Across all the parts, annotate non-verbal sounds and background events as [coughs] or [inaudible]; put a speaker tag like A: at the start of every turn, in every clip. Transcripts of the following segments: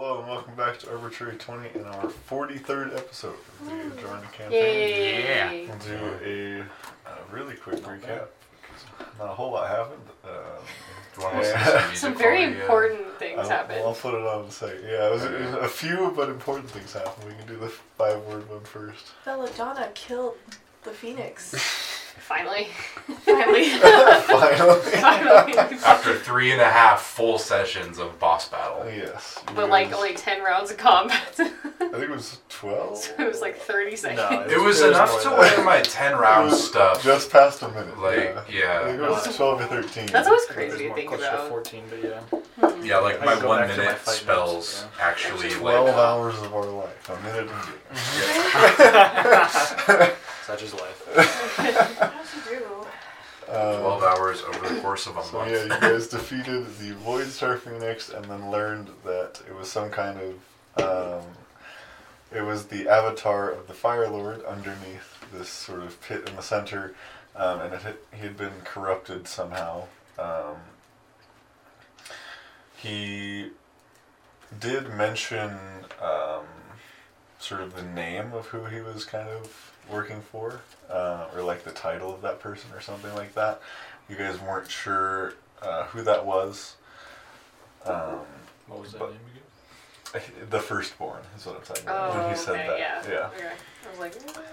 A: welcome back to Arbitrary 20 in our 43rd episode of the Join the Campaign.
B: Yay.
A: We'll do a, uh really quick recap. because Not a whole lot happened. Um,
C: Do you want to listen to
A: Yeah.
C: some music?
B: Some very
C: while we, uh,
B: important things
A: I'll,
B: happened.
A: I'll put it on the site. Yeah, it was, it was a few but important things happened. We can do the five word one first.
D: Belladonna killed
E: [laughs]
D: the phoenix.
B: Finally. [laughs]
D: Finally.
A: Finally.
B: Finally.
C: [laughs] After three and a half full sessions of boss battle.
A: yes.
B: but like only 10 rounds of combat. [laughs] so
A: I think it was 12.
B: it was like 30 seconds.
C: It was enough to
A: more than
C: wear my 10 round
A: It was
C: stuff.
A: Just past a minute.
C: Like,
A: I think
C: yeah.
A: it was 12 or 13.
B: That's always
E: It was
B: crazy to
E: more
B: think
E: closer
B: about.
E: 14, but yeah.
D: Hmm.
C: Yeah, like
E: I
C: my
E: can go
C: one
E: back to my
C: minute
E: fight
C: spells
E: notes,
C: actually,
A: 12
C: like. uh,
A: hours of our life. A minute and
E: [laughs]
A: [laughs]
E: Such is
C: [laughs]
E: life.
A: uh,
C: 12 hours over the course of a
A: So
C: month.
A: yeah, you guys defeated the Void Star Phoenix and then learned that it was some kind of um, it was the avatar of the Fire Lord underneath this sort of pit in the center, um, and it had, he had been corrupted somehow. Um, he did mention um, sort of the name of who he was kind of working for, uh, or like the title of that person or something like that. You guys weren't sure uh, who that was. Um,
E: What was that
A: But-
E: name again?
A: the firstborn is what I'm talking about.
B: Oh,
A: when he said
B: okay,
A: that,
B: yeah. Okay. I was like, "What?"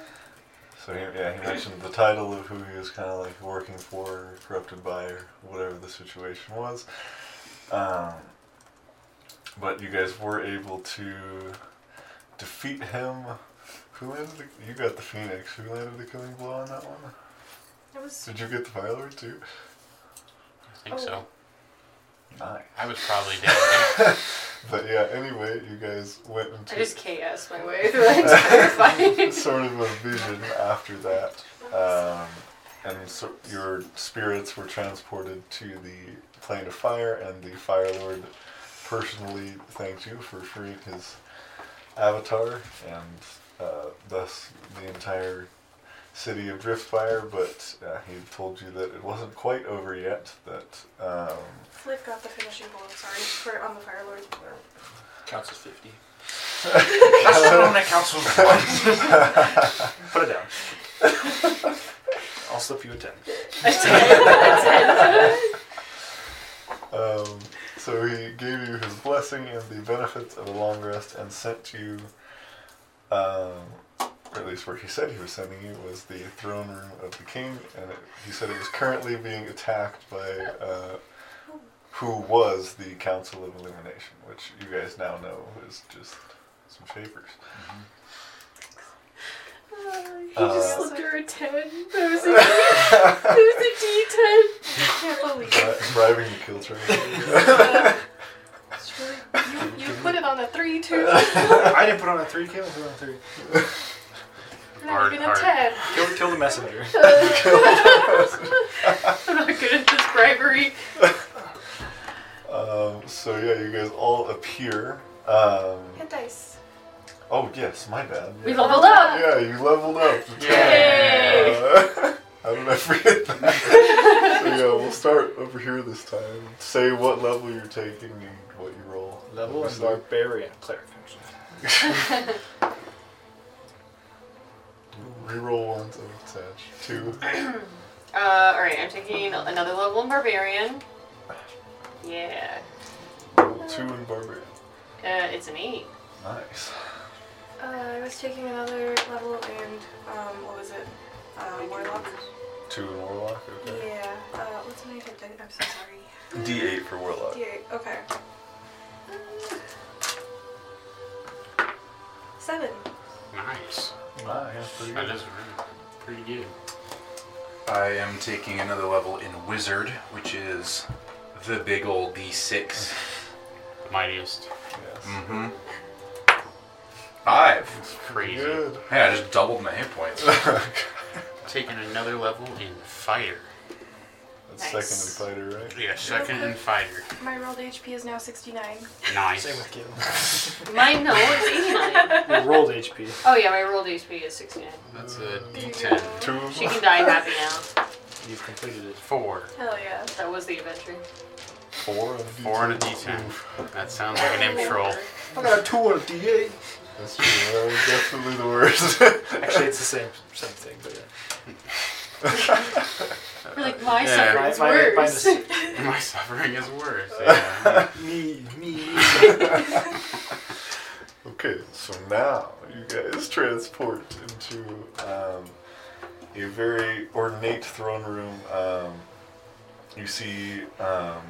A: So he, yeah, he mentioned the title of who he was kind of like working for, or corrupted by, or whatever the situation was. Um, but you guys were able to defeat him. Who landed? The, you got the phoenix. Who landed the killing blow on that one?
D: It was
A: Did you get the fire lord too?
F: I think so.
A: Nice.
F: I was probably dead.
A: [laughs] But yeah, anyway, you guys went into
B: I just KS my way through that entire fight.
A: [laughs] sort of a vision after that. Um, and so your spirits were transported to the plane of fire, and the Fire Lord personally thanked you for freeing his avatar, and uh, thus the entire city of Driftfire. But uh, he had told you that it wasn't quite over yet, that um,
D: Flip got the finishing blow. Sorry for on the fire
E: [laughs]
D: lord.
E: Counts as 50.
C: That's the one that
A: [laughs]
C: counts as one.
E: Put it down. I'll slip you a 10.
A: [laughs] Um, so he gave you his blessing and the benefits of a long rest and sent you, um, or at least where he said he was sending you, was the throne room of the king. And it, he said it was currently being attacked by uh, who was the Council of Illumination, which you guys now know is just some shapers.
B: he
A: Uh,
B: just slipped her a 10. That
A: [laughs]
B: was a, that was
D: I can't believe
A: Bri-
D: it.
A: bribing the kill train.
B: [laughs]
D: It's really, you, you put it on a three two.
E: [laughs] I
B: [laughs]
E: didn't put on a 3, Caleb put on a 3.
D: Not even a
F: Hard, hard.
D: ten.
E: Kill, kill the
D: [laughs]
E: messenger.
B: a D10. I'm not good at this bribery.
A: um, so yeah, you guys all appear. Um,
D: Hit dice.
A: oh yes, my bad.
B: We
A: Yeah.
B: leveled up.
A: Yeah, you leveled up.
B: Yay.
A: Uh, [laughs] how did I forget that? so yeah, we'll start over here this time. Say what level you're taking and what you roll.
E: Level and
A: Obviously.
E: barbarian. Cleric, actually.
A: Reroll ones of attach. [coughs] Two.
B: Uh, Alright, I'm taking another level in Barbarian. Yeah.
A: Roll two in barbarian.
B: Uh, it's an 8.
A: Nice.
D: Uh, I was taking another level and um, what was it? Uh, warlock.
A: Two in warlock. Okay.
D: Yeah. Uh, what's my hit dice? I'm so sorry.
A: D8 for warlock.
D: D8. Okay. Seven.
F: nice.
A: Nice. Pretty
F: That
A: good.
F: is really pretty good.
C: I am taking another level in Wizard, which is the big old D6.
F: The mightiest.
A: Yes.
C: Mm-hmm. Five.
F: Crazy.
A: Good.
C: Hey, I just doubled my hit
A: [laughs]
C: points.
F: Taking another level in fighter.
A: That's
B: Nice.
A: second in fighter, right?
F: Yeah, second in fighter.
D: My rolled HP is now 69.
F: Nice.
E: Same with Caleb.
F: [laughs]
B: Mine, no, it's 89.
E: You [laughs] rolled HP.
B: Oh yeah, my rolled HP is 69.
F: That's a
D: There you
F: D10.
D: go.
A: Two of
B: She
A: them.
B: can die happy now.
E: You've completed it.
F: Four.
D: [laughs] Hell yeah.
B: That was the adventure.
A: Four and a D10.
F: Four and a D10. That sounds like an imp troll.
E: I got a two on a D8.
A: That's true. That
E: [laughs]
A: was definitely the worst.
E: Actually, it's the same same thing, but yeah.
B: [laughs] We're like, my
F: Yeah.
B: suffering is worse.
A: [laughs]
F: My
B: [laughs]
F: suffering is worse. Yeah.
E: me, me.
A: Okay, so now you guys transport into um, a very ornate throne room. Um, you see um,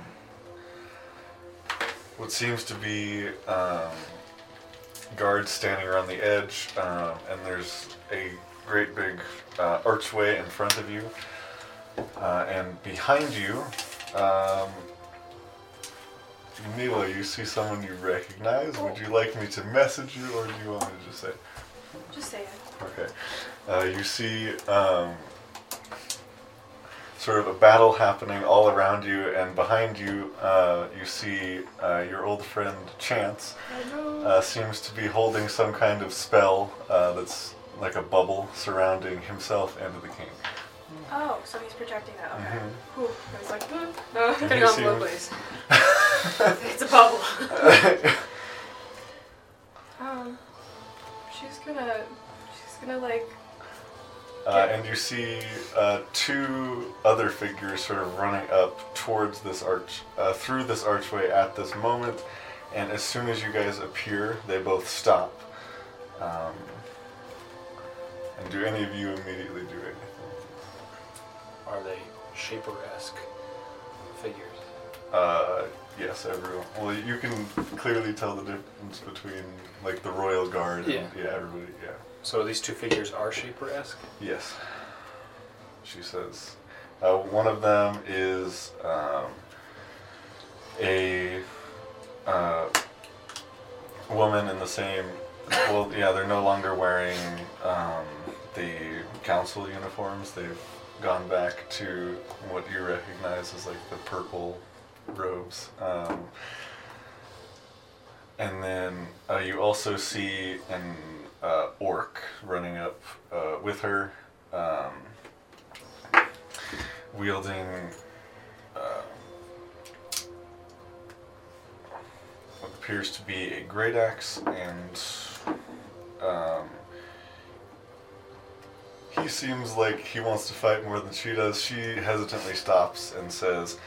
A: what seems to be um, guards standing around the edge, um, and there's a great big uh, archway in front of you. Uh, and behind you, um, Mila, you see someone you recognize. Would you like me to message you, or do you want me to just say?
D: Just say it.
A: Okay. Uh, you see um, sort of a battle happening all around you, and behind you, uh, you see uh, your old friend Chance uh, seems to be holding some kind of spell uh, that's like a bubble surrounding himself and the king.
D: Oh, so he's projecting that. Okay.
A: Mhm.
C: Mm-hmm.
D: Whew, I was like, mm, [laughs] no, could
A: he
D: have gone both
C: [laughs]
A: seems-
D: ways. it's a bubble. um, she's gonna, she's gonna like, [laughs]
A: Uh, and you see uh, two other figures sort of running up towards this arch, uh, through this archway at this moment. And as soon as you guys appear, they both stop. Um, and do any of you immediately do anything?
E: Are they shaper-esque figures?
A: Uh, yes, everyone. Well, you can clearly tell the difference between like the royal guard and yeah,
E: Yeah.
A: everybody. Yeah.
E: So these two figures are shaper-esque.
A: Yes. She says, uh, one of them is um, a uh, woman in the same. Well, yeah, they're no longer wearing um, the council uniforms. They've gone back to what you recognize as like the purple robes. Um, and then uh, you also see an uh, orc running up uh, with her, um, wielding. um what appears to be a great axe, and um, he seems like he wants to fight more than she does. She hesitantly stops and says,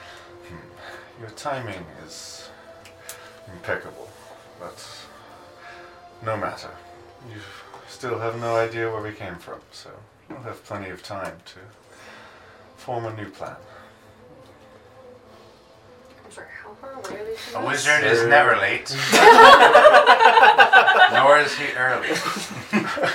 A: hmm, "Your timing is impeccable, but no matter. You still have no idea where we came from, so you'll have plenty of time to form a new plan."
B: I'm sorry, how far away are these
C: A
B: guys?
C: wizard is never
B: [laughs]
C: late. Nor is he early.
D: wait,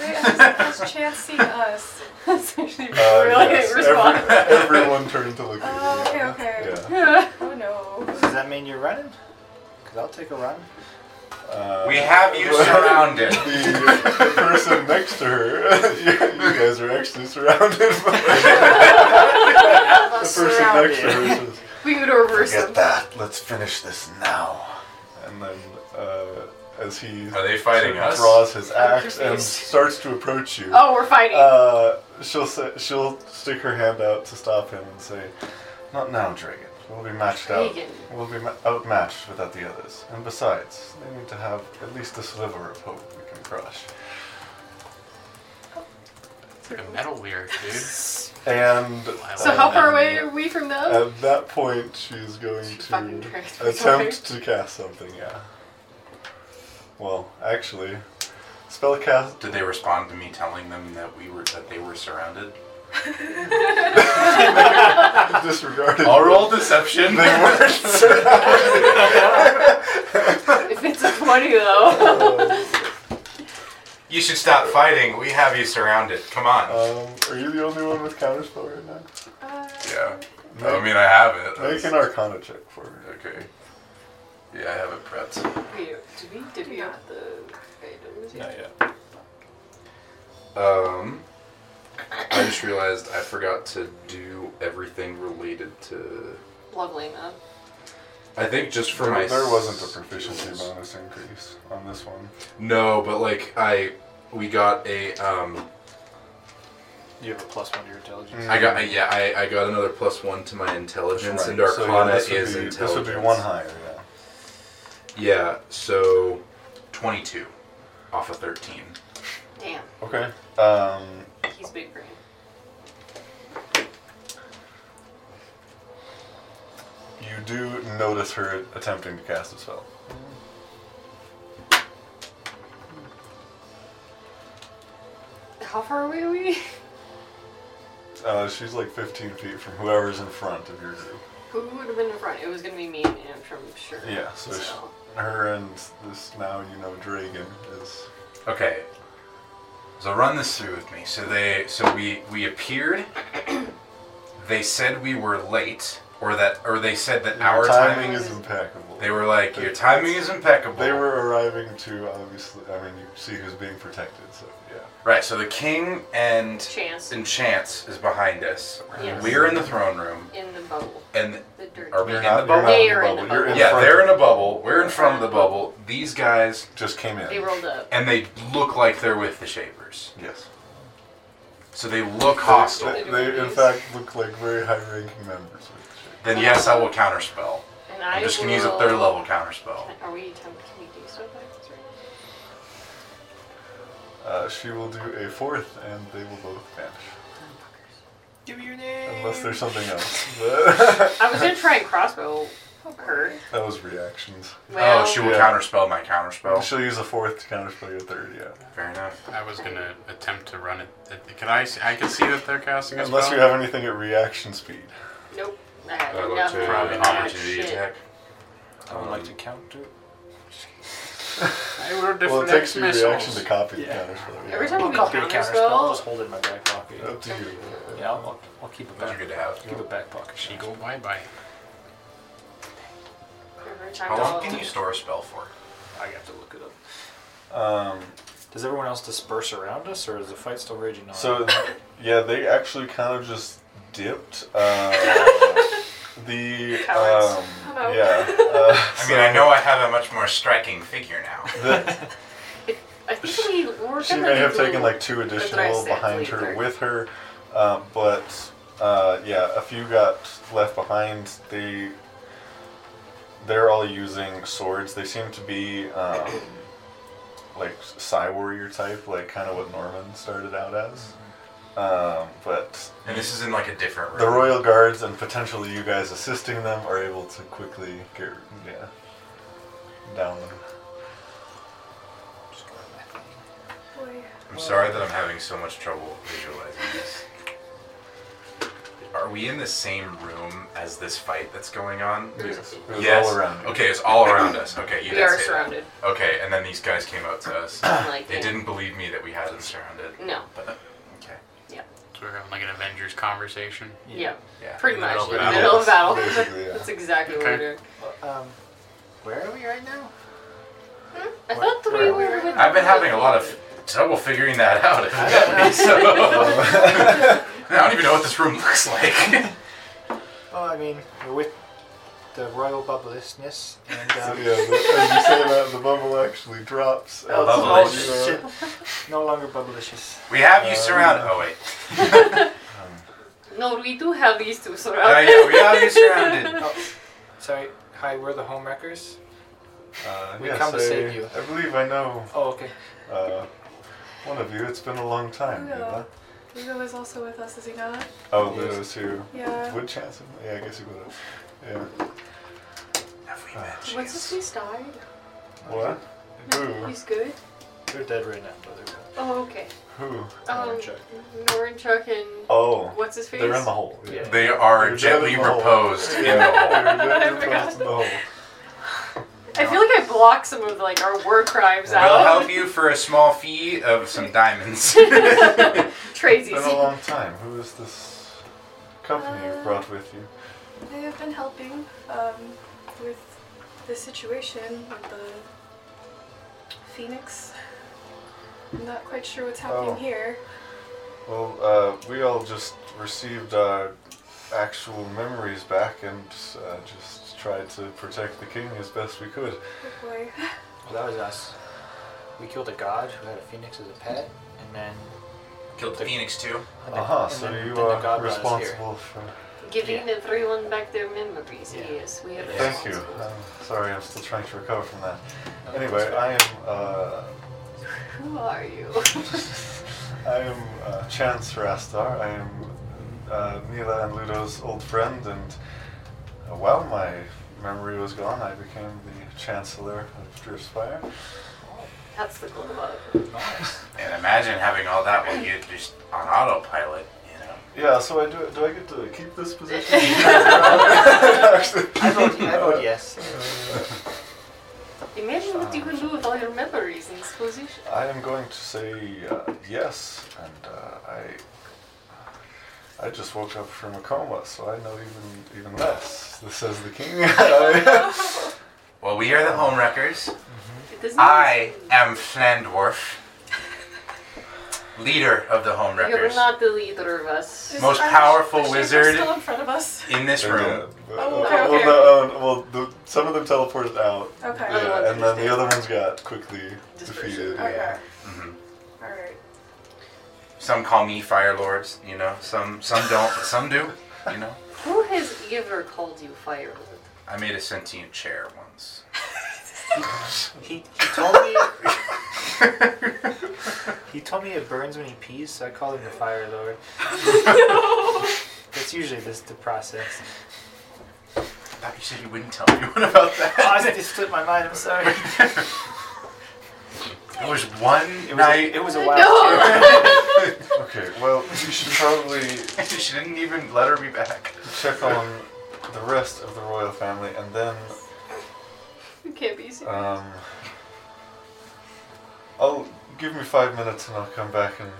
D: I was like,
C: [laughs]
D: has Chance seen us? [laughs]
B: That's actually a
A: Uh,
B: really
A: yes,
C: [laughs]
B: good response.
A: every- [laughs] everyone turned to look
D: Oh,
A: at you.
D: okay,
A: yeah.
D: okay.
B: [laughs]
D: Oh
E: Does
D: no.
E: that mean you're running? Cause I'll take a run.
A: Yeah. Uh,
C: We have you surrounded.
A: [laughs] the person next to her, [laughs] you, you guys are actually surrounded by the person next to her. Says,
B: We can go to reverse
A: Forget
B: them.
A: that. Let's finish this now. And then, uh, as he
C: Are they fighting
A: sort of
C: us?
A: draws his axe and
B: confused.
A: starts to approach you.
B: Oh, we're fighting.
A: Uh, she'll say, she'll stick her hand out to stop him and say, "Not now, Dragon. We'll be matched out.
B: Dragon.
A: We'll be ma- outmatched without the others. And besides, they need to have at least a sliver of hope we can crush."
F: It's like a metal weird, dude.
A: And uh,
B: so how far away are we from them?
A: At that point, she's going
B: She fucking
A: to
B: tricked me, [laughs]
A: attempt to cast something. Yeah. Well, actually, spell cast.
C: Did they respond to me telling them that we were that they were surrounded?
A: disregarded.
C: I'll roll
A: [laughs]
C: deception.
A: They weren't.
B: if it's a 20 though.
C: [laughs] you should stop fighting. We have you surrounded. Come on.
A: Um, are you the only one with counterspell right now?
D: Uh,
C: yeah.
A: Make,
C: I mean, I have it.
A: make
C: That's-
A: an Arcana check for me.
C: okay. Yeah, I have it prepped.
B: Wait, did we, did we
D: Yeah.
B: get the...
E: Not yet.
C: Um, I just realized I forgot to do everything related to.
B: Lovely, man.
C: I think just for
A: There-
C: my.
A: there wasn't a proficiency bonus increase on this one.
C: No, but like I, we got a um,
E: You have a plus one to your intelligence.
C: I got yeah, I, I got another plus one to my intelligence, and
A: Right, so yeah,
C: Arcana
A: this would
C: is
A: be-
C: intelligence.
A: This would be one higher, yeah.
C: Yeah, so 22 off of 13.
B: Damn,
A: Okay. Um,
B: he's big brain.
A: you do notice her attempting to cast a spell.
B: How far away are we?
A: Uh, she's like 15 feet from whoever's in front of your group.
B: Who would have been in front? It was gonna be me and Antrim, sure.
A: Yeah, so,
B: [laughs]
A: sh
B: So-
A: her and this now you know Dragon is.
C: Okay. So run this through with me. So they so we we appeared. they said we were late or that or they said that our
A: timing
C: timing
A: is impeccable.
C: They were like your timing is impeccable.
A: They were arriving to obviously. I mean, you see who's being protected. So yeah.
C: Right, so the king and
B: Chance.
C: and Chance is behind us.
B: Yes.
C: We're in the throne room
B: In the bubble.
C: and
B: The dirt.
C: Are we
A: You're
C: in
A: not,
C: the
A: you're not in
B: bubble? They are in the
A: the bubble. You're in
B: bubble.
C: yeah,
A: front.
C: they're in a bubble. We're in front of the bubble. These guys
A: Just came in.
B: They rolled up.
C: and they look like they're with the Shapers.
A: Yes.
C: So they look hostile.
A: They, they, in fact look like very high-ranking members. Of
C: Then yes, I will counterspell.
B: And I
C: I'm just gonna use a
B: will-
C: third level counterspell.
B: Are we attempt? Can we do stuff like this right now?
A: the shape. uh, she will do a fourth, and they will both vanish. Give me your name. Unless there's something else.
B: [laughs]
A: that [laughs]
B: I was gonna try and crossbow her.
A: was reactions.
B: Well,
C: oh, she will
A: Yeah.
C: counterspell my counterspell.
A: She'll use a fourth to counterspell your third. Yeah.
C: Fair enough.
F: I was gonna attempt to run it. it- Can I? See, I can see that they're casting a
A: Unless
F: spell.
A: you have anything at reaction speed.
B: Nope. I had
C: I look
B: nothing.
C: to
F: Probably
B: I
C: an
F: not.
B: had
C: opportunity
B: shit.
C: attack.
E: I would like to counter.
F: I were different
A: Well, it takes your reaction
F: missiles.
A: to copy
E: Yeah.
A: the counterspell. yeah.
B: Every time we
E: Copy a
B: counter
E: counterspell. Just
B: spell,
E: hold it in my back pocket.
A: Up to you.
E: Yeah, I'll, I'll, I'll keep it
C: Those are
E: back.
C: good to have.
E: Keep it back pocket.
F: She go bye bye.
B: every time
C: How long can
B: I'll-
C: you store a spell for?
E: I have to look it up.
A: Um,
E: Does everyone else disperse around us, or is the fight still raging on?
A: so, yeah, they actually kind of just dipped. Uh, the
B: Cowards.
A: um,
D: Hello.
B: [laughs]
A: yeah. Uh,
C: I mean, I know I have a much more striking figure now.
A: the,
B: I think we we're
A: she
B: gonna
A: may have
B: do-
A: taken like two
B: that's what I
A: additional
B: said,
A: behind
B: leave
A: her
B: her.
A: with her, uh, but uh, yeah, a few got left behind. They they're all using swords. They seem to be um, [coughs] like psi warrior type, like kind of what Norman started out as. Um, but
C: And this is in like a different room.
A: The royal guards and potentially you guys assisting them are able to quickly get yeah down them.
D: Boy.
C: I'm sorry that I'm having so much trouble visualizing this. Are we in the same room as this fight that's going on?
A: Yes, it was
C: Yes.
A: all around. you.
C: Okay, it's all around us. Okay, you
B: We
C: did
B: are
C: say that.
B: surrounded.
C: Okay, and then these guys came up to us.
B: [coughs] Like
C: They didn't believe me that we had them surrounded.
B: No.
C: But okay,
F: So we're having like an Avengers conversation.
B: Yeah.
C: yeah.
B: Pretty
F: In the middle of
B: much. In the
F: battle.
B: middle of battle.
A: Basically, yeah.
B: [laughs] That's exactly what
F: Okay.
B: we're doing.
E: Um, [laughs] where are we right now?
B: Hmm? I thought that we
C: Where-
B: were with.
C: I've been having a lot of trouble figuring that out. [laughs]
A: [laughs]
E: [laughs]
C: evidently, so I don't even know what this room looks like.
E: Well, I mean, we're with the royal bubblishness, and
A: So,
E: um,
A: [laughs] yeah, the, as you say that, the bubble actually drops.
E: oh,
A: as
C: bubble
E: oh,
A: you,
C: is-
E: shit.
A: uh,
E: no longer bubblicious.
C: We have you surrounded. Oh wait.
B: No, we do have these two
C: Oh
B: surrounded.
C: yeah, we have
D: [laughs]
C: you surrounded.
E: Oh, sorry. Hi, we're the homewreckers.
A: uh,
E: We
A: yes,
E: come to
A: I,
E: save you.
A: I believe I know
E: Oh, okay.
A: uh, one of you. It's been a long time.
D: Yeah.
A: Eva.
D: Hugo is also with us, is he not?
A: Oh,
E: Yes.
A: those two.
D: Yeah.
A: Would chance him? Yeah, I guess you would have.
D: [laughs]
A: Yeah.
C: Have we met?
D: What's his
C: Jeez.
D: face died?
A: What? Who?
D: He's good.
E: You're dead right now, brother.
B: Oh, okay.
A: Who?
B: Um,
E: Norin Chuck.
B: Norin Chuck and
A: [laughs] Oh,
B: what's his face?
A: they're in the hole.
E: Yeah.
C: They are
A: They're
C: gently
A: dead in the hole.
C: reposed
A: [laughs]
C: in the
A: Yeah,
C: hole.
A: they're
B: I
A: dead
B: forgot. [laughs]
A: in the hole.
B: I feel like I blocked some of like our war crimes
C: We'll
B: out.
C: help you for a small fee of some
A: [laughs]
C: diamonds.
B: Crazy.
A: It's been a long time. Who is this company
D: Uh,
A: you've brought with you?
D: They have been helping um, with the situation with the Phoenix. I'm not quite sure what's happening
A: Oh.
D: here.
A: Well, uh, we all just received our actual memories back and uh, just tried to protect the king as best we could.
D: Good boy. [laughs]
E: Well, that was us. We killed a god who had a phoenix as a pet, and then
C: Killed the phoenix too.
E: and the-
A: Uh huh.
E: and
A: So
E: then-
A: you
E: then the god
A: are
E: brought us here.
A: responsible for
B: [laughs] Giving
F: Yeah.
B: everyone back their memories.
E: Yeah.
B: Yes, we are.
A: Thank you.
B: responsible.
A: I'm sorry, I'm still trying to recover from that. Anyway, I am uh,
B: Who are [laughs] you?
A: [laughs] I am uh, Chance Rastar. I am uh, Mila and Ludo's old friend, and uh, while my memory was gone, I became the Chancellor of Driftspire.
B: That's the goal of
C: And imagine having all that while you're just on
B: [laughs]
C: autopilot, you know.
A: Yeah, so I do. Do I get to keep this position? [laughs] Actually,
E: [laughs] I vote, I vote
A: [laughs]
E: yes.
A: Uh,
B: Imagine what you can do with all your memories in this position.
A: I am going to say uh, yes, and uh, I I just woke up from a coma, so I know even even less. This says the king.
C: Well, we are the Homewreckers.
B: It doesn't
C: I
B: mean-
C: am Flandorf, leader of the
B: You're
C: Homewreckers
B: not the leader of us.
D: Is
C: Most
D: our-
C: powerful
D: the ship is
C: wizard.
D: Still in front of us.
C: [laughs] in
A: [laughs]
C: this room.
A: well,
D: Oh, okay, okay.
A: no, uh, well, the, some of them teleported out,
D: Okay. Oh,
A: yeah, and then the other ones got quickly
B: Dispersion.
A: defeated.
D: Okay. [laughs]
A: Yeah.
C: Mhm.
D: All right.
C: Some call me Fire Lords, you know. Some some don't. but Some do, you know.
B: Who has ever called you
C: [laughs]
B: Fire Lord?
C: I made a sentient chair once. [laughs]
E: He, he told me. he told me it burns when he pees, so I called him the Fire
B: [laughs]
E: Lord. That's usually this the process.
C: I thought you said you wouldn't tell anyone about
E: Oh, I
C: that.
E: just slipped my mind. I'm
C: [laughs]
E: sorry.
C: There was one
E: It was, a,
C: night.
E: it was a wild
B: No!
A: Okay. Well, you should probably
C: she didn't even let her be back.
A: check on the rest of the royal family, and then
B: You can't be serious.
A: um, I'll Oh, give me five minutes, and I'll come back and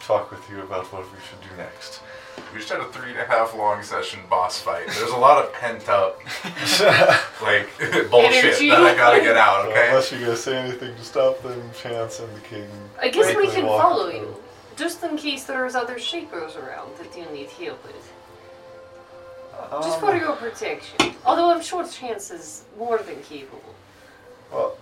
A: talk with you about what we should do next.
C: We just had a three and a half long session boss fight. There's a lot of pent
A: [laughs]
C: up like [laughs] [laughs] bullshit
B: Energy.
C: that I gotta get out.
A: So
C: Okay.
A: unless you guys say anything to stop them, Chance and the king.
B: I guess we
A: quickly
B: can
A: walk
B: follow
A: through.
B: you, just in case there's other shapers around that you need help with. Just for
A: Um,
B: your protection. Although I'm sure Chance is more than capable.
A: Well,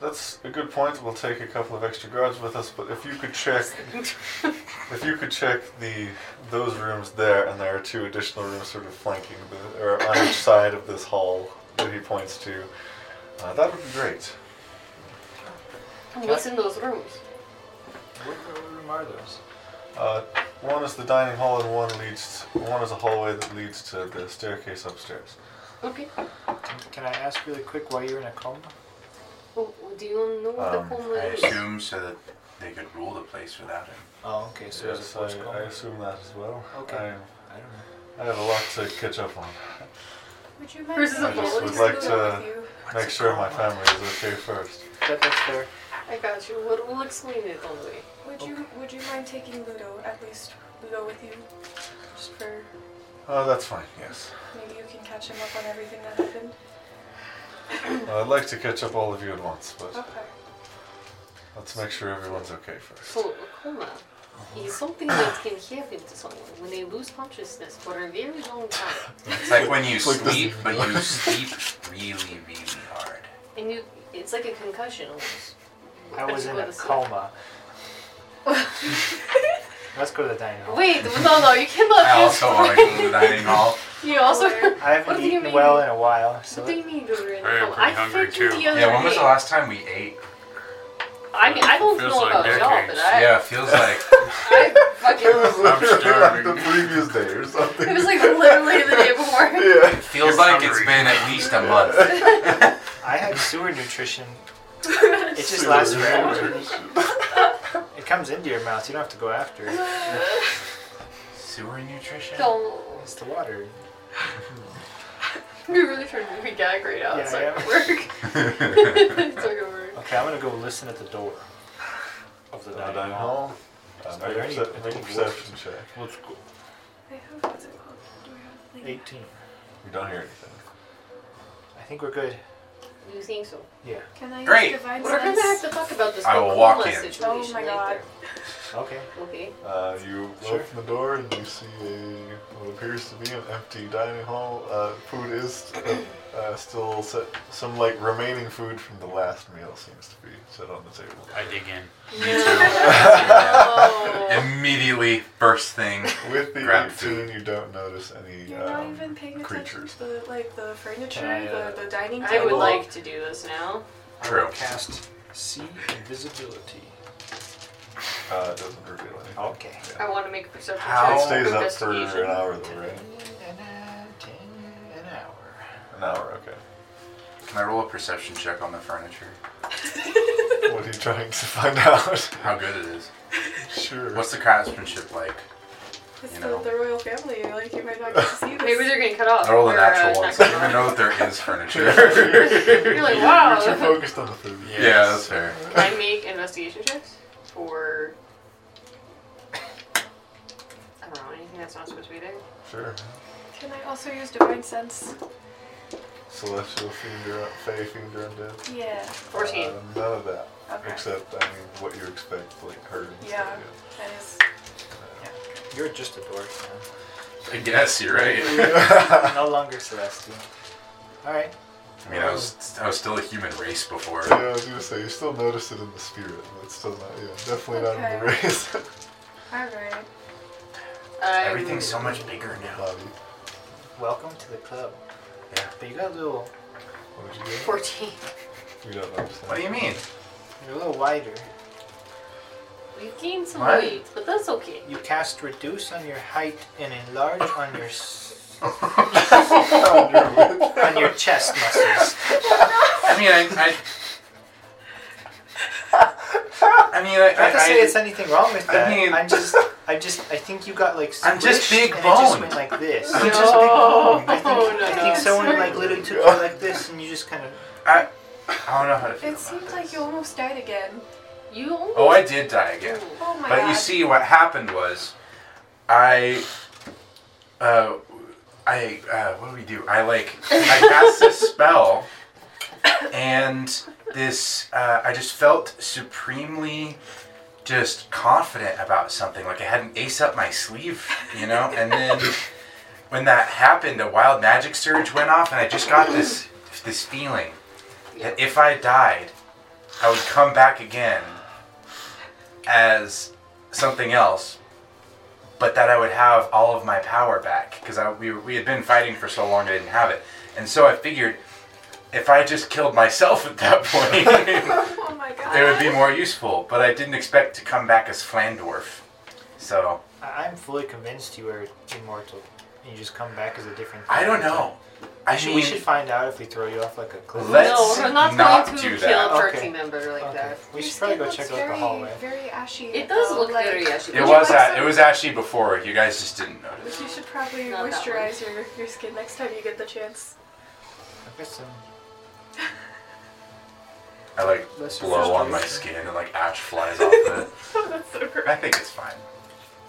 A: that's a good point. We'll take a couple of extra guards with us, but if you could check, if you could check the those rooms there, and there are two additional rooms sort of flanking the or on each side of this hall that he points to, uh, that would be great.
B: And what's in those rooms?
E: What room are those?
A: Uh, one is the dining hall, and one leads. One is a hallway that leads to the staircase upstairs.
B: Okay.
E: Can, can I ask really quick why you're in a coma?
B: Well, do you know what
A: Um,
B: the coma
C: I
B: is?
C: assume so that they could rule the place without him.
E: Oh, okay. So it's
A: Yes,
E: a forced
A: I, I
E: coma.
A: assume that as well.
E: Okay. I
A: I,
E: don't know.
A: I have a lot to catch up on.
D: Would you mind?
B: Where's the
D: going
B: bullet?
D: to
B: Would
D: the
A: like
D: room
A: to-
D: with you?
A: Make sure my family is okay first.
E: That, that's fair.
B: I got you. We'll, we'll explain it on the way.
D: Would you Would you mind taking Ludo at least Ludo with you, just for
A: Oh, that's fine. Yes.
D: maybe you can catch him up on everything that happened.
A: Well, I'd like to catch up all of you at once, but
D: Okay.
A: let's make sure everyone's okay first.
B: So, a coma is something that can happen to someone when they lose consciousness for a very long time.
C: It's like when you
A: It's like this-
C: sleep, but
A: [laughs]
C: you sleep really, really hard.
B: And you, it's like a concussion almost.
E: I
B: Let's
E: was in
B: go
E: a
B: to sleep. [laughs]
E: coma. Let's go to the dining hall.
B: Wait, no,
C: [laughs]
B: no, you cannot
C: I
B: just.
C: also want to go to the dining hall.
B: [laughs] You also.
D: Or-
E: I haven't
B: What do you
E: eaten
B: mean?
E: well in a while, so
B: [laughs] What do you mean you're in a
F: I am
B: coma?
F: pretty hungry,
B: I fed you
F: too.
B: the other
C: Yeah, when was the
B: day.
C: last time we
A: [laughs]
C: ate?
B: I mean, I don't
F: Feels
B: know
F: like
B: about y'all, but
F: decades.
B: I,
C: Yeah, it feels
B: [laughs]
C: like
B: I fucking.
F: I'm starving.
A: the previous day or something.
B: It was like literally the day
A: [laughs]
B: before.
A: yeah.
C: feels
F: You're
C: like it's
F: hungry.
C: been at least a month.
E: I had sewer nutrition. It just
A: Sewer
E: lasts forever.
A: nutrition. [laughs]
E: It comes into your mouth. You don't have to go after it.
C: Sewer nutrition.
B: So,
E: It's the
C: [laughs]
E: water.
B: we really turned to make a gag right now.
E: Yeah,
B: it's
E: I
B: like
E: am. [laughs]
C: [laughs]
B: work. [laughs] it's like a work.
E: Okay, I'm gonna go listen at the door of the
A: Uh,
E: dining,
A: dining
E: hall.
A: hall. Uh,
E: Are
A: make
E: there
A: a
E: any-
A: perce- make a
E: any
A: perception check.
F: Let's go.
D: I have what's it called? Do I have? like-
E: 18.
A: You don't hear anything.
E: I think we're good.
B: You think so?
E: Yeah.
D: Can I
C: Great.
D: use divine
B: We're gonna have
D: sense?
B: to talk about this
C: I will
B: whole
C: walk
B: coma
C: in.
B: situation
D: Oh my god.
B: later.
E: Okay.
B: Okay.
A: Uh, you
E: Sure.
A: open the door and you see a what appears to be an empty dining hall. Uh, food is uh, uh, still set, some like remaining food from the last meal seems to be set on the table.
F: I dig in.
D: [laughs]
B: No.
C: [laughs] Immediately, first thing.
A: With the
C: Grab
A: 18,
C: food.
A: you don't notice any
D: You're not
A: um,
D: even paying attention
A: creatures.
D: to the, like the furniture,
E: I, uh,
D: the, the dining
B: I
D: table.
B: would like to do this now.
E: I will
C: True.
E: cast see invisibility.
A: Uh, it doesn't reveal anything.
E: Okay.
B: I want to make a perception
C: How-
A: It
B: check.
A: stays up for
B: investigation.
A: an hour though, right?
E: An hour, ten, an hour.
A: An hour, okay.
C: Can I roll a perception check on the furniture?
A: what are you trying [laughs] to find out?
C: How good it is.
A: [laughs] sure.
C: What's the craftsmanship like?
D: It's
C: you
D: the,
C: know.
D: the royal family. Like you might not get to
B: [laughs]
D: see this.
B: Maybe they're getting cut off.
C: I rolled a
B: Or,
C: natural
B: uh,
C: one,
B: not
C: so I
B: cut
C: don't even
B: off.
C: know that there
A: [laughs]
C: is furniture. [laughs]
B: You're like,
A: You're too
B: wow.
A: focused on the food.
C: yeah,
A: [laughs]
C: that's fair.
B: Can I make investigation checks for? I don't know anything that's not supposed to be there.
A: Sure.
D: Can I also use divine sense?
A: Celestial finger, fey finger, undead.
D: Yeah.
B: Fourteen.
A: Uh, none of that.
D: Okay.
A: Except, I mean, what you expect, like herd and
D: Yeah.
A: stuff.
D: That is.
E: You're just a dwarf
C: I guess you're right.
E: now. no longer Celestial. Alright.
C: I mean, I was I was still a human race before.
A: Yeah, I was gonna say you still notice it in the spirit, but it's still not. Yeah, definitely not in the
D: Okay.
A: race.
D: All right.
B: I'm-
C: [laughs] Everything's so much bigger now.
A: Bobby,
E: Welcome to the club.
C: Yeah.
E: But you got a little
A: what did you
B: fourteen.
A: do? You don't notice.
C: What do
A: [laughs]
C: you mean?
E: you're a little wider.
B: We've gained some
C: What?
B: weight, but that's okay.
E: You cast reduce on your height and enlarge on your s- on your chest muscles.
C: I mean, I. I, I mean, I.
E: Not to
C: I,
E: say it's
C: I
E: anything wrong with
C: I
E: that.
C: mean-
E: I'm just, I just, I think you got like.
C: I'm just
E: squished
C: big
E: and it just
C: boned.
E: went like
B: [laughs]
E: this.
C: I'm just big
B: No,
E: I think,
B: no,
E: I
B: no.
E: think someone like literally took you like this, and you just kind of.
C: I, I don't know how to feel
D: It
C: about
D: seemed
C: this.
D: like you almost died again.
B: You almost.
C: Oh, I did die again.
B: Ooh.
D: Oh my god.
C: But you see, what happened was, I, uh, I, uh, what do we do? I like, I cast
D: [laughs]
C: this spell, and this, uh, I just felt supremely, just confident about something. Like I had an ace up my sleeve, you know. And then, when that happened, a wild magic surge went off, and I just got this, this feeling that if I died, I would come back again as something else, but that I would have all of my power back because we, we had been fighting for so long I didn't have it. And so I figured if I just killed myself at that [laughs] point,
D: [laughs] Oh my god.
C: it would be more useful. But I didn't expect to come back as Flandorf. So
E: I- I'm fully convinced you are immortal, and you just come back as a different.
C: I don't
E: thing.
C: know. I
E: Should-
C: mean,
E: we should find out if we throw you off like a cliff.
C: Let-
B: no,
C: Let's
B: we're not,
C: not
B: going to
C: do
B: kill
C: that.
B: a party
E: Okay.
B: member like
E: Okay.
B: that.
E: We
D: Your
E: should probably
D: skin
E: go
D: looks
E: check out
D: very,
E: the hallway.
D: Very ashy.
B: It does
D: though,
B: look
D: like,
B: very ashy.
C: it
D: you
C: was
D: like
C: that.
D: some-
C: It was actually before. You guys just didn't notice.
D: You should probably
B: Not that one.
D: moisturize your, your skin next time you get the chance.
E: I've got some.
C: I like
E: That's your first
C: blow on my
E: choice.
C: skin and like ash flies off it.
D: [laughs] That's so gross.
C: I think it's fine.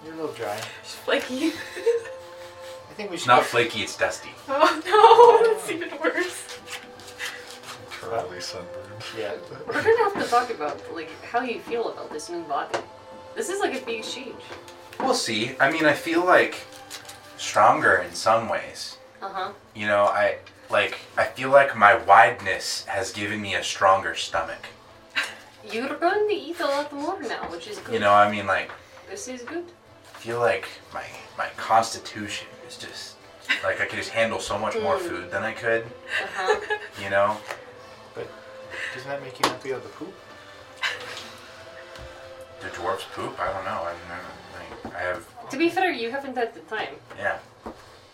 E: You're a little dry.
D: Flaky.
E: I think we
C: It's
E: should.
B: [laughs]
C: not flaky. It's dusty.
D: Oh no, that's even worse.
A: Eternally sunburned.
E: Yeah.
B: We're gonna have to talk about like how you feel about this new body. This is like a big change.
C: We'll see. I mean, I feel like stronger in some ways.
B: Uh
D: Uh-huh.
B: huh.
C: You know, I like I feel like my wideness has given me a stronger stomach.
B: You're going to eat a lot more now, which is good.
C: You know, I mean, like
B: This is good.
C: I feel like my my constitution is just like I could just handle so much more food than I could.
B: Uh huh.
C: You know,
E: But doesn't that make you not be able to poop?
C: the dwarfs poop. I don't know. I mean, I, like, I have
B: to be fair, you haven't had the time.
C: yeah.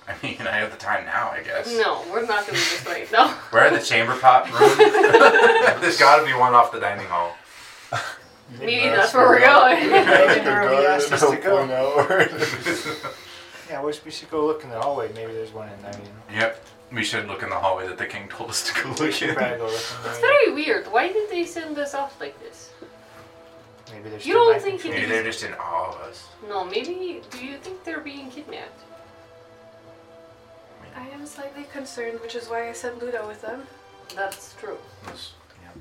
C: I mean, I have the time now, I guess.
B: No, we're not doing this right. [laughs] No.
C: Where are the chamber pot
B: [laughs]
C: room? There's got to be one off the dining hall.
B: Maybe that's where we're going. [laughs]
E: Maybe where we asked us to go.
A: go.
E: [laughs]
C: [laughs]
E: Yeah, we should, we should go look in the hallway. Maybe there's one in there. You know.
C: Yep. We should look in the hallway that the king told us to go
E: We
C: look
E: should
C: in.
E: probably go look
B: it's
E: in there.
B: very weird. Why did they send us off like this?
E: Maybe there's.
B: You
E: still
B: don't
E: life
B: think
E: in
B: it-
C: Maybe they're just in awe of us.
B: No, maybe do you think they're being kidnapped?
D: I am slightly concerned, which is why I sent Ludo with them.
B: That's true.
C: That's-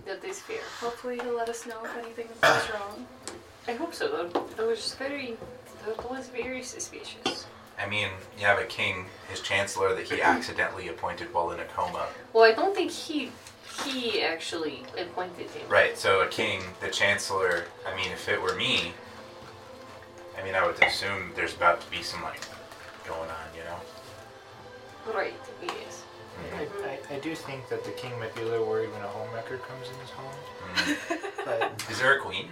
C: yeah.
B: That is fair.
D: Hopefully he'll let us know if anything goes wrong.
B: I hope so. Though that was just very, that was very suspicious.
C: I mean, you have a king, his chancellor that he accidentally appointed while in a coma.
B: Well, I don't think he he actually appointed him.
C: Right, so a king, the chancellor, I mean, if it were me, I mean, I would assume there's about to be some, like, going on, you know?
B: Right. Yes.
E: I, I, I do think that the king might be a little worried when a homewrecker comes in his home.
C: Mm.
B: [laughs]
E: But
C: Is there a queen?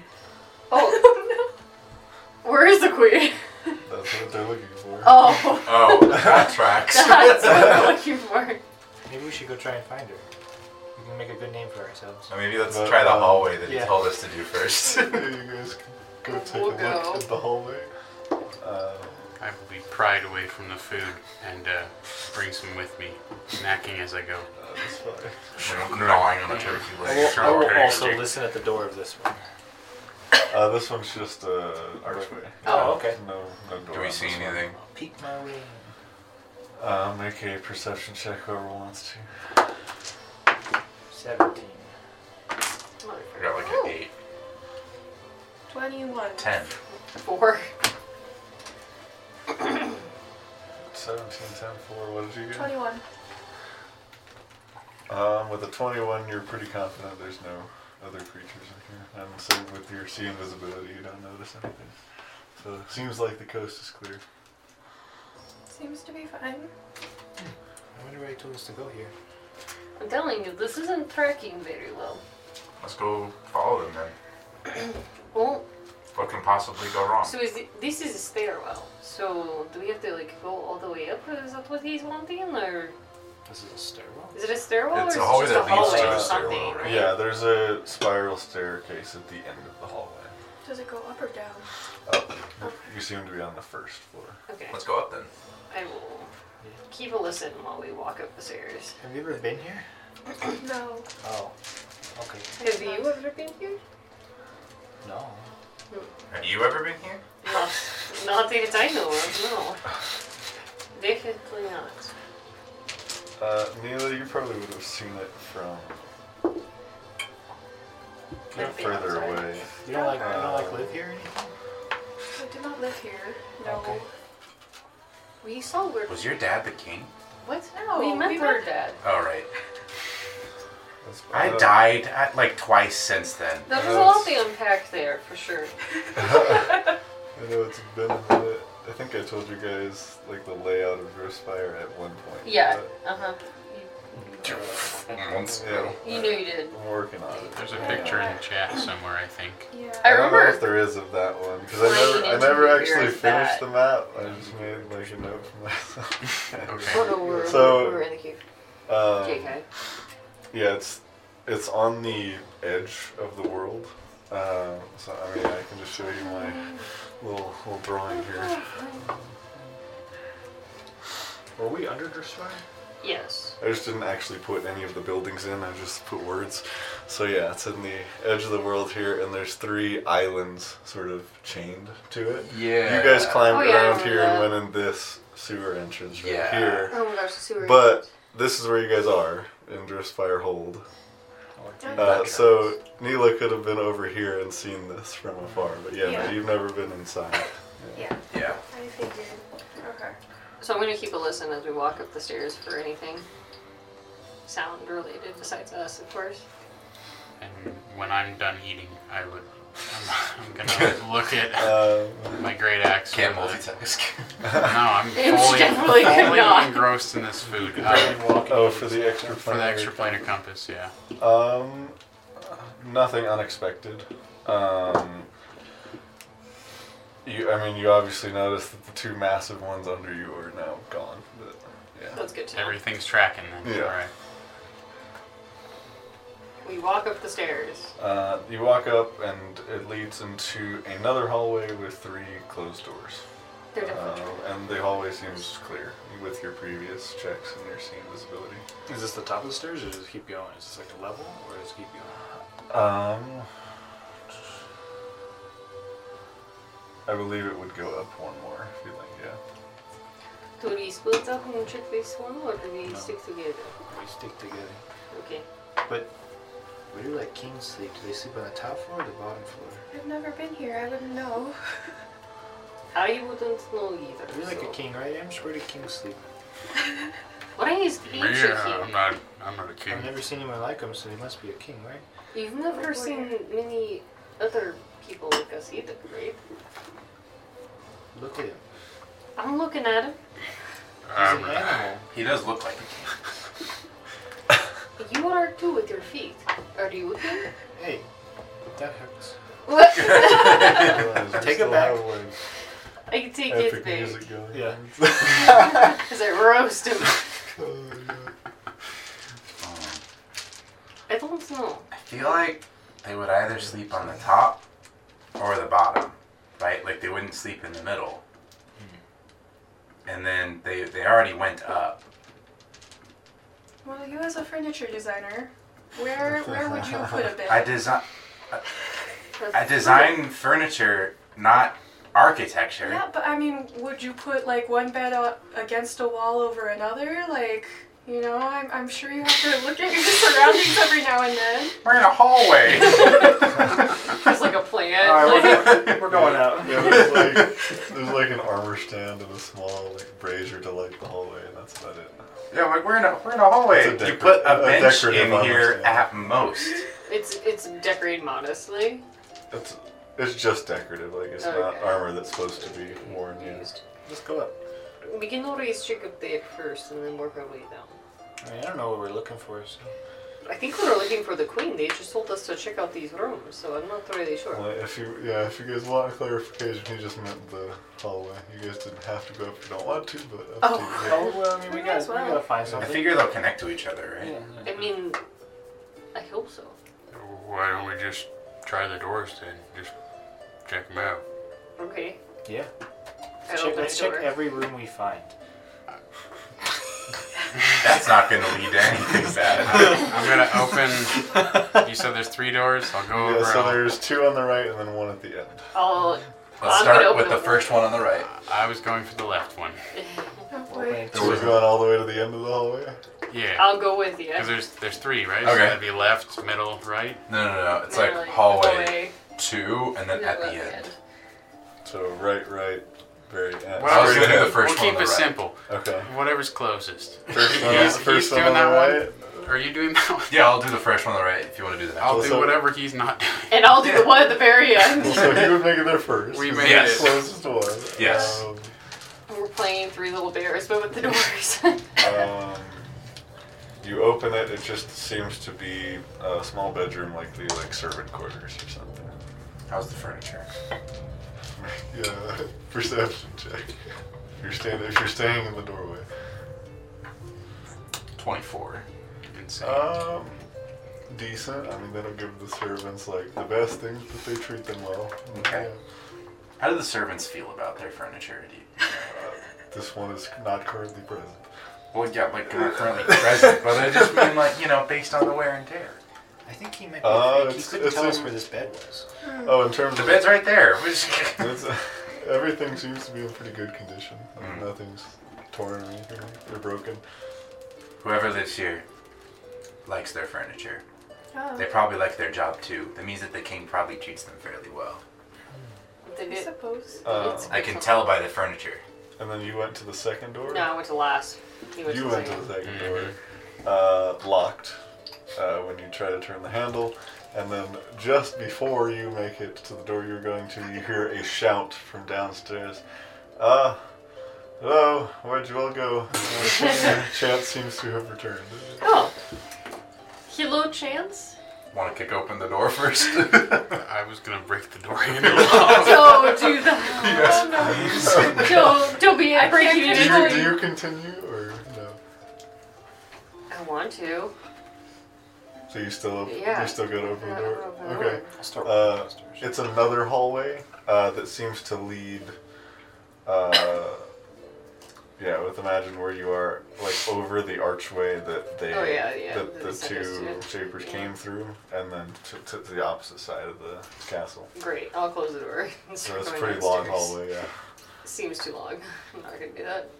B: Oh, where is the queen?
A: That's what they're looking for.
B: Oh,
C: Oh, that tracks.
B: [laughs] that's what I'm looking for.
E: maybe we should go try and find her. We can make a good name for ourselves.
C: So maybe let's try the hallway that he
E: Yeah.
C: told us to do
A: [laughs]
C: first.
A: uh, you guys can go take
B: We'll
A: a look
B: go.
A: at the hallway. Uh,
F: I will be pried away from the food and uh, bring some with me, snacking as I go.
A: Oh, that's
F: [laughs]
A: fine.
C: Gnawing on a turkey
E: I
C: leg.
E: will, I will
F: Okay,
E: also
F: Jake.
E: listen at the door of this one.
A: Uh, this one's just uh, archway.
E: Oh, okay.
A: No, no door.
C: Do we
A: on
C: see
A: this one.
C: anything?
E: Peek my way.
A: Uh, make a perception check, whoever wants to.
E: Seventeen.
C: I got like an eight.
D: 21.
C: Ten.
B: Four.
A: 17, 10, 4, what did you get?
D: 21.
A: Um, with a 21, you're pretty confident there's no other creatures in here. And so with your sea invisibility, you don't notice anything. So it seems like the coast is clear.
D: Seems to be fine.
E: I wonder why he told us to go here.
B: I'm telling you, this isn't tracking very
D: [clears throat]
B: well.
C: Let's go follow them then.
B: Well,
C: What can possibly go wrong?
B: so is it, this is a stairwell. So do we have to like go all the way up? Is that what he's wanting, or
E: This is a stairwell.
B: is it a stairwell,
C: It's
B: or
C: a
B: is
C: hallway
B: it just
C: that leads
B: a hallway
A: to a
B: or
C: stairwell,
B: something?
C: right?
A: Yeah, there's a spiral staircase at the end of the hallway.
D: Does it go up or down?
A: Up. You seem to be on the first floor.
B: Okay.
C: Let's go up then.
B: I will keep a listen while we walk up the stairs.
E: Have you ever been here?
D: No.
E: Oh. Okay.
B: Have you ever been here?
E: No.
C: Have you ever been here?
B: Not, not that I know of, no. Definitely not.
A: Uh, Neela, you probably would have seen it from
B: Could be
A: further
B: outside.
A: away. Uh,
E: You don't like you don't like live here or anything?
D: I do not live here. No.
E: Okay.
B: We saw where.
C: Was your dad the king?
B: What?
D: No,
B: we
D: we
B: met
D: met-
B: her dad.
C: Oh, right.
A: That's-
C: I
A: uh,
C: died at, like twice since then.
B: There was a
A: Uh,
B: lot to unpack there, for sure.
A: I know it's been a minute. I think I told you guys like the layout of Ghost Fire at one point.
B: Yeah, uh huh.
A: but, uh,
C: Once
A: yeah,
B: You knew you did.
A: I'm working on it.
F: There's a picture in the chat somewhere, I think.
D: Yeah.
B: I
A: I don't know
B: remember-
A: if there is of that one because
B: Flying
A: I never, I
B: into
A: never
B: the
A: actually
B: rear
A: finished
B: bat.
A: the map. I just made like a note for myself.
F: [laughs] Okay.
B: we're,
A: So-
B: we're in the cave.
A: um,
B: JK.
A: Yeah, it's it's on the edge of the world. Um, so I mean, I can just show you my little little drawing here.
E: Were we under Drusfire?
B: Yes.
A: I just didn't actually put any of the buildings in. I just put words. So yeah, it's in the edge of the world here, and there's three islands sort of chained to it.
C: Yeah.
A: You guys climbed
B: Oh, yeah, I
A: around
B: remember
A: here and
B: that.
A: went in this sewer entrance right
C: Yeah.
A: here.
B: Oh my gosh, the sewer.
A: But this is where you guys are in Drissfire Hold. Uh, so Neela could have been over here and seen this from afar, but yeah,
D: Yeah.
A: No, you've never been inside.
D: Yeah.
C: Yeah.
D: I figured. Okay.
B: So I'm gonna keep a listen as we walk up the stairs for anything sound related besides us, of course.
F: And when I'm done eating, I would. I'm, I'm gonna look at
A: Um,
F: my great axe.
C: Can't
F: with a-
C: multitask.
F: [laughs] No, I'm
B: It was
F: fully,
B: definitely could
F: fully
B: not.
F: engrossed in this food. Uh,
A: oh, for the extra
F: for the
A: planar-
F: extra planar compass, yeah.
A: Um, nothing unexpected. Um, you, I mean, you obviously noticed that the two massive ones under you are now gone. But yeah,
B: That's good to know.
F: Everything's tracking then.
A: Yeah.
F: All right.
B: We walk up the stairs.
A: uh, you walk up and it leads into another hallway with three closed doors.
B: They're definitely
A: Um, and the hallway seems clear with your previous checks and your scene visibility.
E: Is this the top of the stairs, or does it keep going? Is this like a level, or does it keep going?
A: Um, I believe it would go up one more if you like. Yeah.
B: Do we split up and check this one, or do we
E: No.
B: stick together?
E: We stick together.
B: Okay.
E: But where do like kings sleep? Do they sleep on the top floor or the bottom floor?
D: I've never been here. I wouldn't know.
B: I wouldn't know either.
E: You're like
B: so-
E: a king, right? I'm sure the king's sleep.
B: What I is each
F: Yeah, I'm
B: king.
F: not. I'm not a king.
E: I've never seen anyone like him, so he must be a king, right?
B: You've never seen many other people like us either, right?
E: Look at him.
B: I'm looking at him.
E: He's
F: I'm
E: an
F: not.
E: animal.
C: He does look [laughs]
B: [laughs]
C: like it.
B: You are too with your feet. Are you with him?
E: Hey, that hurts.
B: What?
E: Take it back.
B: I take
E: [laughs]
A: [laughs]
B: it
A: Epic
B: back.
A: music going.
E: Yeah.
B: Because I roast him.
A: Oh, yeah.
B: I don't know.
C: I feel like they would either sleep on the top or the bottom, right? Like they wouldn't sleep in the middle. And then they they already went up.
D: Well, you as a furniture designer, where where would you put a bed?
A: [laughs]
C: I design I design furniture, not architecture.
D: Yeah, but I mean, would you put like one bed up against a wall over another? Like, you know, I'm, I'm sure you have to look at your [laughs] surroundings every now and then.
C: We're in a
E: [laughs]
C: hallway.
B: It's like a plan.
E: Alright,
B: Like,
E: We're going out.
A: Yeah, there's like, there's like an armor stand and a small like brazier to light the hallway, and that's about it.
C: yeah, like we're in a we're in a hallway.
A: It's a
C: you
A: decor-
C: put a
A: a
C: bench
A: decorative
C: in here
A: almost, yeah.
C: at most.
B: it's it's decorated modestly.
A: It's it's just decorative, like it's not
B: Okay.
A: armor that's supposed to be worn. Used.
B: Used.
E: Let's go up.
B: We can always check up there first and then work our way down.
E: I mean, I don't know what we're looking for, so.
B: I think we were looking for the queen. They just told us to check out these rooms, so I'm not really sure.
A: Like if you yeah, if you guys want clarification, he just meant the hallway. You guys didn't have to go up if you don't want to, but
E: [laughs]
A: up
B: Oh.
A: to you.
E: Oh, well, I mean, we
D: Might
E: gotta,
D: as well.
E: we gotta find
C: I
E: something.
C: figure they'll connect to each other, right?
E: Yeah, yeah.
B: I mean, I hope so.
F: Why don't we just try the doors then? Just check them out.
B: Okay.
E: Yeah.
B: I
E: Check,
B: open
E: let's
B: the
E: check
B: door.
E: every room we find.
C: That's not going to lead to
F: [laughs]
C: anything bad.
F: I'm gonna open. You said there's three doors. I'll go over.
A: Yeah, so
F: I'll-
A: there's two on the right and then one at the end.
B: I'll
C: Let's
B: I'm gonna
C: start
B: open
C: with the
B: the-
C: first one on the right.
F: I was going for the left
B: [sighs]
F: one.
D: Oh,
E: Opening
A: So we're
E: two.
A: going all the way to the end of the hallway.
F: Yeah.
B: I'll go with you.
F: Because there's there's three, right? So
C: Okay.
F: that'd be left, middle, right.
C: No, no, no. It's
B: They're
C: like hallway two, and then
B: middle,
C: at the
B: and
C: end.
A: So right, right, very end.
C: I was gonna
A: Very
C: do the
A: end.
C: first
F: we'll keep it
C: one on the right.
F: simple.
A: Uh, Okay.
F: Whatever's closest.
A: First one,
F: he's
A: first one
F: doing
A: on the
F: that one.
A: right.
F: Are you doing that one?
C: Yeah, I'll do the first one on the right if you want to do the next
F: I'll
A: Well,
F: do
A: so-
F: whatever he's not doing.
B: And I'll do the one at the
A: [laughs]
B: very end.
A: Well, so he would make it there first.
F: We
A: This
F: made
A: is
C: it.
A: the closest one.
C: Yes.
A: Um,
B: We're playing Three Little Bears,
A: [laughs]
B: but with the [laughs] doors.
A: Um, you open it. It just seems to be a small bedroom, like the like servant quarters or something.
C: How's the furniture?
A: [laughs] Yeah, [laughs] perception check. If you're staying, if you're staying in the doorway.
C: Twenty-four.
F: Insane.
A: Um, decent. I mean, that'll give the servants like the best things, but they treat them well.
C: Okay. How do the servants feel about their furniture? Do you,
A: Yeah. This one is not currently present.
C: well, yeah, like not currently present, but I just mean like you know, based on the wear and tear.
E: I think he might be
A: Uh,
E: uh, He
A: it's-
E: couldn't
A: it's
E: tell us
A: in-
E: where this bed was.
A: Oh, in terms
C: The
A: of
C: bed's right there. [laughs] We're just
A: It's, [laughs] everything seems to be in pretty good condition. I
C: Mm.
A: mean, Nothing's torn or anything or broken.
C: Whoever lives here likes their furniture.
D: Oh.
C: They probably like their job too. That means that the king probably treats them fairly well.
B: Did
D: I
B: it-
D: suppose.
A: Uh,
B: it's-
C: I can tell by the furniture.
A: and then you went to the second door.
B: No, I went to last. He went
A: you
B: to
A: went to
B: second.
A: the 2nd door.
C: Mm-hmm.
A: Uh, locked uh, when you try to turn the handle, and then just before you make it to the door you're going to, you hear a shout from downstairs. Uh, hello, where'd you
E: [laughs]
A: all go? Uh, Chance seems to have returned.
B: Oh. Hello, Chance.
C: Want to kick open the door first? [laughs]
F: I was gonna break the door handle.
B: Don't do that.
D: Oh, no.
B: Don't, don't be
A: Do
B: apprehensive.
A: you, do you continue or no?
B: I want to.
A: So you still
B: Yeah.
A: you still got to open the
B: Yeah,
A: door.
B: open the
A: Okay.
B: door.
E: I'll start
A: Uh,
E: walking downstairs.
A: It's another hallway uh, that seems to lead. Uh, yeah, with imagine where you are, like over the archway that they
B: Oh, yeah, yeah,
A: that
B: that
A: the
B: we sent us
A: two
B: to.
A: shapers
B: Yeah.
A: came through, and then to, to the opposite side of the castle.
B: Great, I'll close the door. [laughs] and
A: So
B: start
A: it's a
B: going
A: pretty long
B: downstairs. [laughs]
A: hallway. Yeah.
B: Seems too long. I'm not gonna do that.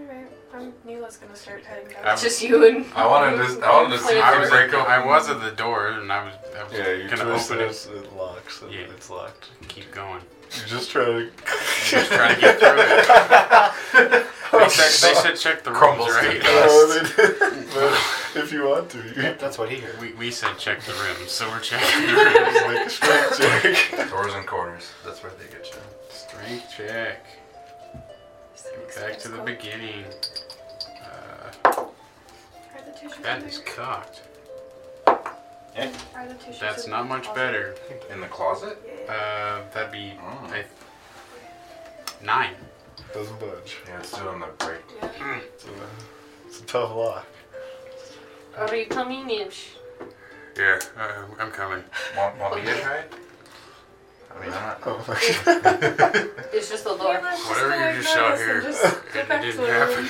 D: Alright, I'm Neela's gonna start heading down.
C: I'm-
B: Just you and
C: I
B: [laughs]
C: wanted to. I wanted to see
F: I
C: her
F: was,
C: break open.
F: I was at the door and I was, I was
A: Yeah, you
F: gonna
A: twist
F: open
A: it,
F: it.
A: it locks, and
F: Yeah.
A: it's locked.
F: Keep going.
A: You just try to. [laughs]
F: Just trying to get through it. They, said, they should check the rooms,
C: Crumbles to
F: right?
C: dust.
A: No, Oh, they did. [laughs] But if you want to, you
E: That- that's what he heard.
F: We, we said check the
A: [laughs]
F: rooms, [laughs] so we're checking the rooms.
A: can make a strength
F: [laughs]
A: check.
C: [laughs] Doors and corners. That's where they get you.
F: Strength check.
D: Six,
F: Back
D: let's
F: to the
D: go.
F: beginning. Uh,
D: Are the tissues
F: that
D: in
F: is
D: there?
F: cocked.
D: Are the tissues
F: That's
D: in
F: not
D: the
F: much
D: closet?
F: better.
C: In the closet.
D: Yeah.
F: Uh, that'd be
C: Mm.
F: I, nine.
A: Doesn't budge.
C: Yeah, it's still in the break.
D: yeah.
A: It's a, it's a tough lock.
B: are you coming ish?
F: Yeah, uh, I'm coming.
C: Want, want me to try it? I mean, I'm not.
A: Oh my god.
B: It's just the
D: Neela's
B: door.
D: just
F: Whatever
D: gonna
F: you just
D: ignore
F: shot
D: this
F: here,
D: and just go
F: it- it
D: back to
F: didn't
D: the
F: happen.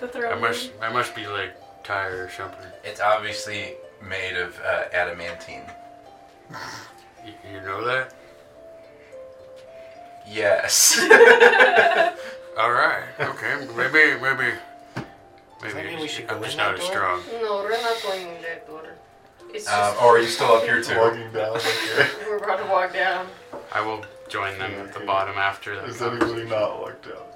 D: The
F: I
D: throne
F: must
D: room.
F: I must be like tired or something.
C: It's obviously made of uh, adamantine.
F: You, you know that?
C: Yes. [laughs]
F: All right. Okay. Maybe maybe maybe
E: mean
F: I'm
E: we
F: just-
E: should go
F: I'm
E: in
F: just
E: that
F: not as
E: door?
F: strong.
B: No, we're not going in that door. It's
C: um,
B: just
C: or are you still up here too? [laughs]
A: Walking down. Okay.
B: we're about to walk down.
F: I will join them at the
A: Okay.
F: bottom after that.
A: Is anybody not locked out?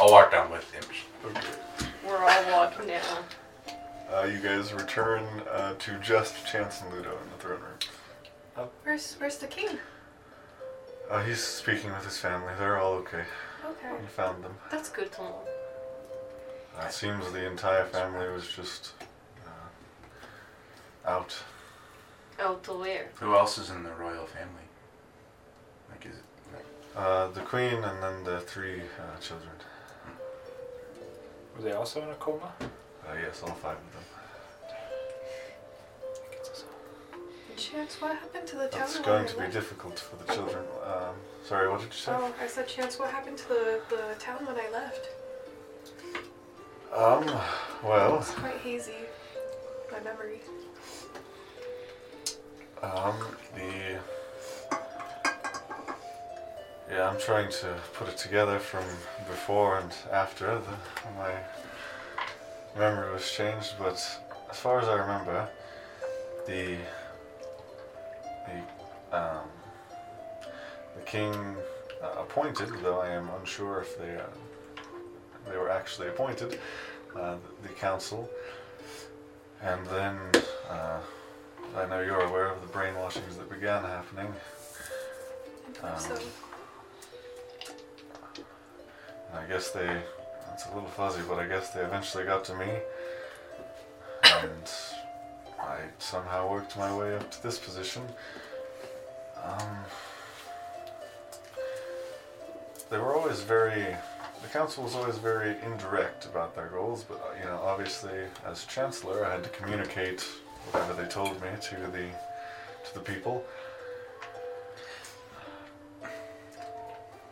C: I'll walk down with him.
A: Okay.
B: We're all walking down.
A: Uh, you guys return uh, to just Chance and Ludo in the throne room.
D: Where's where's the king?
A: Uh, he's speaking with his family. They're all okay.
D: Okay.
A: He found them.
B: That's good to know.
A: Uh, It seems the entire family was just uh, out.
B: Out to where?
C: Who else is in the royal family? Like, is it?
A: Uh, the queen and then the three uh, children.
E: Were they also in a coma?
A: Uh, yes, all five of them.
D: Chance, what happened to the town?
A: That's
D: when
A: going
D: we
A: to be
D: left?
A: difficult for the children. Um, sorry, what did you say?
D: Oh, I said, Chance, what happened to the, the town when I left? Oh.
A: Um, well,
D: It's quite hazy, my memory.
A: um, the. Yeah, I'm trying to put it together from before and after. The, my memory was changed, but as far as I remember, the. the. Um, the king uh, appointed, though I am unsure if they, uh, they were actually appointed, uh, the, the council. And then uh, I know you're aware of the brainwashings that began happening.
D: I believe
A: Um,
D: so,
A: And I guess they, it's a little fuzzy, but I guess they eventually got to me. And I somehow worked my way up to this position. Um, they were always very, the council was always very indirect about their goals, but uh, you know, obviously, as chancellor, I had to communicate whatever they told me to the, to the people.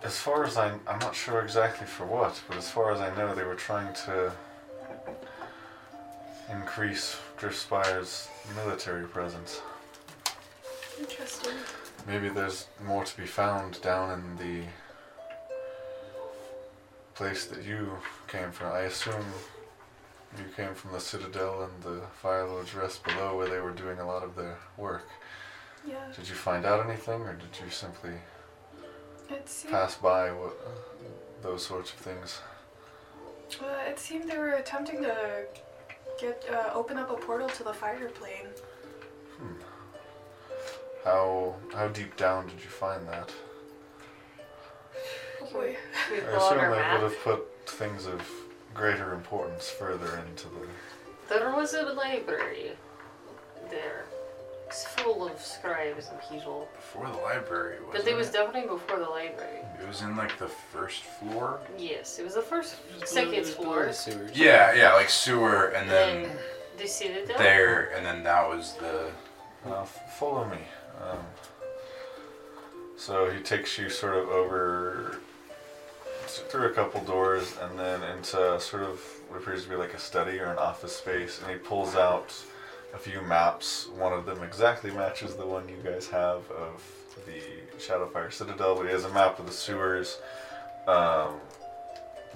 A: As far as I, I'm not sure exactly for what, but as far as I know, they were trying to increase Driftspire's military presence.
D: interesting.
A: Maybe there's more to be found down in the place that you came from. I assume you came from the Citadel and the Fire Lord's Rest below, where they were doing a lot of their work.
D: Yeah,
A: Did you find out anything, or did you simply
D: it seemed, uh,
A: pass by what, those sorts of things?
D: uh, it seemed they were attempting to get uh, open up a portal to the fire plane.
A: How how deep down did you find that?
D: Oh boy.
B: We
A: I
B: blow out
A: assume
B: our
A: they would
B: map.
A: have put things of greater importance further into the.
B: There was a library there. It's full of scribes and people.
C: Before the library was.
B: But it was definitely before the library.
C: It was in like the first floor.
B: Yes, it was the first, second floor.
C: Yeah, yeah, like sewer, and
B: Then
C: then
B: the citadel.
C: there, and then that was the.
A: Uh, f- follow me. Um, so he takes you sort of over s- through a couple doors and then into sort of what appears to be like a study or an office space, and he pulls out a few maps. One of them exactly matches the one you guys have of the Shadowfire Citadel, but he has a map of the sewers. Um,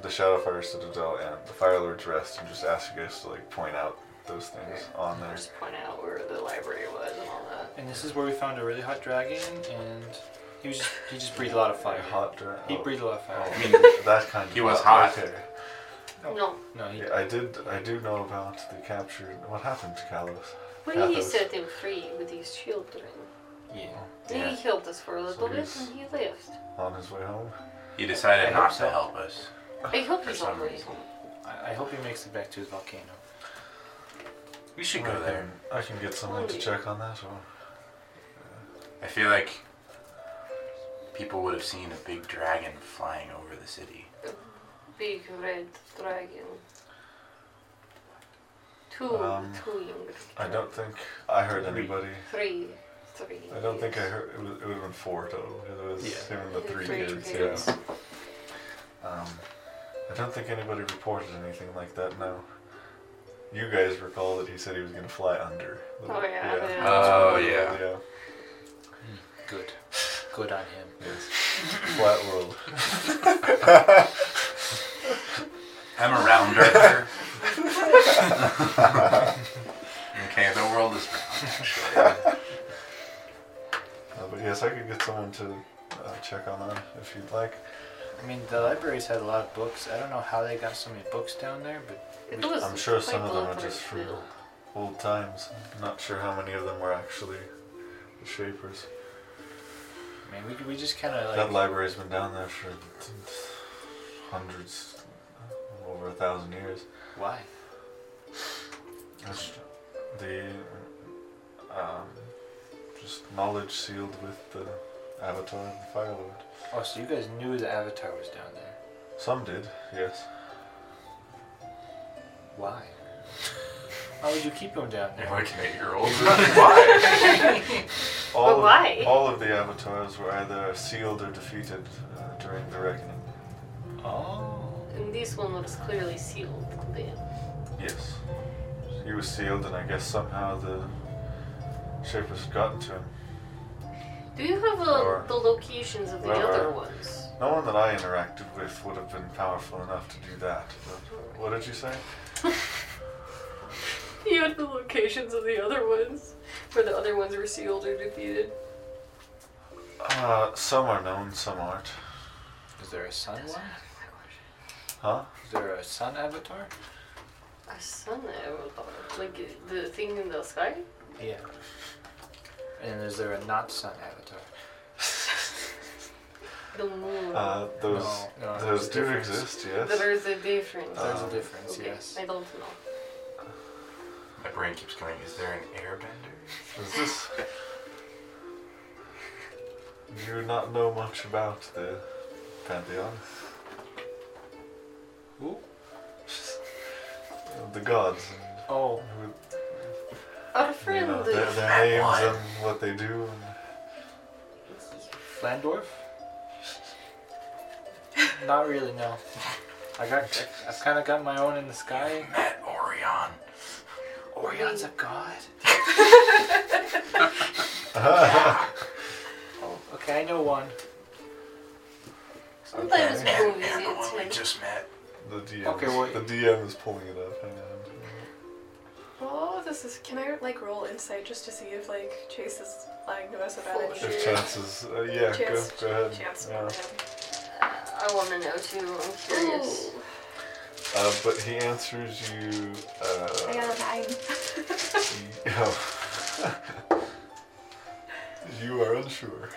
A: the Shadowfire Citadel and the Fire Lord's Rest and just ask you guys to like point out those things on there.
B: Just point out where the library was and all that.
E: And this is where we found a really hot dragon, and he was just, he just breathed a lot of fire.
A: Hot dra-
E: He
A: oh.
E: breathed a lot of
A: Oh,
E: fire.
A: I mean, [laughs] that kind of.
C: He was hot.
A: Okay.
B: No,
E: No, he
A: Yeah, I did. I do know about the capture. What happened to Kalos?
B: Well, he
A: Athos.
B: set them free with these children.
E: yeah.
B: Then He helped us for a little
A: So
B: bit
A: he's-
B: and he left.
A: On his way home.
C: He decided
E: I
C: not
E: hope so.
C: to help us
B: I hope
C: for
B: he's
C: some
B: alright.
C: reason.
E: I, I hope he makes it back to his volcano.
C: We should
A: I
C: go
A: can-
C: there.
A: I can get someone to check on that. Or
C: I feel like people would have seen a big dragon flying over the city.
B: Big red dragon. Two,
A: Um,
B: two young.
A: I don't think I heard anybody.
B: Three, three.
A: I don't think I
B: yes.
A: heard. It, was, it would have been four total. 'cause It was
E: Yeah.
A: him and the three
B: Three
A: kids.
B: kids.
A: Yeah. Um, I don't think anybody reported anything like that. No. You guys recall that he said he was going to fly under. the-
B: Oh, yeah, yeah.
C: Oh, yeah.
A: Yeah. [laughs]
E: Good. Good on him.
A: Yes. Flat
E: [laughs]
A: world.
C: I'm
E: [laughs]
C: a round earther. [laughs]
A: Uh,
C: okay, the world is round, actually.
A: Uh, but yes, I could get someone to uh, check on that if you'd like.
E: I mean, the library's had a lot of books. I don't know how they got so many books down there, but
B: It was
A: I'm sure some
B: quite
A: of them are
B: blood
A: just for
B: filled.
A: old times. I'm not sure how many of them were actually the Shapers.
E: I mean, we, we just kind of like
A: That library's been down there for hundreds, over a thousand years.
E: why?
A: That's the um, just knowledge sealed with the Avatar and the Fire Lord.
E: Oh, so you guys knew the Avatar was down there.
A: Some did, yes.
E: Why? Why would you keep him down there?
C: You're like an
A: [laughs]
C: eight-year-old. Why?
A: All
B: [laughs] But
A: of,
B: why?
A: All of the avatars were either sealed or defeated uh, during the reckoning.
E: Oh.
B: And this one was clearly sealed then.
A: Yes. He was sealed, and I guess somehow the Shapers had gotten to him.
B: Do you have
A: Or-
B: uh, the locations of the
A: Well,
B: other
A: uh,
B: ones?
A: No one that I interacted with would have been powerful enough to do that. But what did you say?
B: You had the locations of the other ones, where the other ones were sealed or defeated.
A: Uh, some are known, some aren't.
E: Is there a sun one?
A: Huh?
E: Is there a sun avatar?
B: A sun avatar, like uh, the thing in the sky.
E: Yeah. And is there a not sun avatar?
B: The moon.
A: Uh, those
E: No, no, there's
A: those
E: a
A: do
E: difference.
A: exist,
B: there
A: yes.
B: is a difference.
E: There's
A: Um,
E: a difference,
B: okay,
E: yes.
B: I don't know.
C: My brain keeps going, is there an airbender?
A: Is this. You not know much about the Pantheon?
E: Who?
A: The gods
E: Oh,
A: and who
B: Our
A: you
B: friend.
A: know,
B: uh,
A: their, their
C: That
A: names
C: one.
A: and what they do. And
E: Flandorf? Not really, no. I got, I- I've kind of got my own in the sky.
C: Met Orion.
E: Orion's a god. oh, okay, I know one.
B: sometimes
A: Okay.
B: movies
C: And the one we
B: it's like,
C: just met.
A: the DM,
E: Okay, well-
A: the DM is pulling it up. Hang on.
D: Oh, this is. Can I like roll insight just to see if like Chase is lying to us about
B: Foolish.
D: anything?
A: If chances, uh, yeah,
D: Chance.
A: go, go ahead.
D: Chance.
A: Yeah.
B: I want to know too. I'm curious.
D: Ooh,
A: Uh, but he answers you.
D: I
A: Uh,
D: got a nine.
A: y- oh. [laughs] you are unsure.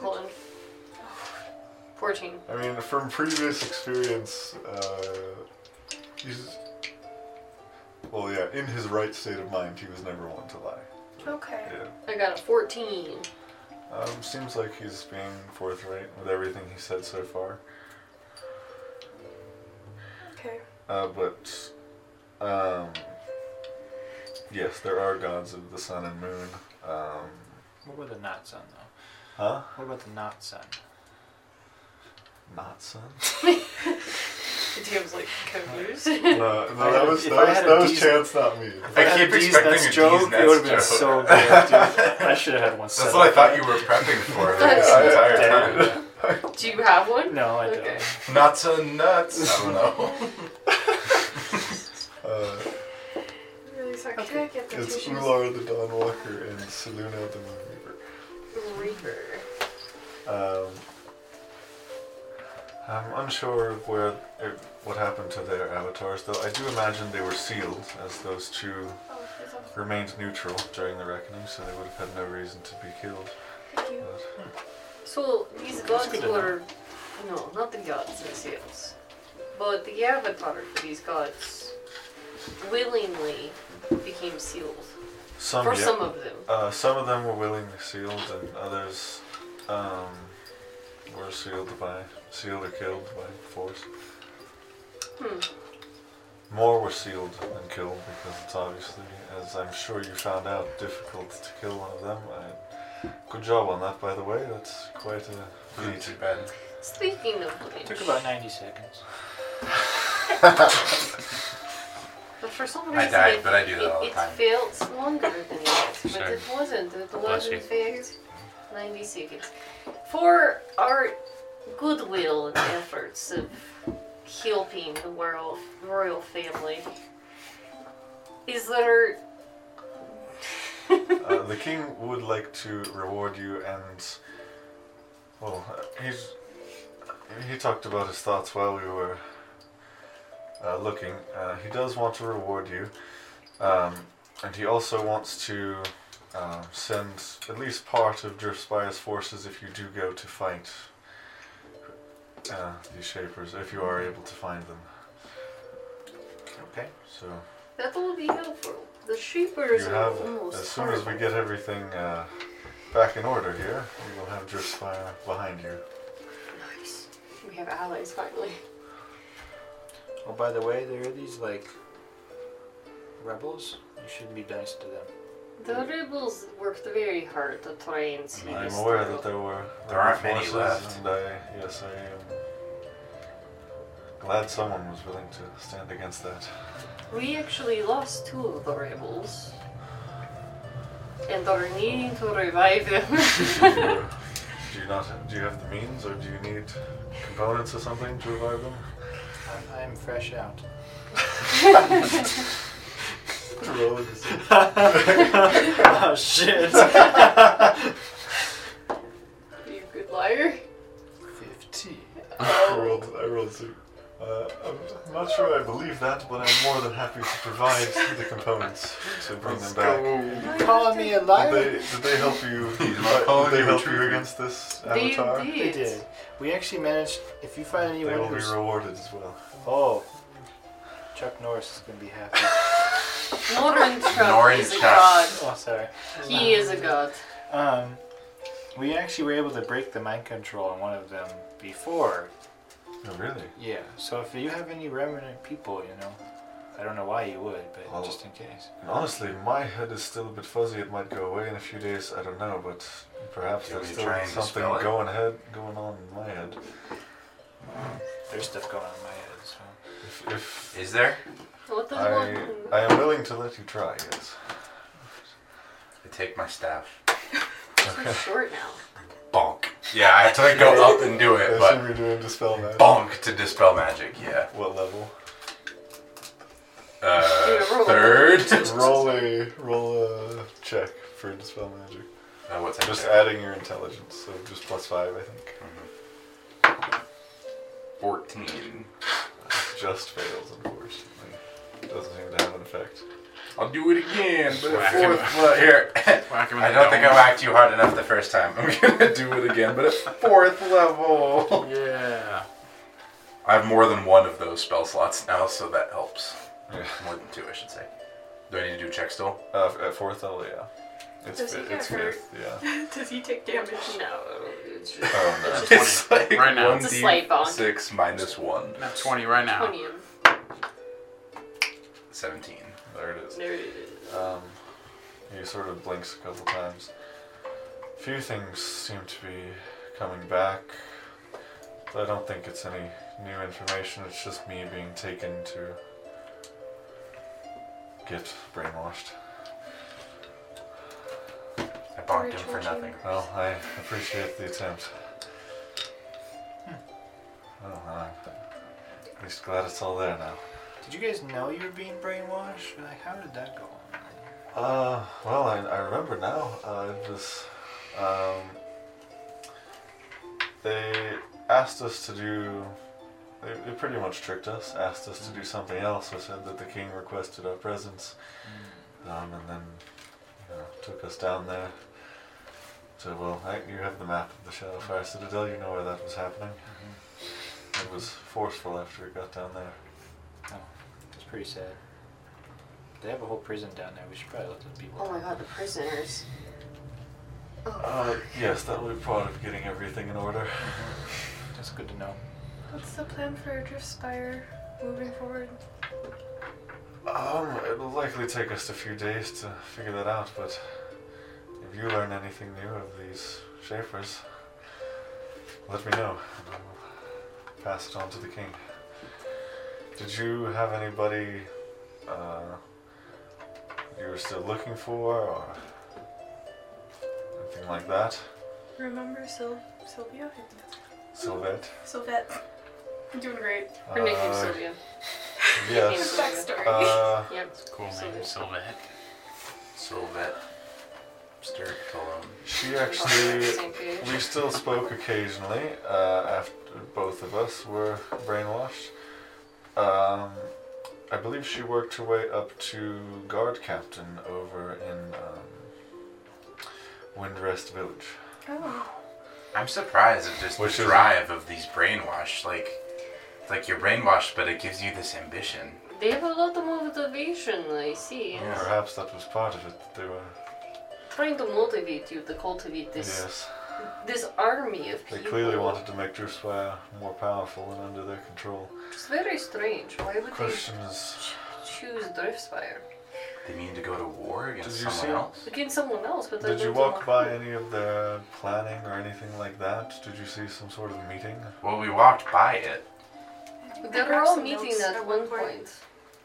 B: Hold on. Fourteen.
A: I mean, from previous experience, uh, he's. Well, yeah, in his right state of mind, he was never one to lie.
D: Okay.
A: Yeah.
B: I got a fourteen.
A: Um, seems like he's being forthright with everything he said so far.
D: Okay.
A: Uh, but, um, yes, there are gods of the sun and moon. Um,
E: What about the not sun, though?
A: huh?
E: What about the not sun?
C: [laughs]
A: Not sun?
B: The team's like confused.
A: no, no,
E: had
A: that
E: a-
A: was,
E: if
A: that
E: I
A: was,
E: had a
A: that was
E: decent-
A: chance, not me.
C: I keep expecting a D's nuts
E: It would have been
C: joke.
E: so good,
B: [laughs]
E: dude. I should have had one.
C: That's what [laughs] I thought you were prepping for the
B: That's-
C: entire time.
A: I
C: [laughs]
B: Do you have one?
E: No, I
B: Okay.
E: don't.
C: Nuts and nuts. I don't
A: [laughs]
C: know.
A: Uh,
D: Really sorry. Can I
B: Okay.
D: get the
A: it's
D: tissues?
A: Ular the Dawn Walker and Saluna the Moon Reaper.
B: Reaper.
A: Um, I'm unsure of where er, what happened to their avatars, though I do imagine they were sealed, as those two
D: Oh, it's on-
A: remained neutral during the reckoning, so they would have had no reason to be killed.
D: Thank you.
A: But
B: So these gods
E: good to know.
B: were no, not the gods themselves, but the avatar for these gods willingly became sealed.
A: some,
B: for
A: yeah,
B: some of them.
A: uh, some of them were willingly sealed, and others um, were sealed by sealed or killed by force.
B: Hmm.
A: More were sealed than killed because it's obviously, as I'm sure you found out, difficult to kill one of them. I, good job on that, by the way. That's quite a
C: Not too
A: feat.
C: bad.
B: Speaking of which,
E: Took about 90 seconds.
B: but for some reason
C: I died,
B: it,
C: but I do that all the
B: it,
C: time.
B: it felt longer
C: [laughs]
B: than it was, but
F: Sorry.
B: it wasn't. It was
F: Bless
B: in
F: you.
B: fact 90 seconds. For our goodwill and efforts of helping the royal, royal family, is there
A: Uh, the king would like to reward you, and well, uh, he's he talked about his thoughts while we were uh, looking. Uh, he does want to reward you, um, and he also wants to um, send at least part of Driftspire's forces if you do go to fight uh, these Shapers, if you are able to find them.
E: Okay.
A: So
B: that will be helpful. The sheepers
A: you
B: are
A: have
B: almost
A: as soon as we get everything uh, back in order here, we will have Driftspire behind you.
B: Nice. We have allies finally.
E: Oh, by the way, there are these, like, rebels. You shouldn't be nice to them.
B: The rebels worked very hard to try and see
A: I'm
B: this
A: aware
B: through.
A: that there were
C: There aren't many
A: forces,
C: left.
A: and I yes I am glad someone was willing to stand against that.
B: We actually lost two of the rebels. And are needing to revive them. [laughs]
A: Do you not? Do you have the means, or do you need components or something to revive them?
E: I- I'm fresh out.
B: [laughs]
A: Roll
C: [laughs]
A: a dece-
E: oh, shit.
A: [laughs]
B: [laughs]
C: [laughs]
B: you good liar.
E: 50.
A: I rolled. I rolled two. Uh, I'm not sure I believe that, but I'm more than happy to provide the components to bring them back.
E: You calling me a liar?
A: Did they, did they help [laughs] you?
C: Oh,
A: Did they
C: you
A: help you
C: retrieve
A: against this
B: They
A: avatar?
E: They did. We actually managed. If you find
A: They will
E: anyone
A: be
E: who's
A: rewarded as well.
E: oh, Chuck Norris is gonna be
B: [laughs]
E: happy.
B: Norrin Chuck
C: Norrin
B: is a
C: Chuck.
B: god.
E: oh, sorry.
B: He is a god.
E: Um, we actually were able to break the mind control on one of them before.
A: Oh, really?
E: Yeah. So if you have any remnant people, you know, I don't know why you would, but
A: Well-
E: just in case.
A: Honestly, my head is still a bit fuzzy. It might go away in a few days. I don't know, but perhaps
C: Do you want me to
A: there's still
C: try and
A: something
C: dispel it?
A: going head going on in my head.
E: There's stuff going on in my head. So.
A: If, if
C: Is there?
B: What does
A: I,
B: one
A: I am willing to let you try, yes.
C: I take my staff.
B: It's short now.
C: Bonk. Yeah, I have to
A: [laughs]
C: go up and do it, but
A: you're doing dispel magic.
C: bonk to dispel magic. Yeah.
A: What level?
C: Uh,
B: Dude, roll.
C: third.
A: roll a roll a check for dispel magic.
C: Uh, what's that?
A: Just adding your intelligence, so just plus five, I think.
C: Mm-hmm. Fourteen.
A: Just fails, unfortunately. Doesn't seem to have an effect.
C: I'll do it again, but at
F: Whack
C: fourth
F: him.
C: blow. Here,
F: Whack him in
C: I
F: the
C: don't think I
F: dome.
C: whacked you hard enough the first time. [laughs] I'm gonna do it again, but at fourth level.
F: Yeah.
C: I have more than one of those spell slots now, so that helps.
A: Yeah.
C: More than two, I should say. Do I need to do check still?
A: Uh, f- at fourth level, yeah. It's,
D: Does he
A: fi-
D: get
A: it's
D: hurt?
A: fifth, yeah.
C: [laughs]
D: Does he take damage?
B: No, it's just
A: Oh, no.
C: It's like
F: Right now.
B: It's a slight bonk.
C: 1d6 minus 1.
F: Not 20 right now.
B: 20 of
C: 17.
A: There it is.
B: There it is.
A: Um, he sort of blinks a couple times. Few things seem to be coming back. I don't think it's any new information. It's just me being taken to get brainwashed.
C: I bonked him for
D: Recharging.
C: nothing.
A: Well, I appreciate the attempt. I'm just glad it's all there now.
E: Did you guys know you were being brainwashed? Like, how did that go on?
A: Uh, well, I, I remember now. Uh, it was, um, they asked us to do. They, they pretty much tricked us. Asked us to do something else. I said that the king requested our presence, um, and then you know, took us down there. So well, I, you have the map of the Shadowfire Citadel. You know where that was happening. It was forceful after it got down there.
E: Oh, that's pretty sad. They have a whole prison down there. We should probably let those people.
B: Oh my
E: out.
B: god, the prisoners.
A: Uh, yes, that would be part of getting everything in order.
E: Mm-hmm. That's good to know.
D: What's the plan for Driftspire moving forward?
A: Um, it'll likely take us a few days to figure that out, but if you learn anything new of these Shapers, let me know, and I will pass it on to the king. Did you have anybody uh, you were still looking for, or anything like that?
D: Remember Sil- Sylvia?
A: Sylvette?
D: Sylvette. I'm doing great.
B: Her nickname's
A: Uh,
B: Sylvia.
A: Yes.
D: Backstory.
A: Uh,
B: Yep.
F: Cool name,
B: Sylvia.
F: Sylvette.
C: Sylvette. Stir Cologne.
A: she
B: On the
A: actually.
B: same page.
A: We still spoke occasionally uh, after both of us were brainwashed. Um, I believe she worked her way up to guard captain over in um, Windrest Village.
D: Oh.
C: I'm surprised at just
A: Which
C: the
A: is-
C: drive of these brainwashed. Like, it's like you're brainwashed, but it gives you this ambition.
B: They have a lot of motivation, I see.
C: Yeah.
A: Perhaps that was part of it. that They were
B: Trying to motivate you to cultivate this
A: yes.
B: this army of
A: They
B: people.
A: clearly wanted to make Druswire more powerful and under their control.
B: It's very strange. Why would
A: Question is,
B: they ch- choose Driftspire?
C: They mean to go to war against
A: Did you
C: someone
A: see-
C: else.
B: Against someone else, but I
A: did you
B: don't
A: walk
B: know
A: by
B: who.
A: any of their planning or anything like that? Did you see some sort of meeting?
C: Well, we walked by it.
B: They were all meeting at one point.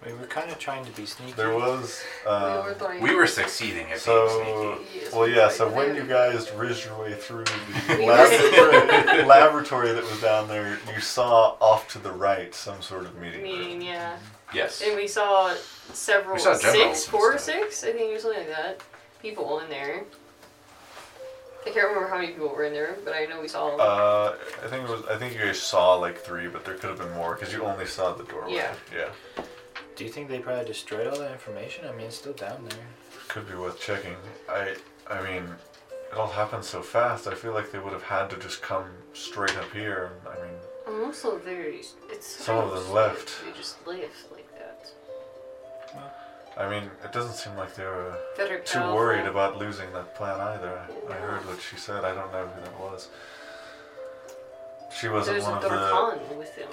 E: We were kind of trying to be sneaky.
A: There was.
B: we
C: uh,
A: Um,
B: were trying.
C: We were succeeding at being
A: So,
C: sneaky.
B: Yes,
A: well,
B: we
A: yeah.
B: did.
A: So when you guys rizzed your way through the
B: [laughs] We
A: laboratory, [laughs] laboratory that was down there, you saw off to the right some sort of meeting.
B: meeting, yeah.
C: Yes.
B: And we saw several
C: We saw generals
B: six,
C: and
B: four or
C: stuff.
B: six, I think, or something like that. People in there. I can't remember how many people were in there, but I know we saw.
A: Uh, I think it was. I think you guys saw like three, but there could have been more because you only saw the doorway.
B: Yeah.
A: Yeah.
E: Do you think they probably destroyed all that information? I mean, it's still down there.
A: Could be worth checking. I. I mean, it all happened so fast. I feel like they would have had to just come straight up here. and, I mean,
B: I'm also very. It's so
A: Some of them
B: strange
A: left.
B: that They just left like that.
A: I mean, it doesn't seem like they were
B: Very
A: too
B: powerful.
A: worried about losing that plan either. I, I
B: Yeah.
A: heard what she said. I don't know who that was. She wasn't
B: There's a
A: one of the.
B: Darkhan with them.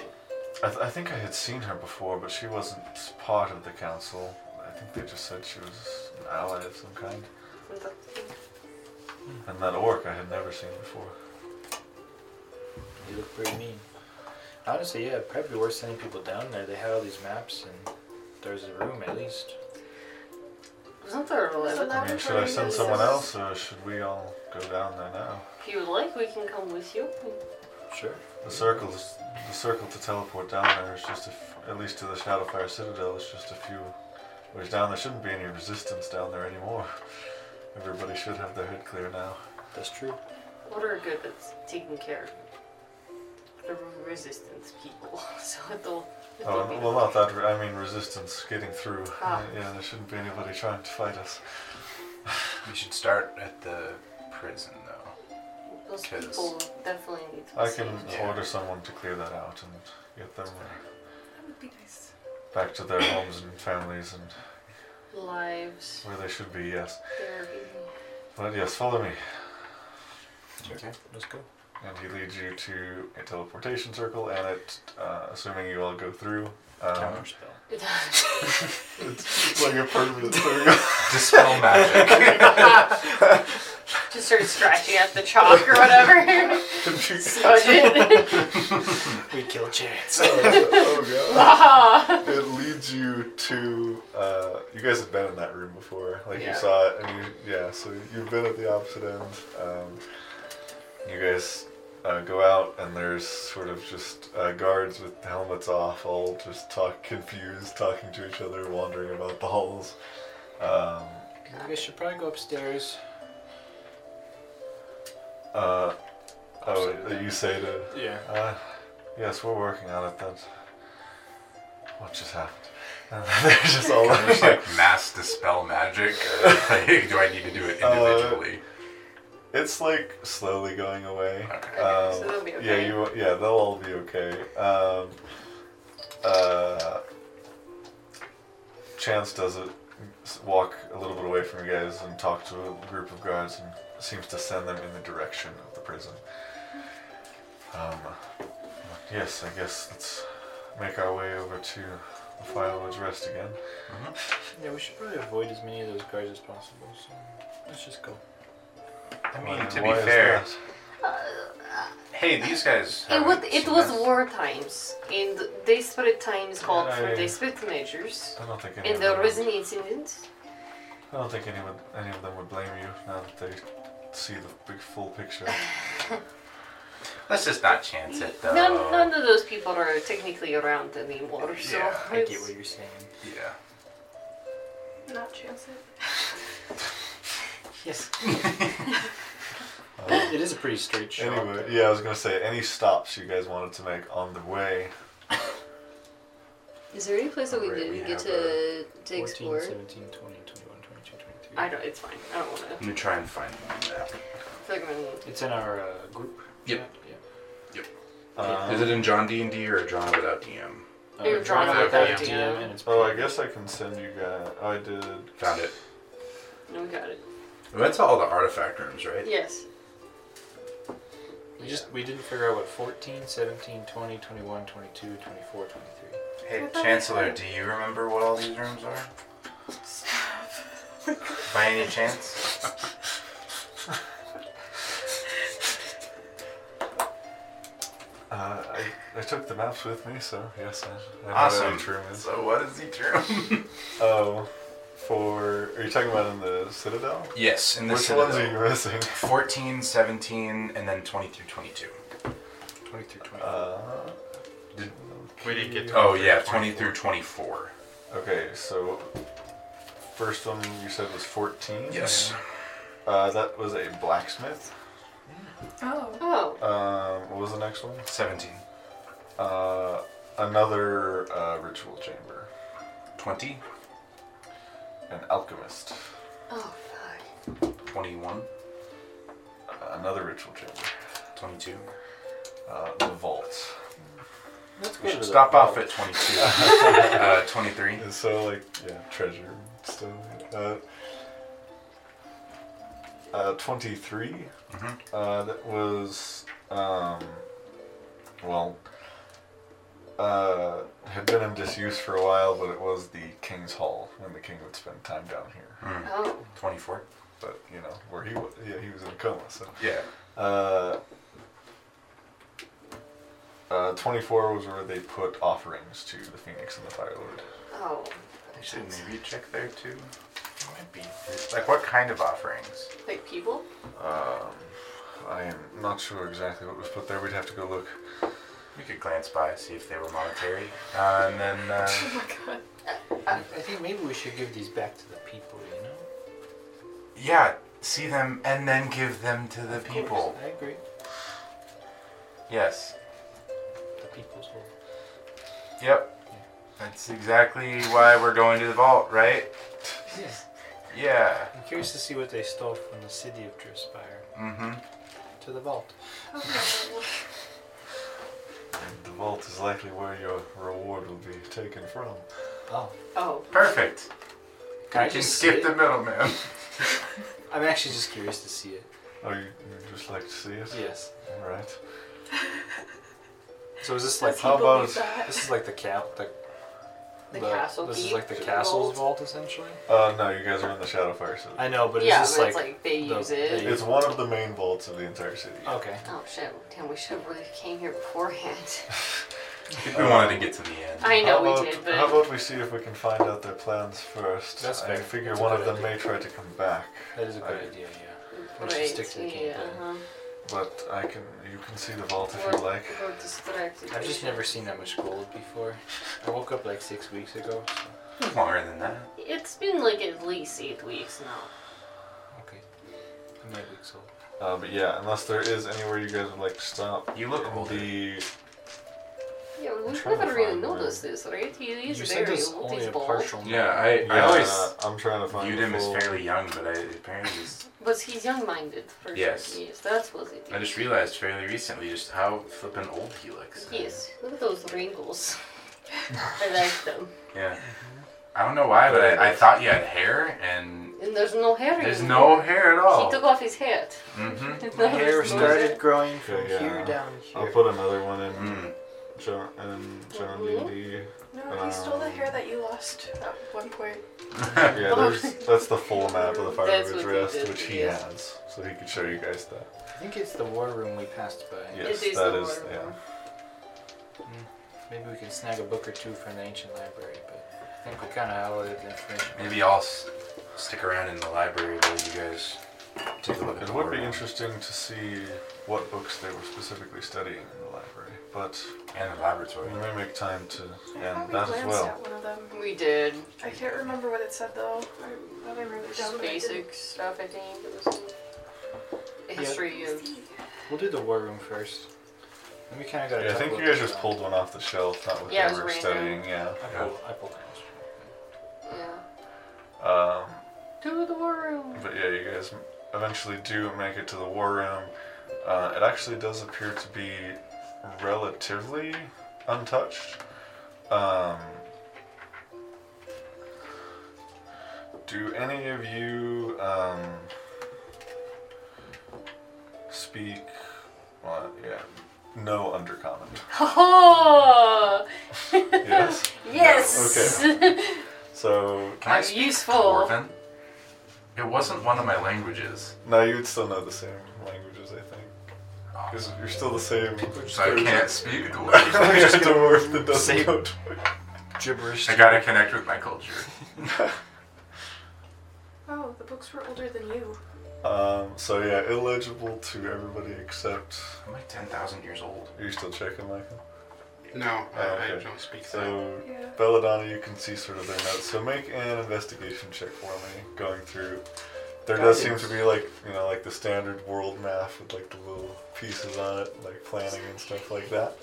A: I, th- I think I had seen her before, but she wasn't part of the council. I think they just said she was an ally of some kind. And that orc I had never seen before.
E: You look pretty mean. Honestly, yeah, it'd probably be worth sending people down there. They had all these maps, and there's a room at least.
B: Wasn't there a
D: So
B: level?
D: that-
A: I mean, should I send someone else, or should we all go down there now?
B: If you would like, we can come with you.
E: Sure.
A: The circle, is- the circle to teleport down there is just a f- at least to the Shadowfire Citadel is just a few ways down. There shouldn't be any resistance down there anymore. Everybody should have their head clear now.
E: That's true.
B: Order good at taking care of the resistance people, [laughs] so it'll. it'll
A: Oh,
B: be
A: well, not that. re- I mean, resistance getting through.
B: Ah.
A: Yeah, there shouldn't be anybody trying to fight us.
C: We should start at the prison, though.
B: Those
C: 'Cause-
B: people definitely need to be
A: I can
B: saved.
C: Yeah.
A: order someone to clear that out and get them
D: That would be nice.
A: back to their homes and families and
B: Lives,
A: where they should be. Yes,
B: therapy.
A: but yes, follow me.
E: Okay. Let's go.
A: And he leads you to a teleportation circle, and it, uh, assuming you all go through, um,
E: Counter spell.
B: It
A: [laughs] it's [laughs] like a permanent circle.
C: Dispel magic.
A: [laughs]
B: Just start scratching at the chalk
C: [laughs]
B: or
A: [laughs]
B: whatever. Smudge
E: [laughs]
B: it.
E: We kill chance. [laughs]
A: oh
B: Uh-huh.
A: god! it leads you to. Uh, you guys have been in that room before, like
B: Yeah.
A: you saw it, and you yeah. So you've been at the opposite end. Um, you guys uh, go out, and there's sort of just uh, guards with helmets off, all just talk confused, talking to each other, wandering about the halls. Um,
E: I guess you should probably go upstairs.
A: uh, oh, that you say to.
E: Yeah.
A: Uh, yes, we're working on it then. What just happened? [laughs] And they're just all
C: Can I just
A: like,
C: like mass dispel magic? Or, [laughs] like, do I need to do it
A: Uh,
C: individually?
A: it's like slowly going away.
C: Okay.
A: Um,
B: So they'll be
A: Yeah,
B: okay.
A: you. Yeah, they'll all be okay. Um, uh, Chance does it. s- Walk a little bit away from you guys and talk to a group of guards and seems to send them in the direction of the prison. Um, yes, I guess let's make our way over to the Firelord's Rest again.
C: Mm-hmm.
E: Yeah, we should probably avoid as many of those guards as possible. So let's just go.
C: I mean,
A: Why-
C: to
A: why
C: be
A: is
C: fair,
A: that?
C: hey, these guys.
B: It was
C: haven't
B: it
C: seen
B: was
C: us.
B: war times, and desperate times called
A: I-
B: for desperate measures,
A: I don't think any
B: and
A: of
B: there
A: them
B: was
A: would-
B: an incident.
A: I don't think anyone, any of them would blame you now that they see the big full picture.
C: [laughs] Let's just not chance it though.
B: None,
A: Um,
B: none
A: uh,
B: of those people are technically around anymore, so
C: Yeah,
E: I get
B: it's-
E: what you're saying.
C: Yeah.
D: Not chance it.
E: Yes.
A: Um,
E: It is a pretty straight shot.
A: Anyway, yeah, I was gonna say any stops you guys wanted to make on the way.
B: Is there any place that we
C: Alright, we
B: didn't get
C: have,
B: to, to
E: 14,
B: explore?
E: 17, 20, 21, 22, 23.
B: I don't. It's fine. I don't want to.
C: Let me try and find one map.
E: It's in our uh, group.
C: Yep.
E: chat, Yeah.
A: Um,
C: Is it in John D and D or John without DM?
E: Uh,
B: You're drawn
E: drawn
F: out
E: without
F: without
B: DM.
E: and it's
A: oh, I guess I can send you guys. Oh, I did.
C: Found it.
B: No, we got it.
C: We went to all the artifact rooms, right?
B: Yes.
E: We just we didn't figure out what 14, 17, 20, 21, 22, 24, 23.
C: Hey,
D: I thought I
C: Chancellor,
D: had-
C: do you remember what all these rooms are?
B: [laughs]
C: By any chance?
A: Uh, I, I took the maps with me, so yes, I, I know
C: Awesome.
A: what each room is.
C: So what is each [laughs] room?
A: Oh, for are you talking about in the Citadel?
C: yes, in the
A: Which ones are
C: Citadel.
A: you missing?
C: 14, 17, and then 20 through 22.
E: 20 through 24.
A: Uh,
C: Did-
F: We didn't get to-
C: Oh, yeah, 20 through 24.
A: okay, so first one you said was fourteen.
C: Yes.
A: Uh, that was a blacksmith.
D: Oh.
B: Oh.
A: Um, what was the next one?
C: 17.
A: Uh, another uh, ritual chamber.
C: 20,
A: An alchemist.
B: Oh fuck.
C: 21,
A: Uh, Another ritual chamber.
C: 22.
A: Uh, the vault.
E: Let's
C: We
E: go to
C: should
E: the
C: stop off
E: vault.
C: at 22.
A: [laughs]
C: uh, 23.
A: And so, like, yeah, treasure and stuff. Uh, uh, 23.
C: Mhm.
A: Uh, that was, um, well, uh, had been in disuse for a while, but it was the king's hall when the king would spend time down here.
C: Mm,
B: Oh.
C: 24.
A: But, you know, where he was, yeah, he was in a coma, so.
C: Yeah.
A: Uh, uh, 24 was where they put offerings to the Phoenix and the Fire Lord.
B: Oh.
C: Actually, maybe check there too. It might be. Like, what kind of offerings?
B: Like people?
A: Um, I am not sure exactly what was put there. We'd have to go look.
C: We could glance by, see if they were monetary. Uh, and then, uh,
D: Oh my god.
E: I I think maybe we should give these back to the people, you know?
C: yeah, see them and then give them to the
E: Of course,
C: people.
E: I agree.
C: Yes.
E: The people's will.
C: Yep. That's exactly why we're going to the vault, right?
E: Yeah.
C: Yeah.
E: I'm curious to see what they stole from the city of Driftspire
C: Mm-hmm.
E: to the vault.
D: Oh
A: The vault is likely where your reward will be taken from.
E: Oh.
B: Oh.
C: Perfect.
E: Can I
C: we can
E: just
C: skip
E: see
C: the
E: it?
C: middleman.
E: [laughs] I'm actually just curious to see it.
A: Oh, you you'd just like to see it?
E: Yes.
A: All right.
E: So is this
D: no.
E: like
D: Does he
A: how about-
D: believe that?
E: this is like the cap the,
B: The castle
E: This is
B: keep
E: like the
B: vault?
E: castle's vault essentially?
A: Uh, no, you guys are in the Shadowfire City.
E: I know, but
B: yeah,
E: is this
B: but
E: like,
B: it's like they
E: the-
B: use it.
E: the-
A: It's one of the main vaults of the entire city.
E: [laughs] Okay.
B: Oh shit. Damn, we should have really came here
A: [laughs]
B: beforehand.
C: we wanted to get to the end.
B: I know
A: how
B: we
A: about,
B: did, but
A: how about we see if we can find out their plans first?
E: That's
A: I
E: fair.
A: figure
E: That's a
A: one of
E: good
A: them
E: idea.
A: may try to come back.
E: That is a good
A: I-
E: idea, yeah.
B: Right,
E: should stick to the
B: yeah,
E: campaign.
B: uh-huh.
A: but I can. You can see the vault if
B: We're,
A: you like.
B: we're distracted.
E: I've just never seen that much gold before. I woke up like six weeks ago. So.
C: It was longer than that.
B: It's been like at least eight weeks now.
E: Okay. I'm eight weeks old.
A: Uh, but yeah, unless there is anywhere you guys would like to stop.
C: You look
A: in
C: older.
A: The
B: Yeah, we
A: I'm trying to
B: never really
A: find where-
B: noticed this, right? He is
E: you
B: very
E: said there's
B: old.
E: only
B: He's
E: a
B: bald.
E: partial.
C: Yeah, I, I
A: yeah,
C: always
A: I'm trying to find.
C: viewed
A: the
C: him as
A: full-
C: fairly young, but I apparently he's-
B: But he's young-minded. For
C: Yes.
B: Sure. Yes. [laughs] That's what it is.
C: I just realized fairly recently just how flippin' old he looks.
B: Yes. Look at those wrinkles. I like them.
C: Yeah. I don't know why, but I, I thought you had hair, and
B: And there's no hair.
C: there's no
B: anymore.
C: hair at all.
B: He took off his hat.
C: Mm-hmm.
E: My
B: There's
E: hair
B: no
E: started growing from
A: Okay, yeah.
E: here down here.
A: I'll put another one in.
C: Mm.
A: John and John
B: Mhm.
A: D&D.
D: No, he stole the
A: Um,
D: hair that you lost at one point.
A: [laughs] Yeah,
B: [laughs]
A: there's, that's the full map of the Fire
B: That's
A: Lord's
B: what he
A: Rest,
B: did,
A: which he
B: yeah.
A: has, so he could show you guys that.
E: I think it's the war room we passed by.
A: Yes,
B: is
A: that
B: the
A: is.
B: water
A: Yeah.
B: room.
E: Hmm, Maybe we could snag a book or two from the ancient library, but I think we kind of outdated the information.
C: Maybe I'll s- stick around in the library while you guys take a look at
A: It
C: the
A: would be
C: world.
A: interesting to see what books they were specifically studying in the library, but
C: And the laboratory.
A: we may make time to
D: I thought
A: end
D: we
A: that
D: glanced
A: as well.
D: at one of them.
B: We did
D: I can't remember what it said though. I thought I wrote it down.
B: just
D: but I didn't.
B: basic stuff. I think it was a history of.
E: We'll do the war room first. And we kind of got.
A: Yeah, I think you guys
E: uh,
A: just pulled one off the shelf, not what
B: Yeah, it
A: they
B: was
A: were
B: random.
A: studying. Yeah.
E: I pulled. I pulled that.
B: Yeah.
A: Um,
B: To the war room.
A: but yeah, you guys eventually do make it to the war room. Uh, it actually does appear to be relatively untouched. Um, do any of you um, speak? Well, yeah. No
B: [laughs]
A: undercommon.
B: [laughs] Oh
A: Yes.
B: yes. [laughs]
A: So
C: Oh, Can I
B: I'm
C: speak
B: useful.
C: Dwarven? It wasn't one of my languages.
A: now you'd still know the same languages, I think, because you're still the same.
C: So I can't
A: [laughs]
C: speak Dwarven.
A: You're just a dwarf that
E: Say-
A: doesn't go to
E: Gibberish.
C: I gotta connect with my culture.
A: [laughs]
D: Oh, the books were older than you.
A: Um, so yeah, illegible to everybody except.
C: I'm like 10,000 years old.
A: Are you still checking, Michael?
F: No, I,
A: Oh,
F: I
A: okay.
F: don't speak that.
A: So
D: Yeah.
A: Belladonna, you can see sort of their notes. So make an investigation check for me. Going through, there does seem to be like you know like the standard world map with like the little pieces on it, like planning and stuff like that.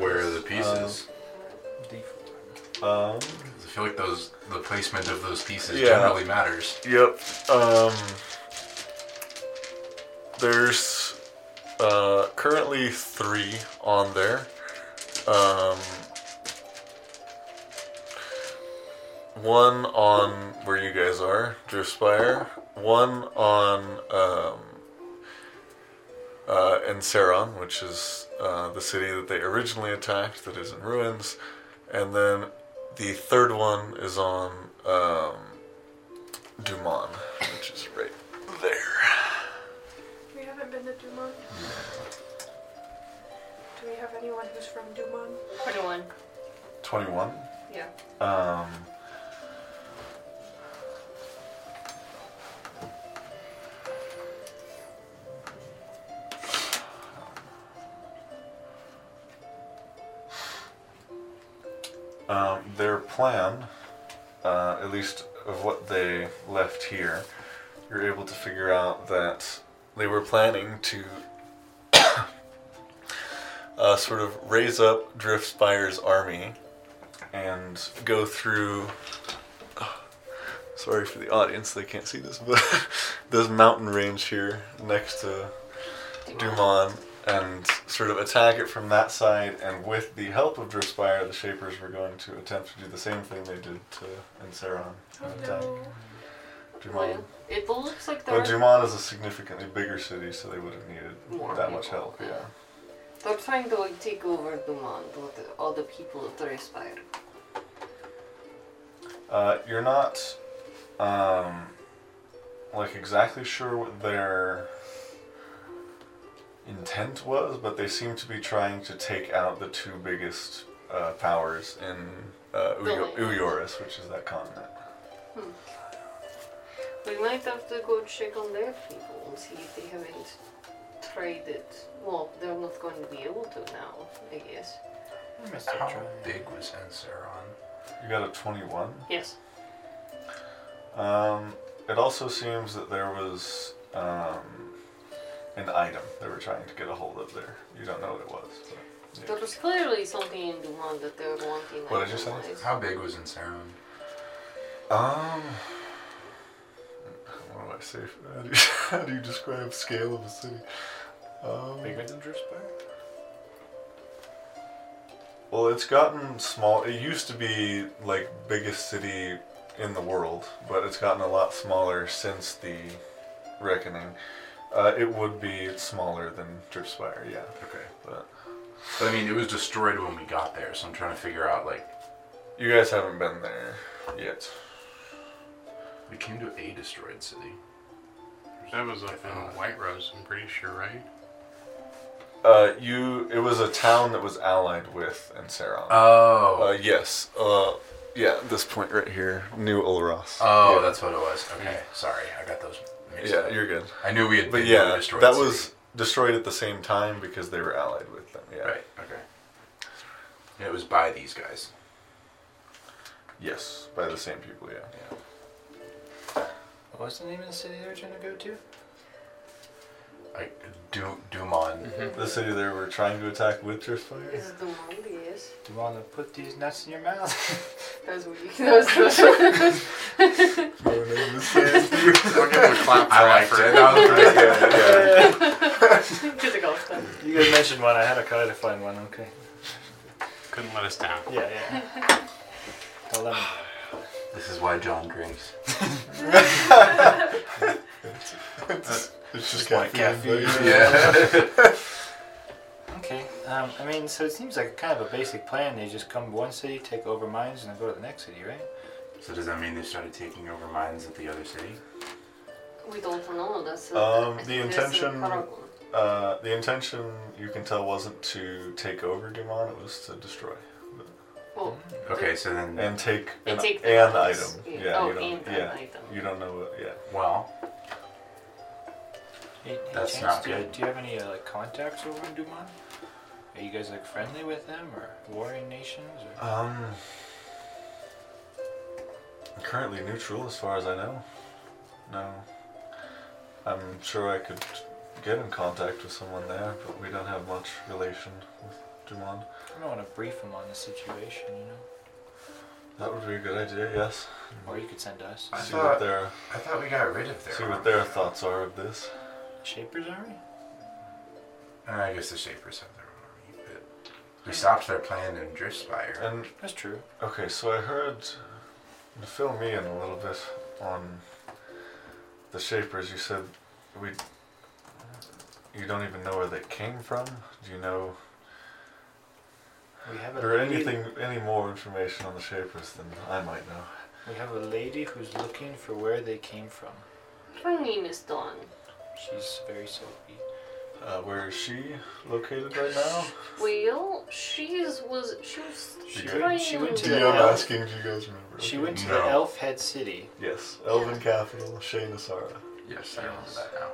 C: Where are the pieces?
A: Um,
C: 'Cause I feel like those the placement of those pieces
A: Yeah.
C: generally matters.
A: Yep. Um, there's uh, currently three on there. Um, one on where you guys are, Driftspire. One on um, uh, Enceron, which is uh, the city that they originally attacked that is in ruins. And then the third one is on. Um, Dumont, which is right there.
D: We haven't been to Dumont. Do we have anyone who's from Dumont?
B: Twenty-one.
A: 21.
B: Yeah.
A: Um, um, their plan, uh, at least of what they left here, you're able to figure out that they were planning to uh, sort of raise up Driftspire's army and go through. [sighs] Sorry for the audience, they can't see this, but [laughs] this mountain range here next to Dumont and sort of attack it from that side. And with the help of Driftspire, the Shapers were going to attempt to do the same thing they did to Enceron.
D: Oh
A: and attack
D: no.
A: Dumont.
B: It looks like
A: Though
B: they're
A: Dumont is a significantly bigger city, so they would have needed
B: More
A: that much
B: people.
A: help, yeah.
B: they're trying to like, take over Dumont with the- all the people of Threespire.
A: Uh, you're not, um, like exactly sure what their intent was, but they seem to be trying to take out the two biggest uh, powers in uh, Uyo-
B: Really?
A: Uyoris, which is that continent.
B: Hmm. We might have to go check on their people and see if they haven't trade it. Well, they're not going to be able to now, I guess.
E: I must have
C: How
E: tried.
C: big was Enceron?
A: You got a 21.
B: Yes.
A: Um, it also seems that there was um, an item they were trying to get a hold of there. You don't know what it was. But,
B: There
A: yeah.
B: was clearly something in the one that they're wanting.
A: What did you say?
B: item-wise.
C: How big was Enceron?
A: Um, what do I say for that? [laughs] How do you describe scale of a city? Um,
E: Bigger than Drewspire?
A: Well, it's gotten small. It used to be like biggest city in the world, but it's gotten a lot smaller since the reckoning. Uh, it would be smaller than Dripspire, yeah.
C: Okay.
A: But
C: But, I mean, it was destroyed when we got there, so I'm trying to figure out like
A: you guys haven't been there yet.
C: we came to a destroyed city.
F: That was up in White Rose, I'm pretty sure, right?
A: Uh, you. It was a town that was allied with Anseron.
C: Oh.
A: Uh, yes. Uh, yeah. This point right here, New Ulros.
C: oh,
A: yeah.
C: that's what it was. Okay. Sorry, I got those. Mixed
A: yeah.
C: up.
A: You're good.
C: I knew we had
A: But
C: been to a
A: yeah,
C: destroyed
A: that
C: city.
A: was destroyed at the same time because they were allied with them. Yeah.
C: right. Okay. And it was by these guys.
A: Yes, by the same people, yeah.
E: What was the name of the city they were trying to go to?
C: Like Du- Dumon.
A: The city they were trying to attack with Driftfire?
B: Is it the one? Yes.
E: Do you want to put these nuts in your mouth? [laughs]
B: That was weak. That was [laughs]
C: [laughs]
F: I'll give him a clap for
C: I liked it.
F: effort.
C: That
A: [laughs]
C: was pretty
B: [laughs]
C: good. Yeah.
B: physical
E: [laughs]
B: stuff.
E: you guys mentioned one. I had a card to find one. Okay.
F: Couldn't
E: [laughs]
F: let us down.
E: [laughs] Yeah, yeah. Eleven.
C: [sighs] This is why
E: [laughs]
C: John
A: [laughs]
C: drinks. [laughs]
A: It's just
E: like
A: caffeine.
E: caffeine.
C: Yeah.
A: [laughs]
C: [laughs]
E: [laughs] Okay. Um, I mean, so it seems like kind of a basic plan. They just come to one city, take over mines, and then go to the next city, right?
C: so does that mean they started taking over mines at the other city?
B: We don't know. That's a,
A: Um,
B: I
A: the
B: think that's a
A: intention-
B: problem.
A: Uh, the intention, you can tell, wasn't to take over Dumont, it was to destroy.
B: Well,
C: Mm-hmm. Okay, so then
A: And take
B: And
A: an,
B: take the
A: an item.
B: items.
A: Yeah,
B: Yeah. Oh,
A: you don't,
B: and an
A: yeah,
B: item.
A: You don't know what, yeah.
C: well,
E: Hey, hey,
C: That's
E: Chance,
C: not
E: do, you-
C: good.
E: Do you have any uh, like contacts over in Dumont? Are you guys like friendly with them or warring nations? Or?
A: Um, currently neutral as far as I know. No. I'm sure I could get in contact with someone there, but we don't have much relation with Dumont.
E: I don't want to brief them on the situation, you know.
A: That would be a good idea, yes.
E: Or you could send us.
C: I
A: see
C: thought-
A: what their
C: I thought we got rid of their.
A: see what
C: army.
A: their thoughts are of this.
E: Shapers Army.
C: Uh, I guess the Shapers have their own army, but we stopped their plan in Driftspire.
A: And
E: That's true.
A: okay, so I heard fill me in a little bit on the shapers. You said we you don't even know where they came from. Do you know
E: We have a
A: or
E: lady-
A: anything any more information on the shapers than I might know?
E: We have a lady who's looking for where they came from.
B: Her name is Dawn.
E: She's very soapy.
A: Uh, where is she located right now?
B: Well, she is was she was
A: She
B: trying.
E: went- she went to
B: to-
E: the- Yeah.
A: if you guys remember.
E: She
A: Okay.
E: went to
C: No.
E: the Elf Head City.
A: Yes, Elven Capital, Shayna Sara.
C: yes, I remember that now.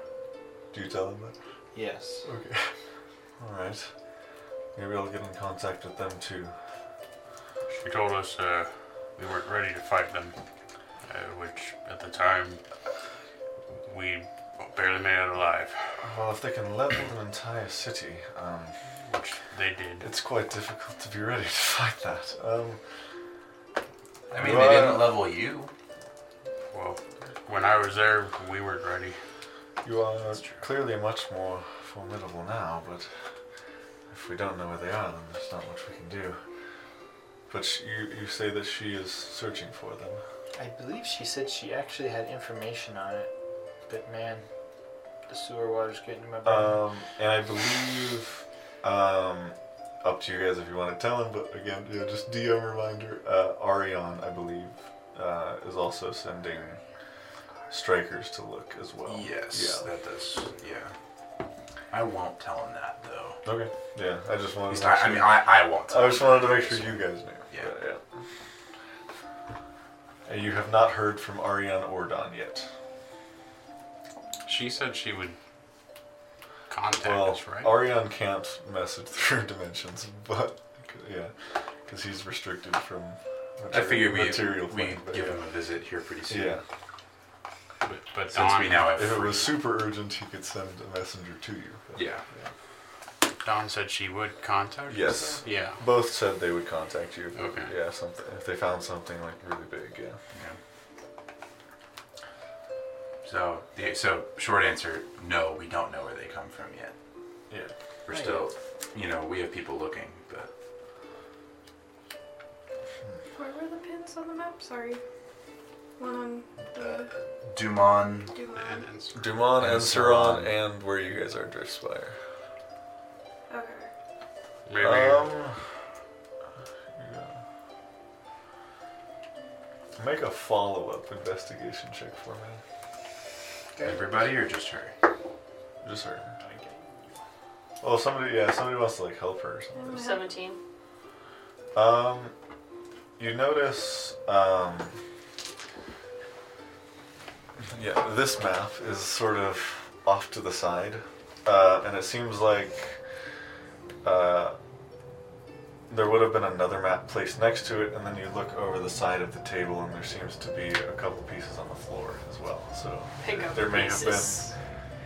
A: Do you tell them that?
E: Yes.
A: Okay. Alright. Maybe I'll get in contact with them too.
F: She told us uh, we weren't ready to fight them, uh, which at the time we barely made it alive,
A: Well, if they can level an entire city, um,
F: which they did.
A: it's quite difficult to be ready to fight that. Um,
C: I mean,
A: Well,
C: they
A: I-
C: didn't level you.
F: Well, when I was there, we weren't ready.
A: you are clearly much more formidable now, but if we don't know where they are, then there's not much we can do. But sh you, you say that she is searching for them.
E: I believe she said she actually had information on it, but man, the sewer water's getting in my brain.
A: Um, and I believe, um, up to you guys if you want to tell him, but again, you know, just DM reminder, uh, Arion, I believe, uh, is also sending strikers to look as well.
C: yes, that does. Yeah. I won't tell him that though.
A: Yeah. Okay. Yeah, I just wanted
C: He's
A: to make
C: not,
A: sure,
C: I mean, I, I won't. Tell
A: I
C: him
A: just
C: that.
A: wanted to make sure you guys knew.
C: Yeah.
A: But, yeah. And you have not heard from Arion or Don yet.
F: She said she would contact
A: Well,
F: us, right?
A: Arion can't message [laughs] through dimensions, but yeah, because he's restricted from.
C: I figure we,
A: material
C: we
A: plane, but
C: give
A: yeah.
C: him a visit here pretty soon.
A: Yeah,
F: but but
C: Since we
F: Don-
C: now have
A: if it
C: free-
A: was super urgent, he could send a messenger to you.
C: Yeah.
F: Don said she would contact
A: Yes.
F: us. Yeah.
A: Both said they would contact you.
F: Okay.
A: Yeah, something if they found something like really big. Yeah.
C: So the so short answer, no, we don't know where they come from yet.
A: Yeah.
C: We're
E: Right.
C: still, you know, we have people looking, but
D: Where were the pins on the map? Sorry. One on the
C: Dumon.
D: Dumont.
F: And, and so-
A: Dumont
C: And
A: and Suron
C: Sauron.
A: and where you guys are, Driftspire.
D: Okay.
F: maybe
A: Um, yeah. Make a follow-up investigation check for me.
C: Everybody or just her?
A: Just her. Oh, somebody. Yeah, somebody wants to like help her or something.
D: Yeah.
B: 17.
A: Um, you notice, um, yeah, this map is sort of off to the side, uh, and it seems like uh, there would have been another map placed next to it, and then you look over the side of the table, and there seems to be a couple pieces on the floor as well. So
B: Pick up
A: There may have
B: pieces.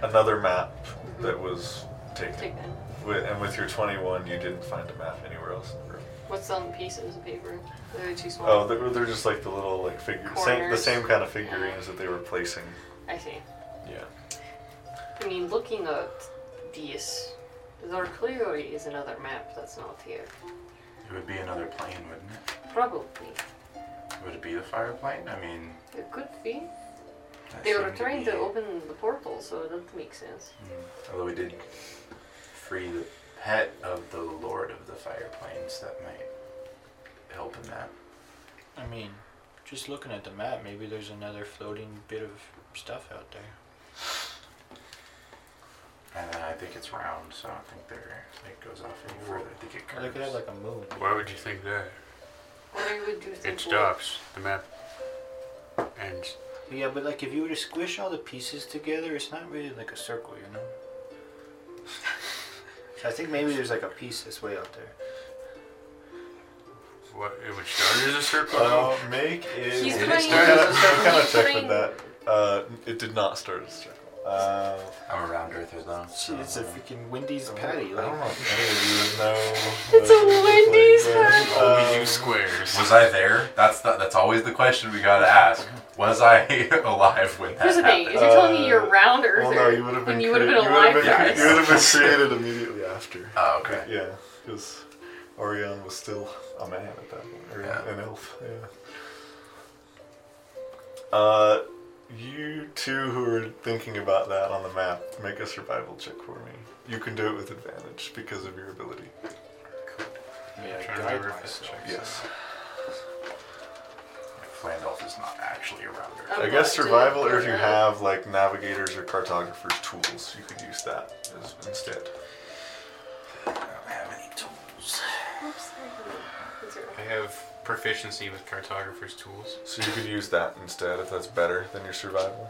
A: another map that was taken,
B: Take that.
A: Wi- and with your 21, you didn't find a map anywhere else in the room.
B: What's on the pieces of paper? They're too small.
A: Oh, they're, they're just like the little like figure, same, the
B: Corners.
A: same kind of figurines that they were placing.
B: I see.
A: Yeah.
B: I mean, looking at this, there clearly is another map that's not here.
C: It would be another plane, wouldn't it?
B: Probably.
C: Would it be the fire plane? I mean,
B: It could be.
C: that
B: They were
C: seemed
B: trying
C: be-
B: to open the portal, so that makes sense.
C: Although we did free the pet of the lord of the fire planes, that might help in that.
E: I mean, just looking at the map, maybe there's another floating bit of stuff out there.
C: And then I think it's round, so I don't think there it goes off any further. I think it
E: Or
C: curves.
E: they could have like a moon.
F: why would you think that?
B: Why would you think
F: It
B: we're-
F: stops the map ends.
E: Yeah, but like if you were to squish all the pieces together, it's not really like a circle, you know. So I think maybe there's like a piece that's way out there.
F: What it would start as a circle.
A: Uh, make is.
B: He's
A: it
B: playing-
A: started as a circle. kind of
B: he's
A: checked with
B: playing-
A: that. Uh, it did not start as a circle. Uh,
C: I'm a round earther though.
E: Shit, it's a freaking Wendy's
A: I
E: patty.
A: don't- I don't
E: Like,
A: know if any of you would know.
B: [laughs] It's
A: what
B: a
A: it
B: Wendy's
A: looked like,
B: patty.
A: but,
F: Oh, we
A: um,
F: do squares.
C: Was I there? That's the, that's always the question we gotta ask. Was I [laughs] alive when that
B: Here's the thing: if
C: happened?
B: you're telling me you're
A: Uh,
B: round
A: Well,
B: earther,
A: no, you would have been.
B: and you would have been
A: created- you would
B: alive,
A: have
C: Yeah,
B: for
C: I
A: been-
B: this.
A: You would have been [laughs] created immediately after.
C: Oh, okay.
A: Yeah, because Orion was still a man at that point, or
C: Yeah.
A: an elf. Yeah. Uh, you two who are thinking about that on the map, make a survival check for me. You can do it with advantage because of your ability.
E: yeah,
F: Trying to
E: guide
F: remember if it
E: myself.
F: checks.
A: Yes.
C: Flandolf is not actually a round earther.
B: I'm
A: I
B: not
A: guess
B: doing
A: survival, or if you
B: that.
A: have like navigators or cartographers tools, you could use that as, instead.
C: I don't have any tools.
D: Oops, sorry.
B: These are-
F: I have proficiency with cartographer's tools.
A: So you could use that instead if that's better than your survival.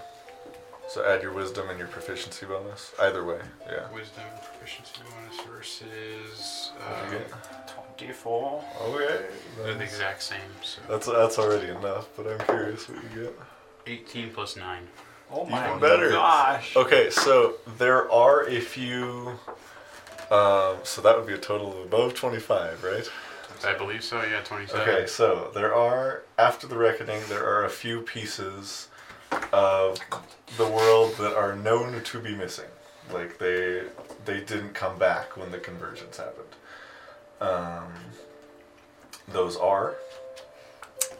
A: So add your wisdom and your proficiency bonus. Either way, yeah.
F: Wisdom proficiency bonus versus.
A: What'd you
F: Uh,
A: get?
E: Twenty-four.
A: Okay.
F: they're the exact same. So
A: That's that's already enough, but I'm curious what you get.
F: 18 plus 9.
E: Oh my
A: Even better.
E: gosh.
A: Okay, so there are a few. Um, so that would be a total of above 25, right?
F: I believe so. Yeah, 27.
A: Okay, so there are after the reckoning, there are a few pieces of the world that are known to be missing. Like they they didn't come back when the convergence happened. Um, those are.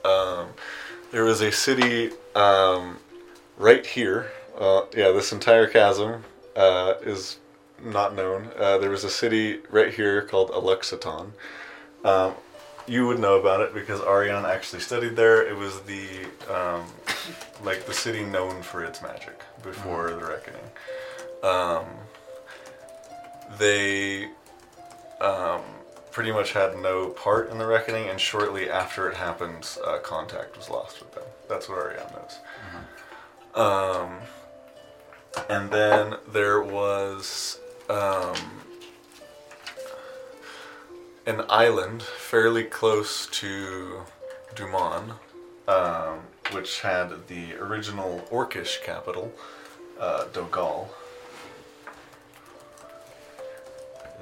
A: Um, there was a city um, right here. Uh, yeah, this entire chasm uh, is not known. Uh, there was a city right here called Alexaton. Um, you would know about it because Arion actually studied there. It was the um, like the city known for its magic before the reckoning. Um, they um, pretty much had no part in the reckoning, and shortly after it happened, uh, contact was lost with them. That's what Arion knows. Um, and then there was um, an island fairly close to Dumont, um, which had the original Orcish capital, uh, Dogal,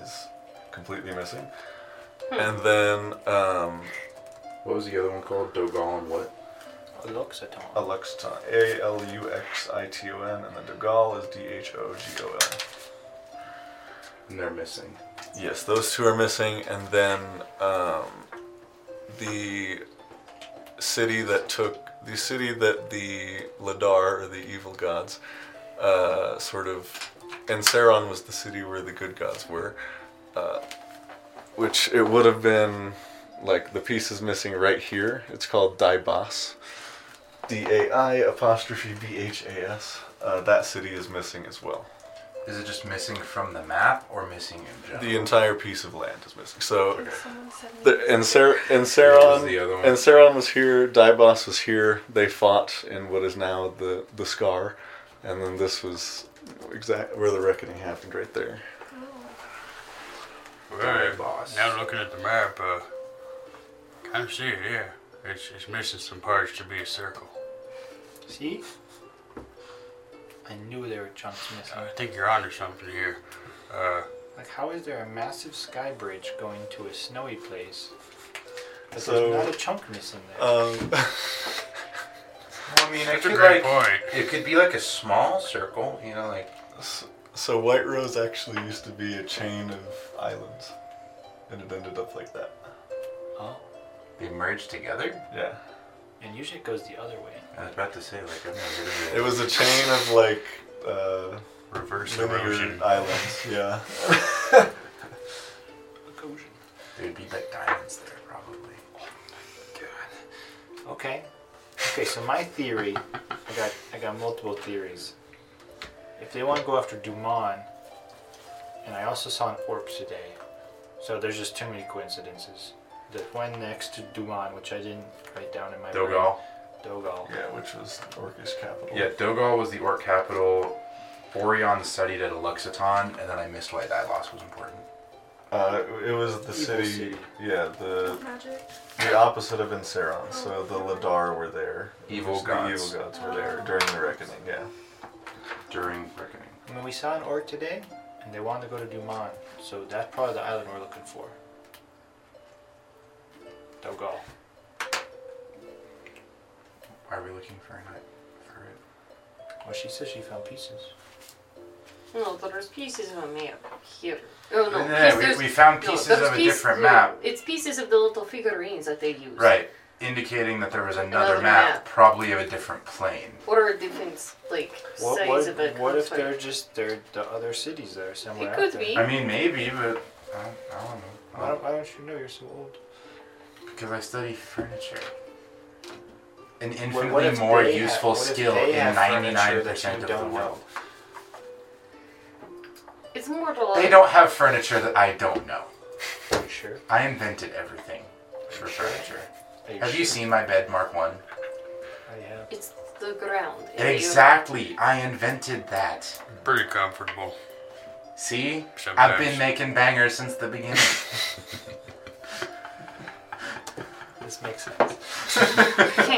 A: is completely missing. And then um,
C: What was the other one called? Dogal and what?
E: Luxaton.
A: Aluxton, A L U X I T O N, and then Dogal is D H O G O L.
C: And they're missing.
A: Yes, those two are missing, and then um, the city that took the city that the Ladar or the evil gods uh, sort of, and Saron was the city where the good gods were, uh, which it would have been like the piece is missing right here. It's called Daibas, D A I apostrophe B H A S. Uh, that city is missing as well.
C: Is it just missing from the map or missing in general?
A: The entire piece of land is missing. So.
D: Did someone send me?
A: The, and Sar-
C: What
A: and
C: was
A: Saron
C: the other one?
A: and Saron was here. Dibos was here. They fought in what is now the the scar, and then this was exact where the reckoning happened right there.
C: Alright,
F: Well,
C: boss.
F: now looking at the map, uh, kind of see it, yeah. It's, it's missing some parts to be a circle.
E: See? I knew there were chunks missing.
F: I think you're onto something Uh, here. Uh,
E: Like, how is there a massive sky bridge going to a snowy place? But
A: So-
E: there's not a chunk missing there.
A: [laughs] Um,
C: Well, I mean, it
F: that's a
C: could,
F: great
C: like,
F: point.
C: it could be like a small circle, you know, like
A: s- so White Rose actually used to be a chain of islands, and it ended up like that.
E: oh,
C: they merge together.
A: Yeah,
E: and usually it goes the other way.
C: I was about to say, like, I'm not
A: it was a chain of like uh,
F: Reverse erosion.
A: linear islands. Yeah.
C: There'd be like diamonds there, probably.
E: Okay. Okay, so my theory, I got I got multiple theories. If they want to go after Dumont, and I also saw an Orps today, so there's just too many coincidences. The one next to Dumont, which I didn't write down in my brain.
C: Dogal.
E: Dogal.
A: Yeah, which was Orcish capital.
C: Yeah, Dogal was the orc capital. Orion studied at Eluxaton, and then I missed why Dilos was important.
A: Uh, it was the city,
E: city.
A: Yeah, the
D: Magic.
A: the opposite of Inceron. So the Ladar were there.
C: Evil
A: Just
C: gods.
A: The evil gods were there during the reckoning. Yeah.
C: During Reckoning.
E: I mean, we saw an Orc today, and they wanted to go to Dumont, so that's probably the island we're looking for. Dogal.
C: Why are we looking for a night? For it?
E: Well, she says she found pieces.
B: No, but there's pieces of a map here. Oh no,
C: Hmm. No, no, no,
B: piece-
C: we-
B: there's-
C: we found
B: no,
C: pieces
B: there's
C: of a
B: piece-
C: different
B: no,
C: map.
B: It's pieces of the little figurines that they use.
C: Right, indicating that there was another
B: Another
C: map,
B: map.
C: probably of a different plane.
B: What are different like
E: What,
B: size of a
E: what, what if
B: conflict?
E: they're just they're the other cities that are somewhere
B: It
E: out
B: could
E: there?
B: be.
C: I mean, maybe, but I don't, I don't know.
E: Why don't, why don't you know? You're so old.
C: Because
B: [laughs]
C: I study
A: [laughs]
C: furniture. An
E: what
C: infinitely
E: if
C: more
E: they have-
C: useful
E: what if
C: skill
E: they
C: in
E: have furniture
C: 99%
E: that you
C: of the
E: don't know?
C: world.
B: It's more to like
C: They don't have furniture that I don't know.
E: Are you sure?
C: I invented everything for furniture.
E: Are you
C: Have you
E: sure?
C: seen my bed, Mark 1?
E: I have.
B: it's the ground. and you-
C: Exactly, I invented that.
F: Pretty comfortable.
C: See? I've
F: Sometimes.
C: been making bangers since the beginning.
E: [laughs] This makes sense.
C: [laughs]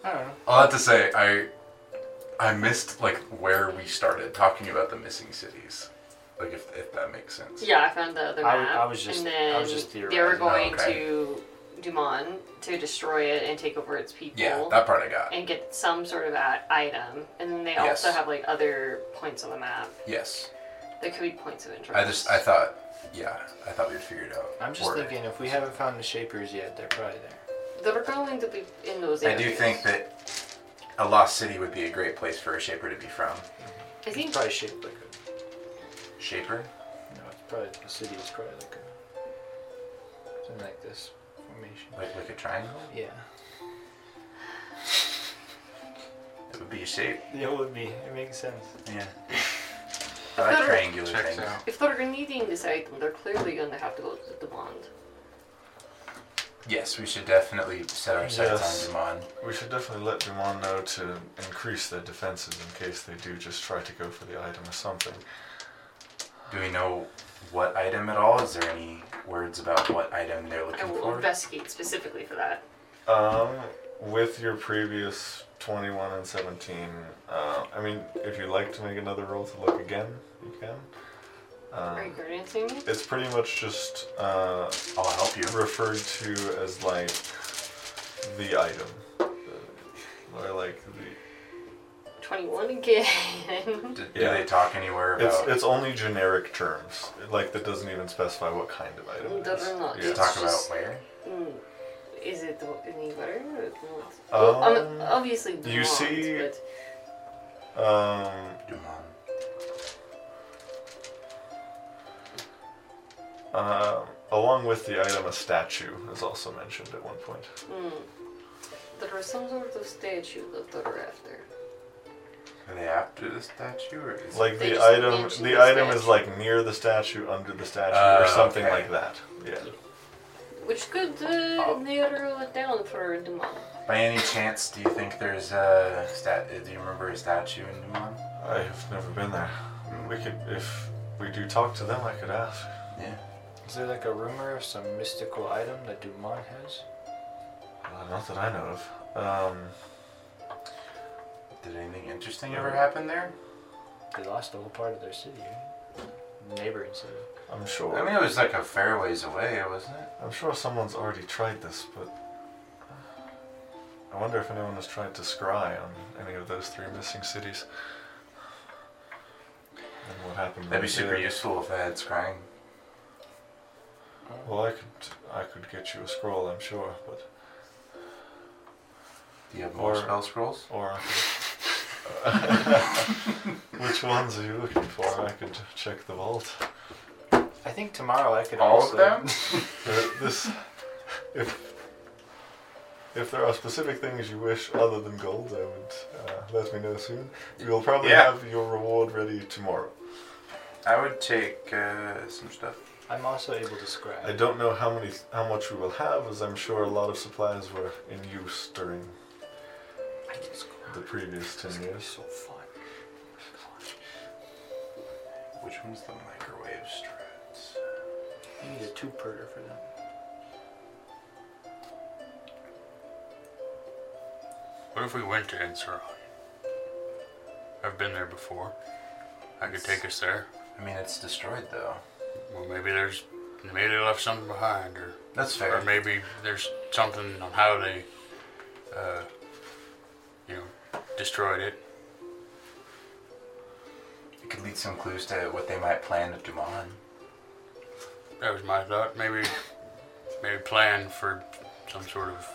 C: Uh,
E: I don't know.
C: I'll have to say, I I missed like where we started talking about the missing cities. Like if, if that makes sense.
B: yeah, I found the other
E: I
B: map.
E: w- I was just-
B: and then
E: I was just
B: they were
E: theorizing.
B: going
C: Oh, Okay.
B: to Dumont to destroy it and take over its people.
C: Yeah, that part I got.
B: and get some sort of a- item, and then they
C: Yes.
B: also have like other points on the map.
C: Yes.
B: There could be points of interest.
C: I just I thought yeah, I thought we'd figured out.
E: I'm just
C: where-
E: thinking if we haven't found the shapers yet, they're probably there.
B: they're going to be in those
C: I
B: areas.
C: do think that a lost city would be a great place for a shaper to be from.
B: I think
E: It's probably shaped like a.
C: Shaper?
E: No, it's probably the city is probably like a. Something like this formation.
C: Like like a triangle?
E: Yeah.
C: It would be a shape.
E: Yeah, it would be. It makes sense.
C: Yeah. [laughs] I
B: I've got
C: like
B: a-
C: triangular
F: Checks
C: things.
F: out.
B: if they're needing this item, they're clearly going to have to go to the bond.
C: Yes, we should definitely set our sights
A: Yes.
C: on Demon.
A: We should definitely let Dumon know to increase their defenses in case they do just try to go for the item or something.
C: Do we know what item at all? Is there any words about what item they're
B: I
C: looking
B: will
C: for?
B: investigate specifically for that.
A: Um, with your previous 21 and 17, uh, I mean, if you'd like to make another roll to look again, you can.
B: Are you
A: Um,
B: granting me?
A: it's pretty much just uh,
C: I'll help you.
A: referred to as like the item, Uh, or like the
B: 21 again. [laughs]
C: Do,
A: Yeah.
C: do they talk anywhere about?
A: It's it's only generic terms. Like that doesn't even specify what kind of item. it
B: Doesn't
A: is.
B: not.
A: Yeah.
B: it's
C: talk
B: just-
C: about where?
B: Mm, Is it the, any better? or not? Well, I mean,
A: Um,
B: obviously,
A: you
B: blonde,
A: see-
B: But
A: Um,
C: Dumont.
A: uh, along with the item, a statue is also mentioned at one point.
B: mm, there was some sort of statue that they were after.
C: Are they after the statue or is
A: Like
B: They
A: the
B: just
A: item,
B: mentioned
A: the
B: the
A: item is
B: statue.
A: like near the statue, under the statue, or
C: Oh,
A: something
C: okay.
A: like that. Yeah.
B: Which could uh,
C: Oh.
B: narrow it down for Dumont.
C: by any chance do you think there's a stat uh, do you remember a statue in Dumont?
A: I have never been there. We could, if we do talk to them, I could ask.
C: Yeah.
E: Is there like a rumor of some mystical item that Dumont has?
A: Uh, not that I know of. Um,
C: Did anything interesting ever happen there?
E: Mm. They lost a whole part of their city, right? Neighboring city.
A: I'm
C: I
A: sure.
C: mean it was like a fair ways away, wasn't it?
A: I'm sure someone's already tried this, but uh, I wonder if anyone has tried to scry on any of those three missing cities. And what happened?
C: That'd be
A: when they
C: super
A: did.
C: useful if I had scrying.
A: Well, I could, I could get you a scroll, I'm sure, but
C: Do you have more
A: Or-
C: spell scrolls? [laughs]
A: or. [laughs] I could- Which ones are you looking for? I could check the vault.
E: I think tomorrow I could
C: All of
E: also- [laughs]
C: them?
A: Uh, [laughs] This, if if there are specific things you wish other than gold, I would uh, let me know soon. You'll probably
C: Yeah.
A: have your reward ready tomorrow.
C: I would take uh, some stuff.
E: I'm also able to scry.
A: I don't know how many how much we will have, as I'm sure a lot of supplies were in use during
E: I can scry.
A: the previous
E: This is
A: ten
E: gonna be
A: years.
E: so fun.
C: Which one's the microwave strats?
E: You need a two perter for them.
F: What if we went to Enceron? I've been there before. I could take us there.
C: I mean, it's destroyed though.
F: Well, maybe there's maybe they left something behind, or
C: That's
F: or
C: fair.
F: maybe there's something on how they, uh, you know, destroyed it.
C: It could lead some clues to what they might plan at Dumont.
F: That was my thought. Maybe maybe plan for some sort of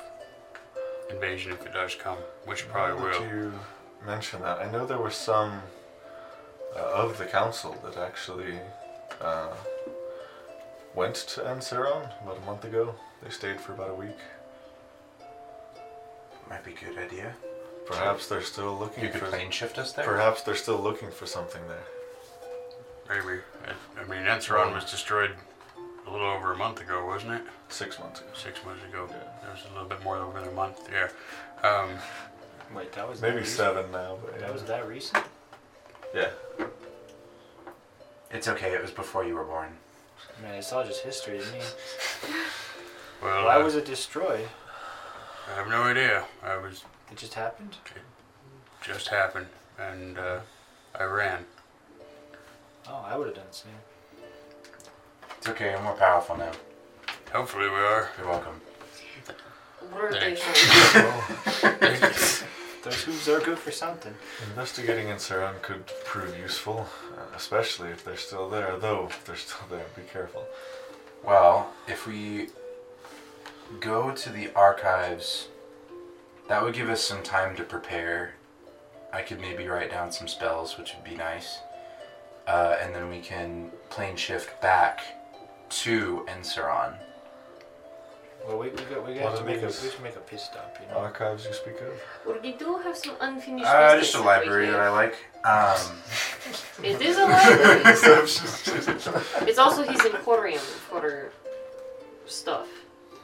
F: invasion if it does come, which probably
A: Now that
F: will.
A: You mention that. I know there were some uh, of the council that actually uh, went to Anseron about a month ago. They stayed for about a week.
C: Might be a good idea.
A: Perhaps they're still looking
C: You could
A: for.
C: plane shift us there.
A: Perhaps they're still looking for something there.
F: Maybe. I- I mean, Enceron was destroyed a little over a month ago, wasn't it?
A: Six months ago.
F: Six months ago.
A: Yeah.
F: It was a little bit more over a month. Yeah. Um,
E: Wait, that was that
A: Maybe
E: recent?
A: seven now, but yeah.
E: That was that recent?
A: yeah.
C: It's okay. It was before you were born.
E: Man, it's all just history to me.
F: well,
E: Why
F: I,
E: was it destroyed?
F: I have no idea. I was
E: It just happened.
F: just happened, and uh, I ran.
E: Oh, I would have done the same.
C: It's okay. I'm more powerful now.
F: Hopefully, we are.
C: You're welcome.
B: What are they
F: Thanks.
B: from?
A: Well, [laughs]
E: [laughs] Those hooves are good for something.
A: investigating in Saran could prove useful, uh, especially if they're still there. Though, if they're still there, be careful.
C: Well, if we go to the archives, that would give us some time to prepare. I could maybe write down some spells, which would be nice. Uh, and then we can plane shift back to Enceron.
E: Well, we, we got we
A: What
E: got
A: are
E: to make a we
A: these?
E: have to make a pit stop, you know.
A: Archives you speak of?
E: [laughs]
B: Well, we do have some unfinished
C: Uh,
B: business
C: just a
B: that we
C: library that I
B: have.
C: like. Um,
B: It is
C: [laughs]
B: a library. it's also his emporium for stuff.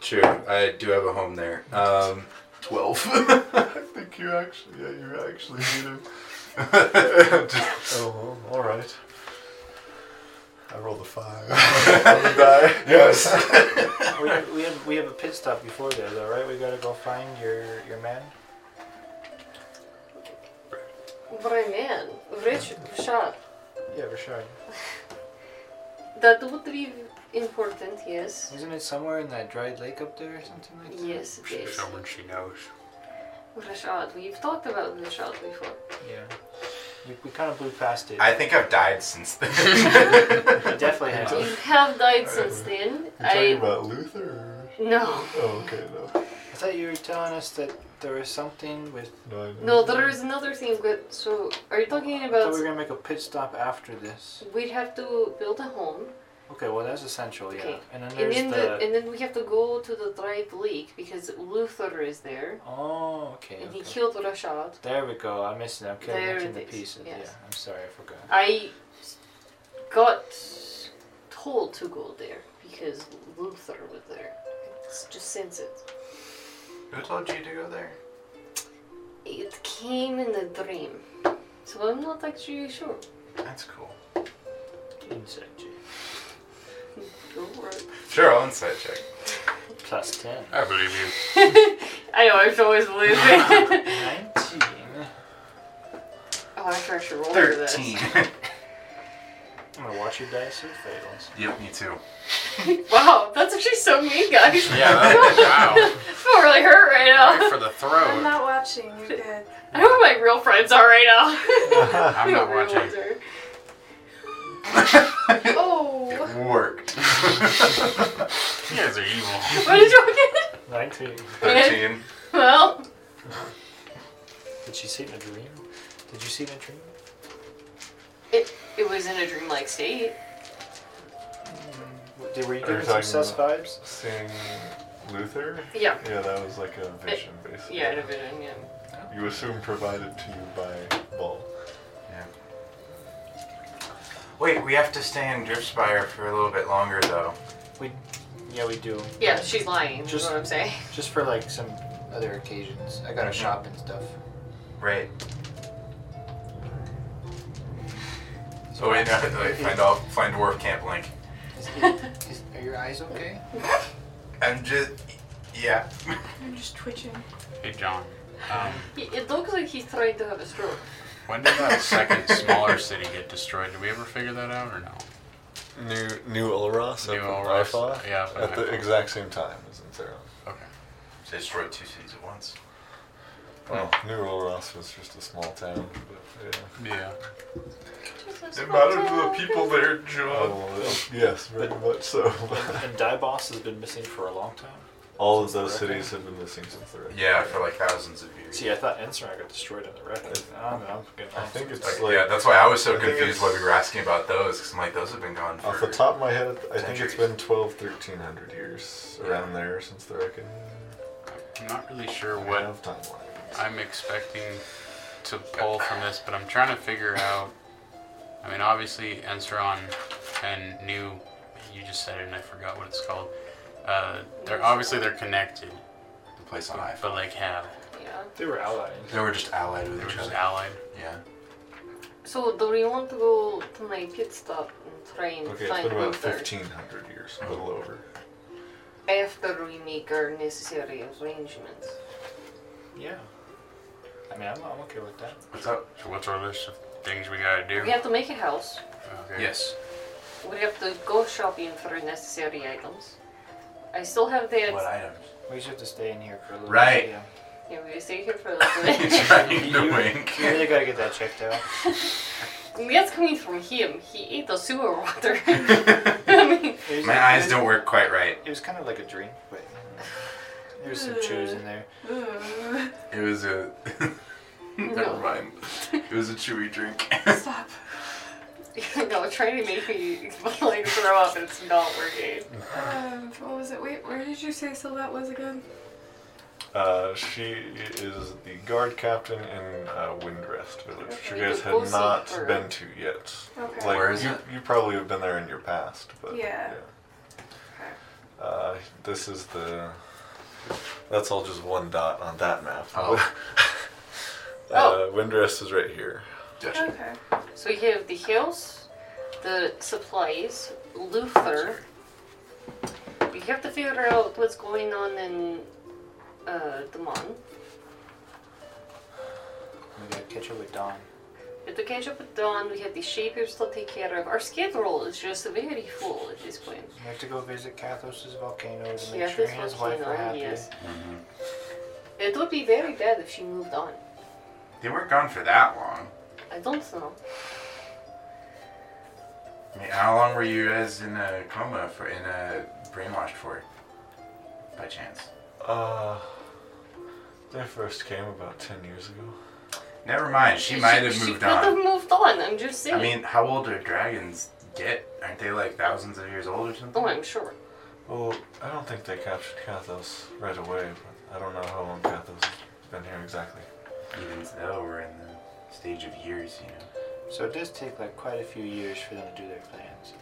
C: True. I do have a home there. Um, 12.
A: I think you actually, yeah, you actually need him. Oh, well, all right. I rolled a [laughs] five. I'm a die. [laughs]
C: yes.
E: we, have, we have we have a pit stop before there, though, right? We gotta go find your your man.
B: Бремен, Рич, Рушат.
E: Yeah, Rashad.
B: That would be important, yes.
E: Isn't it somewhere in that dried lake up there or something like that?
B: Yes, it is.
F: Someone she knows.
B: Rashad, we've talked about Rashad before.
E: Yeah. We, we kind of blew past it.
C: I think I've died
E: [laughs]
C: since then.
E: We definitely have.
B: You have died since then.
A: You're talking
B: I
A: about Luther?
B: no,
A: Oh, okay, no.
E: I thought you were telling us that there was something with.
A: No, I know.
B: no. There is another thing. But so, are you talking
E: I thought
B: about?
E: we were gonna make a pit stop after this.
B: We'd have to build a home,
E: Okay, well that's essential, Oh, yeah.
B: Okay.
E: And then
B: and
E: there's
B: then
E: the.
B: the, and then we have to go to the dried lake because Luther is there,
E: Oh, okay.
B: and he
E: okay.
B: killed Rashad.
E: There we go. I missed it. I'm carrying
B: There
E: it
B: it
E: the
B: is,
E: pieces.
B: yes.
E: Yeah, I'm sorry, I forgot.
B: I got told to go there because Luther was there. It's just sense it.
C: Who told you to go there?
B: It came in a dream, so I'm not actually sure.
C: That's cool.
E: Inside check.
B: Go for it.
C: Sure, I'll insight check.
E: Plus 10.
F: I believe you.
B: [laughs] I know, I should always believe it.
E: 19.
B: oh, I should actually roll for this. [laughs]
C: 13.
E: I'm gonna watch your dice. It fails.
C: yep, me too.
B: Wow, that's actually so mean, guys.
F: Yeah, that,
B: I feel really hurt right
F: wow. Right
B: now.
F: for the
D: I'm
F: throat.
D: not watching.
B: [laughs]
D: You're good.
B: I know [laughs] where my real friends are right now.
F: I'm not watching.
D: Oh.
C: It worked.
F: You guys are evil.
B: What did you get? [laughs]
E: 19.
C: 13.
B: Well,
E: Did she see it in a dream? Did you see it in a dream?
B: it, it was in a dreamlike state.
E: W- [laughs] Did, were you
A: Are you
E: giving some
A: talking
E: sus vibes?
A: Seeing Luther?
B: Yeah.
A: Yeah, that was like a vision, basically.
B: Yeah, in a vision, yeah.
A: You assume provided to you by Ball.
C: Wait, we have to stay in Driftspire for a little bit longer, though.
E: We, yeah, we do.
B: Yeah, she's lying, is
E: Just-
B: what I'm saying. [laughs]
E: Just for like some other occasions. I
A: Mm.
E: gotta shop and stuff.
C: Right. So wait, no, wait find all find dwarf camp link.
E: Is,
B: [laughs]
E: is, is, are your eyes okay?
C: I'm just, yeah.
D: I'm just twitching.
F: Hey, John. Um,
B: He, it looks like he's trying to have a stroke.
F: when did that second smaller city get destroyed? Did we ever figure that out or no?
A: New New Ulros
F: New
A: up in
F: Ulros,
A: Ifa,
F: yeah, up in
A: at the
F: Ifa.
A: exact same time as in Theron.
F: Okay.
C: They destroyed two cities at once.
F: Oh.
A: Well, New Ulros was just a small town. But, yeah.
F: Yeah.
C: The amount of the people there, John.
A: Oh, yes, very
C: [laughs]
A: much so.
E: And Die Boss has been missing for a long time.
A: All of those cities have been missing since the wreck.
C: Yeah, for like thousands of years.
E: See, I thought Ensorag got destroyed on the record. I don't know. I'm getting
A: I think it's
C: Like,
A: like
C: yeah, that's why I was so
A: I think
C: confused
A: it's-
C: why we were asking about those, because I'm like, those have been gone for.
A: off the top of my head. I think it's
C: Centuries.
A: been 12, 1300 years around there since the wreck.
F: I'm not really sure
A: I
F: what
A: have timeline.
F: I'm expecting to pull from this, but I'm trying to figure out. I mean, obviously, Enceron and New, you just said it and I forgot what it's called. Uh, they're obviously they're connected,
C: The place on iPhone.
F: but like how
B: Yeah.
E: They were allies.
C: They were just allied
F: they
C: with
F: were
C: each
F: just
C: other.
F: allied.
C: yeah.
B: So, do we want to go to my pit stop and try and
A: Okay, it's
B: find
A: been about
B: Luther
A: 1500 years, a little over.
B: after we make our necessary arrangements?
E: Yeah. I mean, I'm, I'm okay with that.
C: What's up?
F: So [laughs] what's our list of things we gotta do?
B: We have to make a house.
F: Okay.
C: Yes.
B: We have to go shopping for necessary items. I still have that.
C: What items?
E: We just have to stay in here for a little
C: Right.
E: bit.
C: [laughs]
E: yeah.
B: Yeah, we're gonna stay here for a little bit.
C: Trying to
E: You-
C: wink.
E: You
C: [laughs]
E: really gotta get that checked out.
B: That's coming from him. He ate the sewer [laughs] water. I mean,
E: It was
C: My
E: like-
C: eyes don't work quite right.
E: It was kind of like a dream, but you know, there was some chews in there.
D: Ooh.
C: It was a. [laughs] Never
E: [laughs]
B: No.
C: mind. It was a chewy drink.
D: Stop.
B: [laughs] no, trying to make me like throw up and it's not working.
D: Um, what was it? Wait, where did you say Sylvette was again?
A: Uh, she is the guard captain in uh, Windrest Village, which you guys had
B: We'll see
A: not
B: her.
A: been to yet.
D: Okay.
A: Like
C: Where is
A: you,
C: it?
A: you probably have been there in your past, but
D: Yeah.
A: yeah. Uh, this is the. That's all just one dot on that map.
C: Oh.
A: [laughs] uh, Windrest is right here.
C: Gotcha.
D: Okay.
B: So we have the hills, the supplies, Luther. We have to figure out what's going on in uh, the mon.
E: We gotta catch up with Dawn.
B: We have to catch up with Dawn. We have the shapers to take care of. Our schedule is just very full at this point.
E: We have to go visit Kathos's volcano to
B: She
E: make
B: has
E: sure
B: this
E: his
B: working
E: wife are
B: on,
E: happy.
B: yes.
C: Mm-hmm.
B: It would be very bad if she moved on.
C: They weren't gone for that long.
B: I don't know.
C: I mean, how long were you guys in a coma for, in a brainwashed for, by chance?
A: Uh, they first came about 10 years ago.
C: Never mind. She might have
B: She
C: moved
B: could have
C: on.
B: moved on. I'm just saying.
C: I mean, how old do dragons get? Aren't they like thousands of years old or something?
B: oh, I'm sure.
A: Well, Oh, I don't think they captured Kathos right away, but I don't know how long Kathos has been here exactly.
C: Even though we're in the stage of years, you know.
E: So it does take like quite a few years for them to do their plans.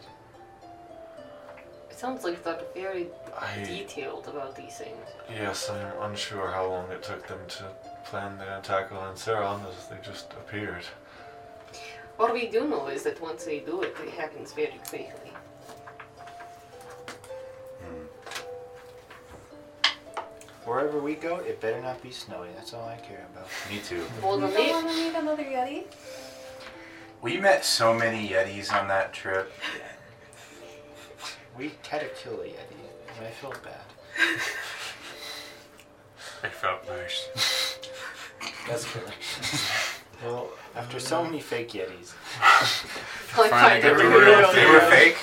B: It sounds like they're very
A: I.
B: detailed about these things.
A: Yes, I'm unsure how long it took them to plan the attack on Enceron as they just appeared.
B: What we do know is that once they do it, it happens very quickly.
C: Mm-hmm.
E: Wherever we go, it better not be snowy. That's all I care about.
C: Me too.
B: Well, the
E: [laughs]
D: You don't
B: late,
D: want to meet another Yeti?
C: We met so many Yetis on that trip.
E: We had to kill a yeti, and I feel bad.
F: I felt nice.
E: That's good. [laughs]
A: Well,
E: After so many fake yetis,
B: [laughs] like,
F: Finally got the
B: they're
F: real
C: They were
F: thing.
C: fake.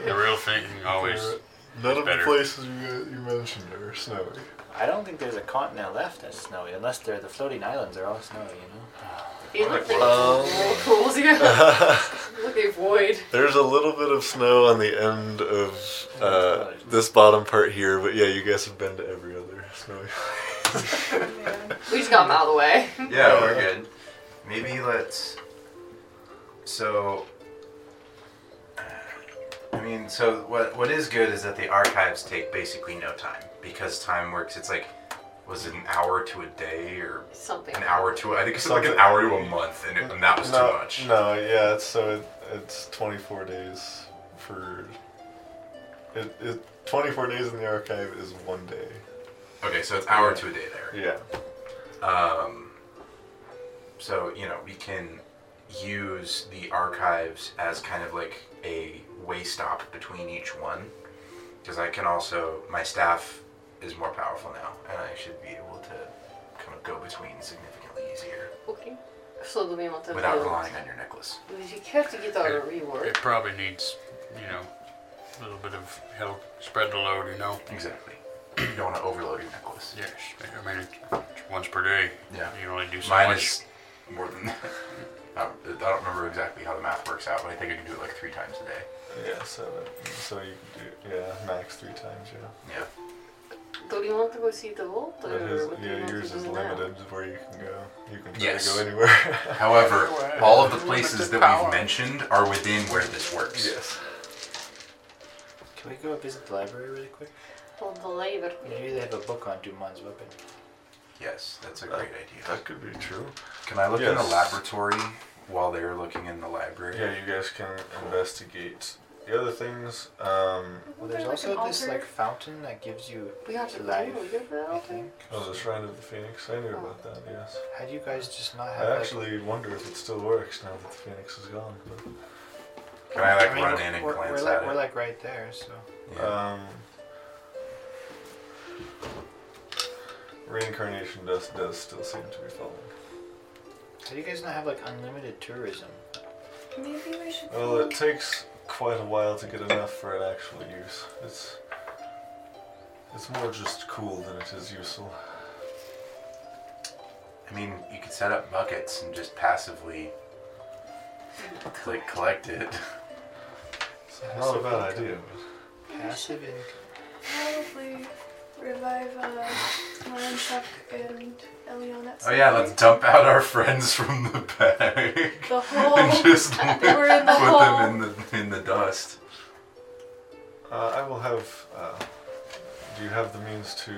E: [laughs]
F: [laughs]
B: [laughs]
F: The real thing always.
A: None
F: of the better.
A: places you, you mentioned are snowy.
E: I don't think there's a continent left that's snowy, unless they're the floating islands are all snowy. You
B: They look like
A: Oh.
B: whirlpools, yeah. Look at void.
A: There's a little bit of snow on the end of uh, this bottom part here, but yeah, you guys have been to every other snowy.
D: Yeah.
B: [laughs] We just got them out of the way.
C: [laughs] Yeah, we're good. Maybe let's. So. I mean, so what? What is good is that the archives take basically no time because time works. It's like, was it an hour to a day or
B: Something.
C: an hour to? [laughs] I think it's like an hour to a month, and, it, and that was
A: no,
C: too much.
A: No, yeah, it's, so it, it's 24 days for. It, it, 24 days in the archive is one day.
C: Okay, so it's hour to a day there.
A: Yeah.
C: Um, so you know we can use the archives as kind of like a way stop between each one, because I can also my staff is more powerful now, and I should be able to kind of go between significantly easier
B: Okay. So do we want to
C: without
B: build-
C: relying on your necklace.
B: We have to get our reward.
F: It probably needs, you know, a little bit of help. Spread the load, you know.
C: Exactly. You don't want to overload your necklace.
F: Yes, I mean, it's once per day.
C: Yeah.
F: You only do so
C: Mine
F: much.
C: is more than [laughs] that. I don't- I don't remember exactly how the math works out, but I think I can do it like three times a day.
A: Yeah, so, that- so you can do, yeah, max three times, yeah.
C: Yeah.
B: Do we want to go see the vault, or
A: But his,
B: what do we
A: yeah,
B: want
A: yours
B: to
A: is
B: do
A: limited to where you can go. You can try
C: Yes.
A: to go
C: [laughs]
A: anywhere. [laughs]
C: However, all of the
F: Limited
C: places that
F: power.
C: we've mentioned are within where this works.
A: yes.
E: know. Can we go visit the library really quick?
B: now? Well, the labor.
E: Maybe they have a book on Dumont's weapon.
C: Yes, that's a great idea.
A: That could be true.
C: Can I look in
A: Yes.
C: the laboratory while they're looking in the library?
A: Yeah, you guys can investigate. The other things, um,
E: Well, there's
D: Isn't there,
E: also
D: like, an
E: this
D: altar?
E: like fountain that gives you
B: We have to
E: life.
B: do. We have the
E: I
B: altar.
E: think.
A: oh, the Shrine of the Phoenix. I knew about that. Yes.
E: How do you guys just not
A: I
E: have like,
A: actually wonder if it still works now that the Phoenix is gone.
C: Can I like
E: I mean,
C: run in and
E: we're,
C: glance
E: we're like,
C: at
E: We're
C: it?
E: like right there, so.
A: But,
C: yeah.
A: um, reincarnation does does still seem to be following.
E: How do you guys not have like unlimited tourism?
D: Maybe we should.
A: Well, it takes quite a while to get enough for an actual use. It's it's more just cool than it is useful.
C: I mean, you could set up buckets and just passively like collect it.
A: It's not a bad idea.
E: Passive income.
D: probably revive uh, Malinchuk and Elion at
C: Oh
D: some
C: yeah,
D: point.
C: let's dump out our friends from the [laughs] bag
D: The
C: and [laughs]
A: [laughs]
D: whole.
C: just
D: [laughs] We're in the
C: put
D: hole.
C: them in the in the dust.
A: But, uh, I will will have. Uh, do you have the means to?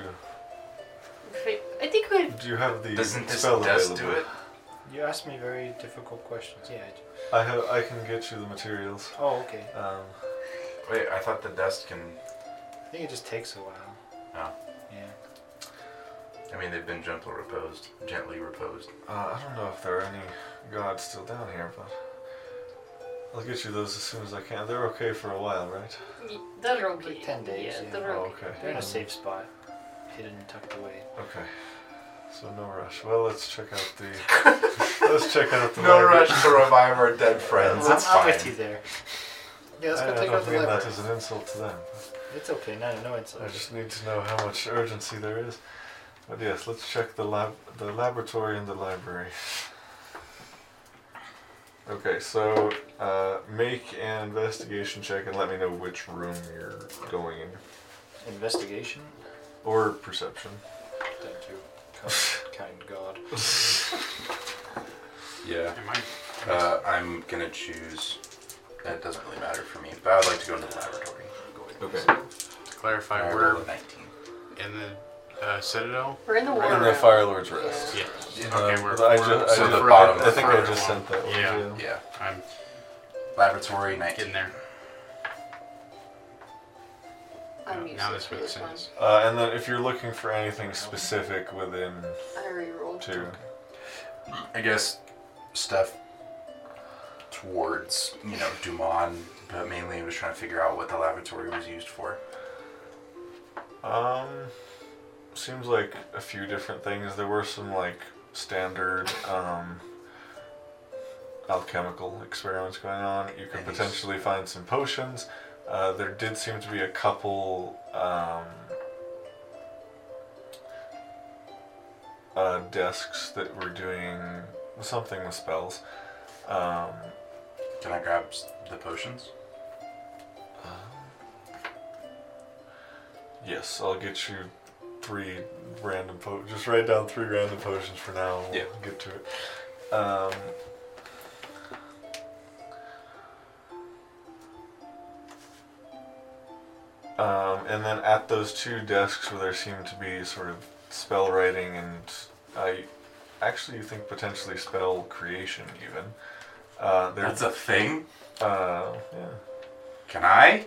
B: I think we've
A: Do you have the
C: Doesn't this
A: spell
C: dust
A: available?
C: do it?
E: You asked me very difficult questions. Yeah. I do.
A: I have. I can get you the materials.
E: Oh, okay.
A: Um,
C: Wait, I thought the dust can.
E: I think it just takes a while.
C: Oh.
E: Yeah.
C: I mean, they've been gently reposed. Gently reposed.
A: uh, I don't know if there are any gods still down here, but I'll get you those as soon as I can. They're okay for a while, right?
B: They're okay.
E: Like 10 days,
B: Yeah,
E: yeah.
B: they're
A: Oh,
B: okay.
A: okay.
E: They're in a
A: Um,
E: safe spot, hidden and tucked away.
A: Okay. So no rush. Well, let's check out the.
E: [laughs]
A: let's check out the.
C: No
A: library.
C: rush to revive our dead friends.
E: I'm,
C: It's
E: I'm
C: fine.
E: with you there. Yeah, let's
A: I,
E: go
A: I
E: take
A: don't
E: out the
A: mean that
E: library.
A: as an insult to them.
E: It's okay. No, no, it's
A: I just need to know how much urgency there is. But yes, let's check the lab, the laboratory, and the library. Okay, so uh, make an investigation check and let me know which room you're going in,
E: investigation.
A: or perception.
E: Thank
C: [laughs]
E: you, kind, kind God.
C: Yeah.
F: Am I?
C: Uh, I'm gonna choose. It doesn't really matter for me, but I'd like to go into the laboratory.
A: Okay.
F: To clarify,
C: I
F: we're
C: rolled a 19.
F: in the uh, Citadel.
B: We're in the war
A: In the
B: room.
A: Fire Lord's Rest.
F: Yeah.
C: Yeah.
F: Okay,
A: Um,
F: we're. we're
A: I, ju- I,
C: so
A: ju-
C: the
A: I-
C: bottom
A: I think I
F: further
A: just
F: along.
A: sent that one.
F: Yeah.
A: yeah.
C: Yeah.
F: I'm
C: Laboratory 19.
F: getting there.
B: I'm
F: Now-
B: used
F: now
B: to
F: this makes
B: this one.
F: sense.
A: Uh, and then if you're looking for anything specific within
B: I rerolled.
A: two,
C: I guess stuff towards you know Dumont, but mainly I was trying to figure out what the laboratory was used for.
A: um, seems like a few different things. There were some like standard um, alchemical experiments going on. You could
C: And these-
A: potentially find some potions. Uh, there did seem to be a couple um, uh, desks that were doing something with spells. Um,
C: Can I grab s- the potions?
A: um, Yes, I'll get you three random po. Just write down three random potions for now. We'll
C: Yeah.
A: get to it. Um, um, and then at those two desks where there seemed to be sort of spell writing and I actually you think potentially spell creation even. Uh,
C: That's
A: there's
C: a thing.
A: uh, yeah,
C: Can I?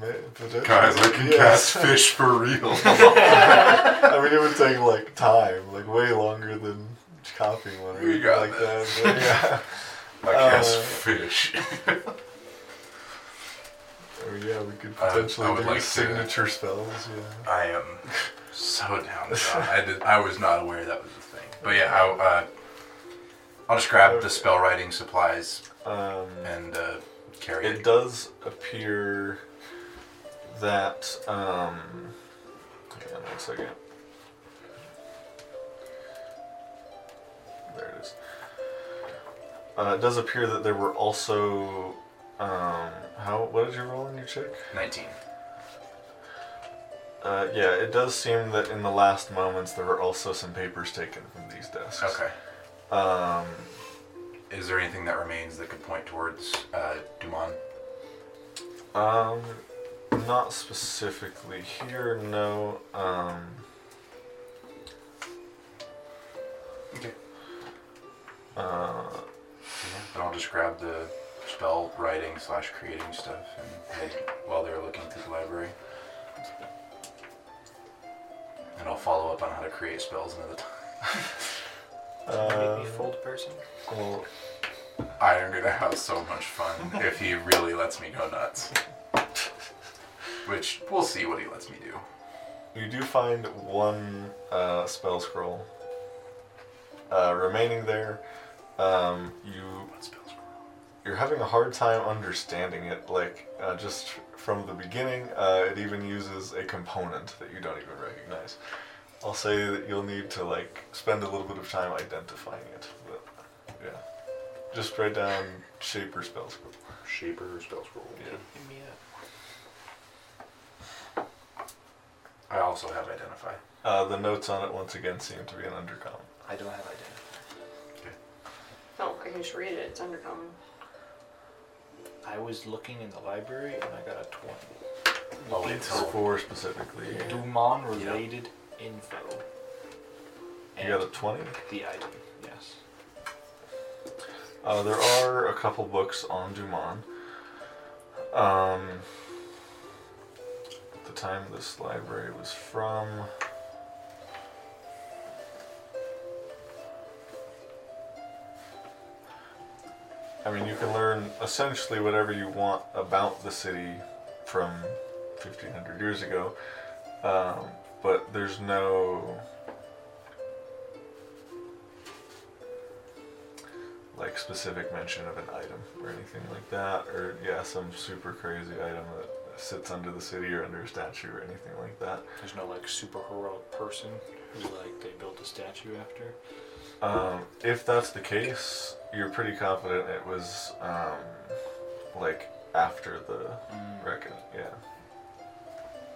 A: ma- potentially.
C: Guys, I can
A: Yes.
C: cast fish for real.
A: [laughs] I mean, it would take like time, like way longer than copying one or
C: We
A: anything
C: got
A: like that.
C: [laughs] I cast
A: Uh,
C: fish. [laughs]
A: But yeah, I mean, yeah, we could
C: I- I
A: potentially
C: would
A: do
C: like to-
A: signature spells. Yeah.
C: I am so down. John. I did, I was not aware that was a thing. But yeah, I, uh, I'll just grab the spell writing supplies
A: Um,
C: and uh, carry
A: it
C: it.
A: does appear that. Um, hang on one second. There it is. Uh, it does appear that there were also. Um, how? What did you roll in your check?
C: Nineteen.
A: Uh, yeah, it does seem that in the last moments there were also some papers taken from these desks.
C: Okay.
A: Um,
C: Is there anything that remains that could point towards uh, Dumont?
A: um, not specifically here, no. Um,
C: Okay.
A: uh,
C: Then I'll just grab the spell writing slash creating stuff and head while they're looking through the library. And I'll follow up on how to create spells another time.
E: Make
A: um,
E: me fold person.
A: well,
C: I am gonna have so much fun if he really lets me go nuts. Which we'll see what he lets me do.
A: you do find one uh, spell scroll uh, remaining there. Um, you
C: What spells?
A: you're having a hard time understanding it. Like uh, just from the beginning, uh, it even uses a component that you don't even recognize. I'll say that you'll need to like spend a little bit of time identifying it. But yeah, just write down shape or spell scroll.
C: Shaper spell scroll.
A: Yeah.
E: Hit me up.
C: I also have identify.
A: Uh, the notes on it once again seem to be an undercount.
E: I don't have identify.
B: Oh, I can just read it. It's under common.
E: I I was looking in the library and I got a 20.
A: Oh,
E: Looking
A: it's
E: for
A: four specifically.
E: Dumon related info.
A: You got a 20?
E: the item, yes.
A: Uh, there are a couple books on Dumont. Um, at the time this library was from. I mean, you can learn essentially whatever you want about the city from 1500 years ago, um, but there's no like specific mention of an item or anything like that, or yeah, some super crazy item that sits under the city or under a statue or anything like that.
E: There's no like super heroic person who like they built a statue after.
A: Um, if that's the case, you're pretty confident it was um, like after the reckon, yeah.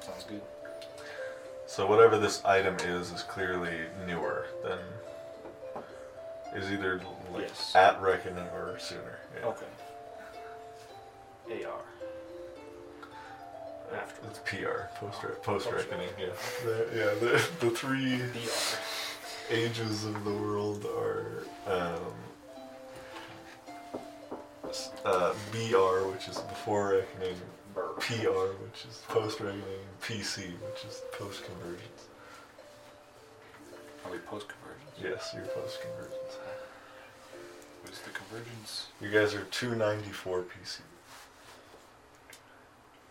E: Mm. Sounds good.
A: So whatever this item is is clearly newer than is either like
E: Yes.
A: at reckoning or sooner. Yeah.
E: Okay.
B: [laughs]
E: AR. After.
A: It's PR, post post reckoning.
E: Post-reckoning.
A: Yeah, the, yeah. The, the three
E: BR.
A: ages of the world are um, s- uh, BR, which is before reckoning,
E: Burr.
A: PR, which is post reckoning, PC, which is post convergence.
E: Are we post convergence?
A: Yes, you're post convergence.
E: What's the convergence?
A: You guys are 294 PC.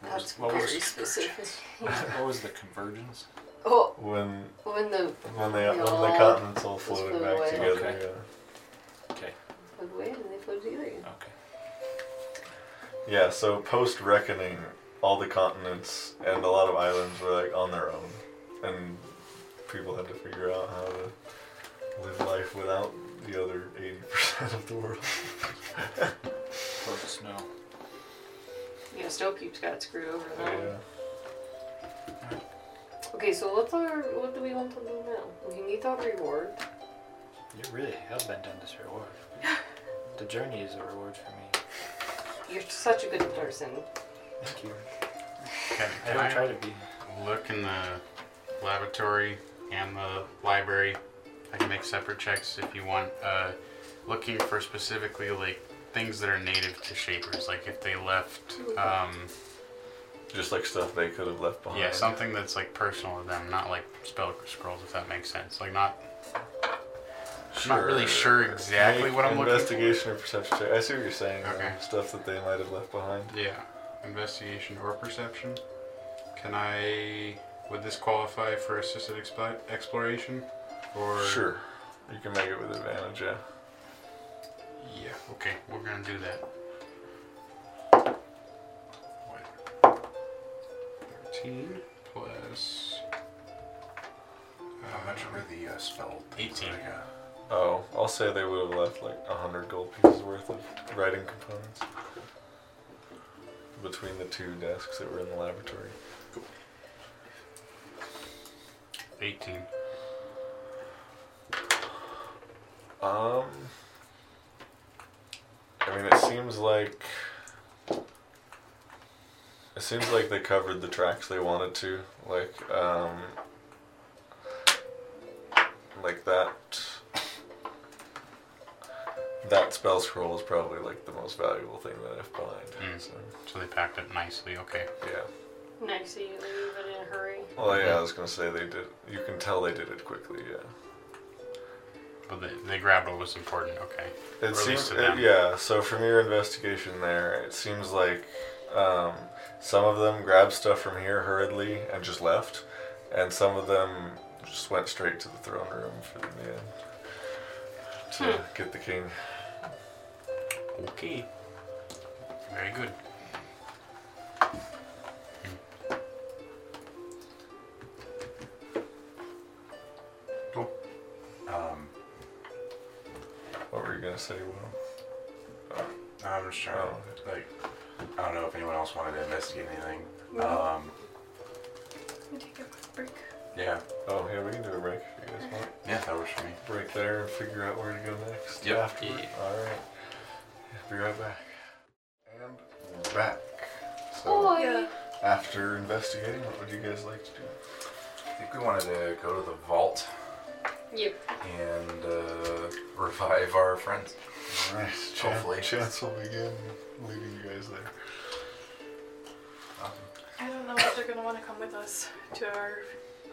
E: What was-
B: That's
E: what was
B: very
E: the
B: specific.
E: convergence? [laughs] what was the convergence?
B: oh,
A: When
B: when the
A: when they when the
B: Yeah.
A: continents all
B: Just
A: floated
B: flew
A: back
B: away.
A: together.
E: Okay.
A: Yeah.
E: Okay.
B: when where did they float together again?
E: Okay.
A: Yeah, so post reckoning, all the continents and a lot of islands were like on their own, and people had to figure out how to live life without the other eighty percent of the
F: [laughs]
A: world.
E: Close to snow.
B: Yeah, Snowpeep's got screwed over in that
A: Yeah.
B: one. Okay, so what's our what do we want to do now? We need that reward.
E: You're really hell bent on this
B: [laughs]
E: reward. the journey is a reward for me.
B: You're such a good person.
E: Thank you.
F: Can,
E: I
F: can
E: don't try
F: I
E: to be.
F: look in the laboratory and the library? I can make separate checks if you want. Uh, looking for specifically like things that are native to Shapers, like if they left. Um,
A: Just like stuff they could have left behind.
F: Yeah, something that's like personal to them, not like spell scrolls, if that makes sense. Like not. I'm not really sure exactly
A: Make
F: what I'm looking for.
A: Investigation or perception check. I see what you're saying. though.
F: Okay.
A: Stuff that they might have left behind.
F: Yeah, investigation or perception. Can I? Would this qualify for assisted expl- exploration? Or
A: Sure. You can make it with advantage. Yeah.
F: Yeah. Okay, we're gonna do that. Wait. Thirteen plus
C: How much were the uh, spell? things?
F: 18.
C: Like, uh,
A: Oh, I'll say they would have left like a hundred gold pieces worth of writing components between the two desks that were in the laboratory.
F: eighteen.
A: Um, I mean, it seems like it seems like they covered the tracks they wanted to, like um, like that. That spell scroll is probably like the most valuable thing that I have behind.
F: Mm.
A: So,
F: So they packed it nicely. Okay.
A: yeah.
B: Next to you leave it in a hurry.
A: Well, Oh, yeah, I was gonna say they did. You can tell they did it quickly. Yeah,
F: But they, they grabbed what was important. Okay.
A: it
F: at
A: seems.
F: least to them.
A: it- yeah. So from your investigation there, it seems like um, some of them grabbed stuff from here hurriedly and just left, and some of them just went straight to the throne room for the end to get the king.
F: Okay. Very good.
C: um,
A: What were you gonna say, Oh, Will?
C: uh, I'm just trying to like. I don't know if anyone else wanted to investigate anything.
D: No.
C: Um,
D: Let me take a quick break.
C: yeah,
A: Oh yeah, we can do a break if you guys want.
C: yeah, that works for me.
A: Break there and figure out where to go next.
C: Yep.
A: Afterward.
F: Yeah.
A: All right. Be right back. And back. So
B: Boy.
D: Yeah.
A: after investigating, what would you guys like to do?
C: I think we wanted to go to the vault
B: Yep.
C: and uh, revive our friends.
A: All right, Chan-
C: Hopefully.
A: Chance will begin leading you guys there.
D: I don't know if they're gonna want to come with us to our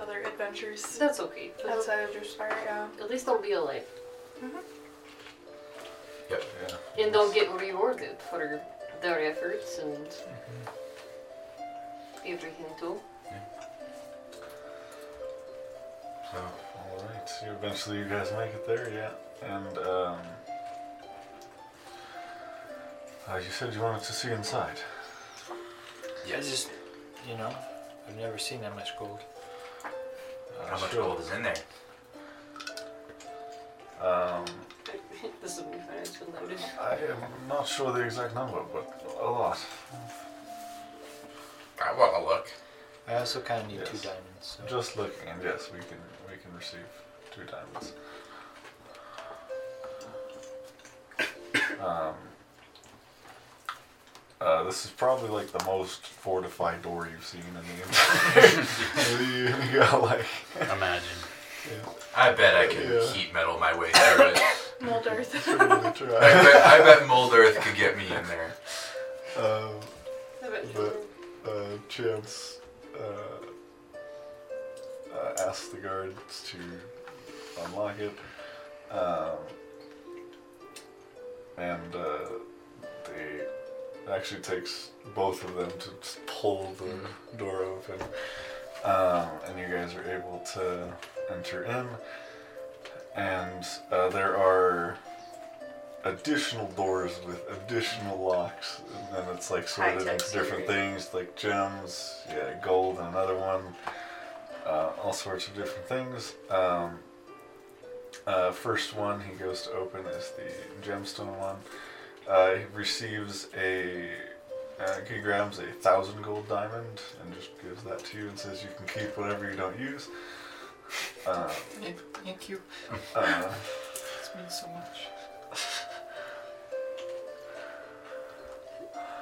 D: other adventures
B: That's okay.
D: outside of Druspire. Yeah.
B: At least they'll be alive.
C: Yep.
A: Yeah.
B: And they'll get rewarded for their efforts and everything too.
C: So
A: All right. So eventually, you guys make it there, yeah. And um, uh, you said you wanted to see inside.
E: I
C: yes.
E: just, you know, I've never seen that much gold.
A: Uh,
E: [laughs]
C: How much
A: sure.
C: gold is in there?
A: Um,
B: [laughs] this will be fun. It's been loaded.
A: I am not sure the exact number, but a lot.
C: I want to look.
E: I also kind of need two
A: Yes.
E: diamonds. So.
A: Just looking, and yes, we can we can receive two diamonds. um, uh, this is probably like the most fortified door you've seen in the [laughs] entire. [laughs] you, you got like
F: Imagine.
C: I bet I can
A: Yeah.
C: heat metal my way through it.
A: [laughs]
D: Mold Earth.
A: really
C: I
A: try.
C: bet, I bet Mold Earth could get me in there.
A: Um,
B: I bet
A: But- uh, Chance uh, uh, asks the guards to unlock it, um, and uh, they it actually takes both of them to just pull the door open, um, and you guys are able to enter in. And uh, there are additional doors with additional locks, and then it's like sorted
B: High-tech
A: into different
B: security.
A: things, like gems, yeah, gold, and another one, uh, all sorts of different things. Um, uh, first one he goes to open is the gemstone one. Uh, he receives a. Uh, he grabs a thousand gold diamond and just gives that to you and says you can keep whatever you don't use. [laughs] Uh,
E: Thank you.
A: uh,
E: This means so much.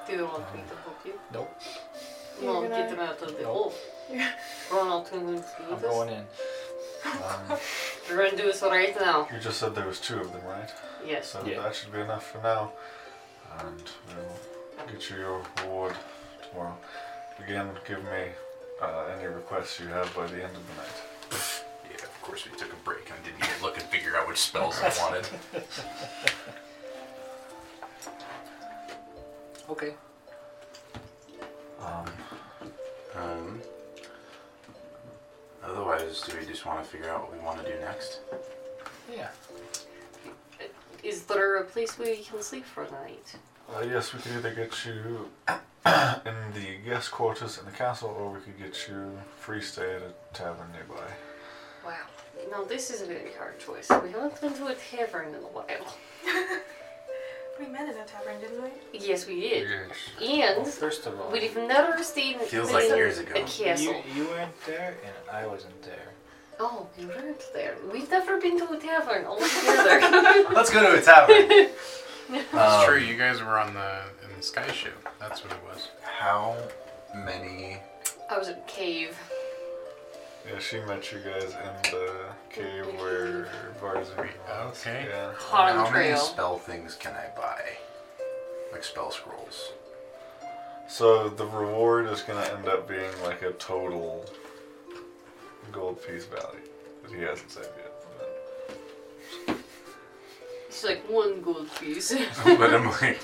B: Do you want me to help you?
E: Nope.
B: Well,
D: You're
B: get
D: gonna-
B: them out of the
E: Nope.
B: hole.
D: Yeah.
B: [laughs] Ronald, can you do
E: I'm
B: this?
E: going in.
A: um,
B: [laughs] We're gonna do this right now.
A: you just said there was two of them, right?
B: Yes.
A: So
E: Yeah.
A: that should be enough for now. And we'll get you your reward tomorrow. Again, give me uh, any requests you have by the end of the night.
C: [laughs] Yeah, of course we took a break. I didn't even look and figure out which spells I wanted.
E: Okay.
B: [laughs]
A: Um,
C: Um, otherwise, do we just want to figure out what we want to do next?
E: Yeah.
B: Is there a place where you can sleep for a night?
A: [laughs] Uh, yes, we could either get you [coughs] in the guest quarters in the castle, or we could get you free stay at a tavern nearby.
B: Wow. No, this is a very hard choice. We haven't been to a tavern in a while.
D: We met in a tavern, didn't we?
B: Yes, we did.
F: Yes.
E: Well,
B: And
E: first of all,
B: we've never stayed in
C: Feels
B: in
C: like
B: a-
C: years ago.
B: a
E: you,
B: castle.
E: you weren't there and I wasn't there.
B: Oh, you weren't there. We've never been to a tavern altogether.
E: [laughs]
C: Let's go to a tavern.
F: It's
A: Um,
F: true. You guys were on the in the sky ship. That's what it was.
C: How many?
B: I was in a cave.
A: Yeah, she met you guys in the cave where Varda's
F: Okay.
A: Yeah.
B: Cotton
C: how many
B: trail.
C: spell things can I buy? Like spell scrolls.
A: So the reward is going to end up being like a total gold piece value that he hasn't said yet. but-
B: It's like one gold piece.
C: but I'm like,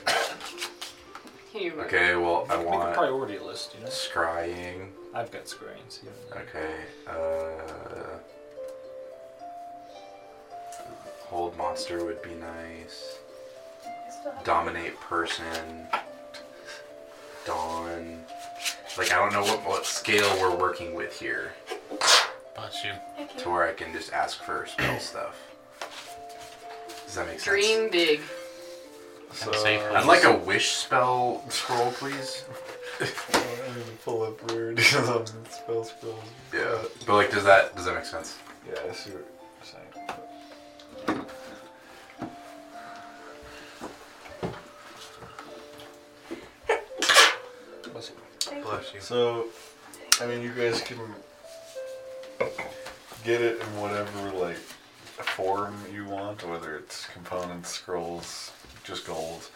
B: [laughs] Here.
C: okay, well, I
E: Make a
C: want
E: priority list, you know?
C: scrying.
E: I've got screens. You know?
C: Okay. Uh, hold monster would be nice.
D: I still have-
C: dominate person, dawn. Like I don't know what, what scale we're working with here,
F: Bless you.
D: Thank you.
C: to where I can just ask for spell stuff. Does that make sense?
B: Dream big.
A: So,
F: safe
A: uh,
C: I'd like a wish spell scroll,
A: [laughs]
C: please.
A: I need to pull up [laughs] rarities on spell scrolls.
C: Yeah. But like, does that does that make sense?
A: Yeah, I see what you're saying.
F: Bless you.
D: Thank you.
F: Bless you.
A: So, I mean, you guys can get it in whatever like form you want, whether it's components, scrolls, just gold,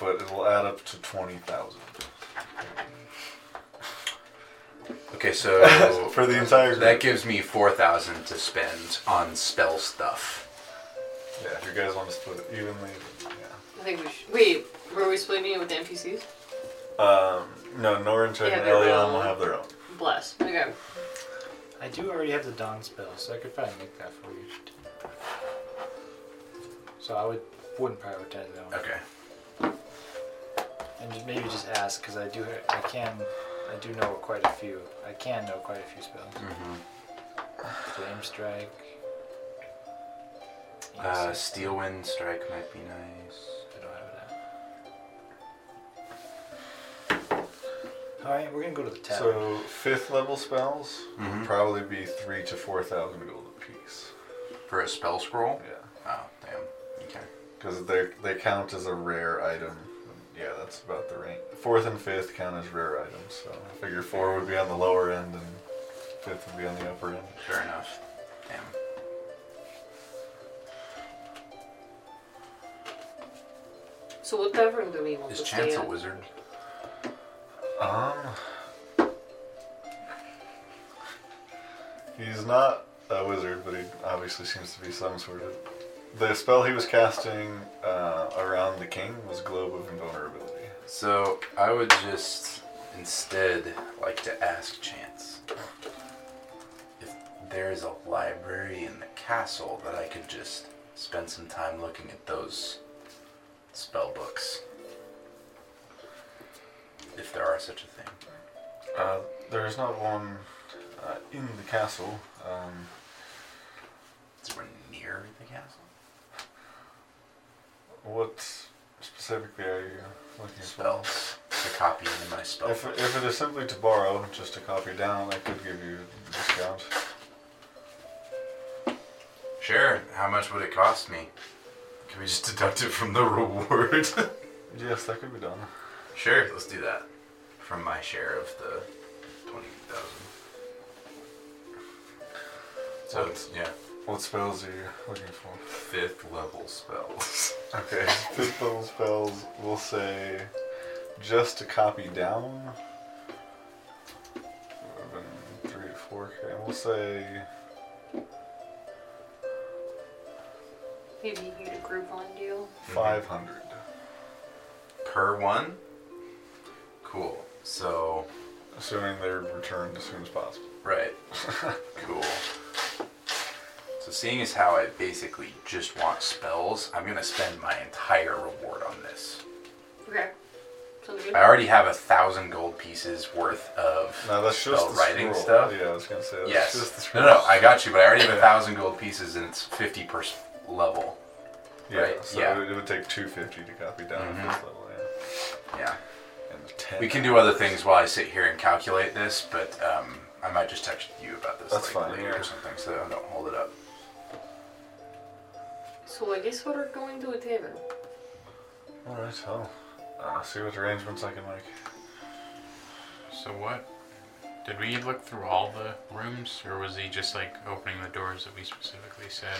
A: but it'll add up to twenty thousand
C: Okay, so
A: [laughs] for the entire group.
C: that gives me four thousand to spend on spell stuff.
A: yeah, if you guys want to split it evenly, then
B: I think we should. Wait, were we splitting it with the NPCs?
A: yeah. Um, no, Norinchek
B: Yeah,
A: and
B: they're
A: Elion will
B: all-
A: have their own.
B: Bless. Okay.
E: I do already have the Dawn spell, so I could probably make that for you. So I would wouldn't prioritize that one,
C: Okay.
E: and just, maybe just ask because I do I can I do know quite a few. I can know quite a few spells.
C: hmm
E: Flame strike.
C: Uh,
E: Yes,
C: steel wind strike might be nice.
E: I don't have that. All right, we're gonna go to the tavern.
A: So fifth level spells
C: Mhm.
A: would probably be three to four thousand gold apiece.
C: For a spell scroll?
A: Yeah.
C: Oh, damn. Okay.
A: Because they they count as a rare item. Yeah, that's about the range. Fourth and fifth count as rare items, so I figure four would be on the lower end and fifth would be on the upper end.
C: Fair enough. Damn.
B: So what tavern do we want
C: Is
B: to stay
C: Chance a
B: at?
C: wizard?
A: Um, he's not a wizard, but he obviously seems to be some sort of. The spell he was casting uh, around the king was Globe of Invulnerability.
C: So I would just instead like to ask Chance if there is a library in the castle that I could just spend some time looking at those spell books. If there are such a thing.
A: Uh, there is not one uh, in the castle. Um,
C: It's we're near the castle.
A: What specifically are you looking for?
C: Spells. The copy into my spell.
A: If,
C: book.
A: if it is simply to borrow, just to copy down, I could give you a discount.
C: Sure. How much would it cost me? Can we just deduct it from the [laughs] reward?
A: Yes, that could be done.
C: sure, let's do that. From my share of the twenty thousand. So it's yeah,
A: What spells are you looking for?
C: fifth level spells. [laughs]
A: [laughs] Okay, fifth level spells will say just to copy down. Eleven, Three, four, okay. We'll say
B: Maybe you get a Groupon deal.
A: five hundred.
C: Per one? Cool. So
A: Assuming they're returned as soon as possible.
C: Right. [laughs] cool. So seeing as how I basically just want spells, I'm gonna spend my entire reward on this.
B: Okay. Sounds good.
C: I already have a thousand gold pieces worth of
A: Now that's just
C: spell
A: the
C: Oh, writing
A: scroll.
C: stuff.
A: Yeah, I was gonna say that's just the
C: Yes. No,
A: scroll.
C: no, I got you, but I already have a thousand gold pieces and it's fifty per s- level.
A: Yeah,
C: Right,
A: so
C: yeah.
A: It, would, it would take 250 to copy down
C: Mhm.
A: to this level, yeah.
C: Yeah.
A: And 10.
C: We can do other things while I sit here and calculate this, but um, I might just text you about this
A: That's
C: like,
A: fine,
C: later
A: yeah.
C: or something, so I don't hold it up.
B: So I guess we're going to a tavern.
A: Alright, well,
C: Uh-huh.
A: uh, see what arrangements I can make.
F: So what? Did we look through all the rooms, or was he just like opening the doors that we specifically said?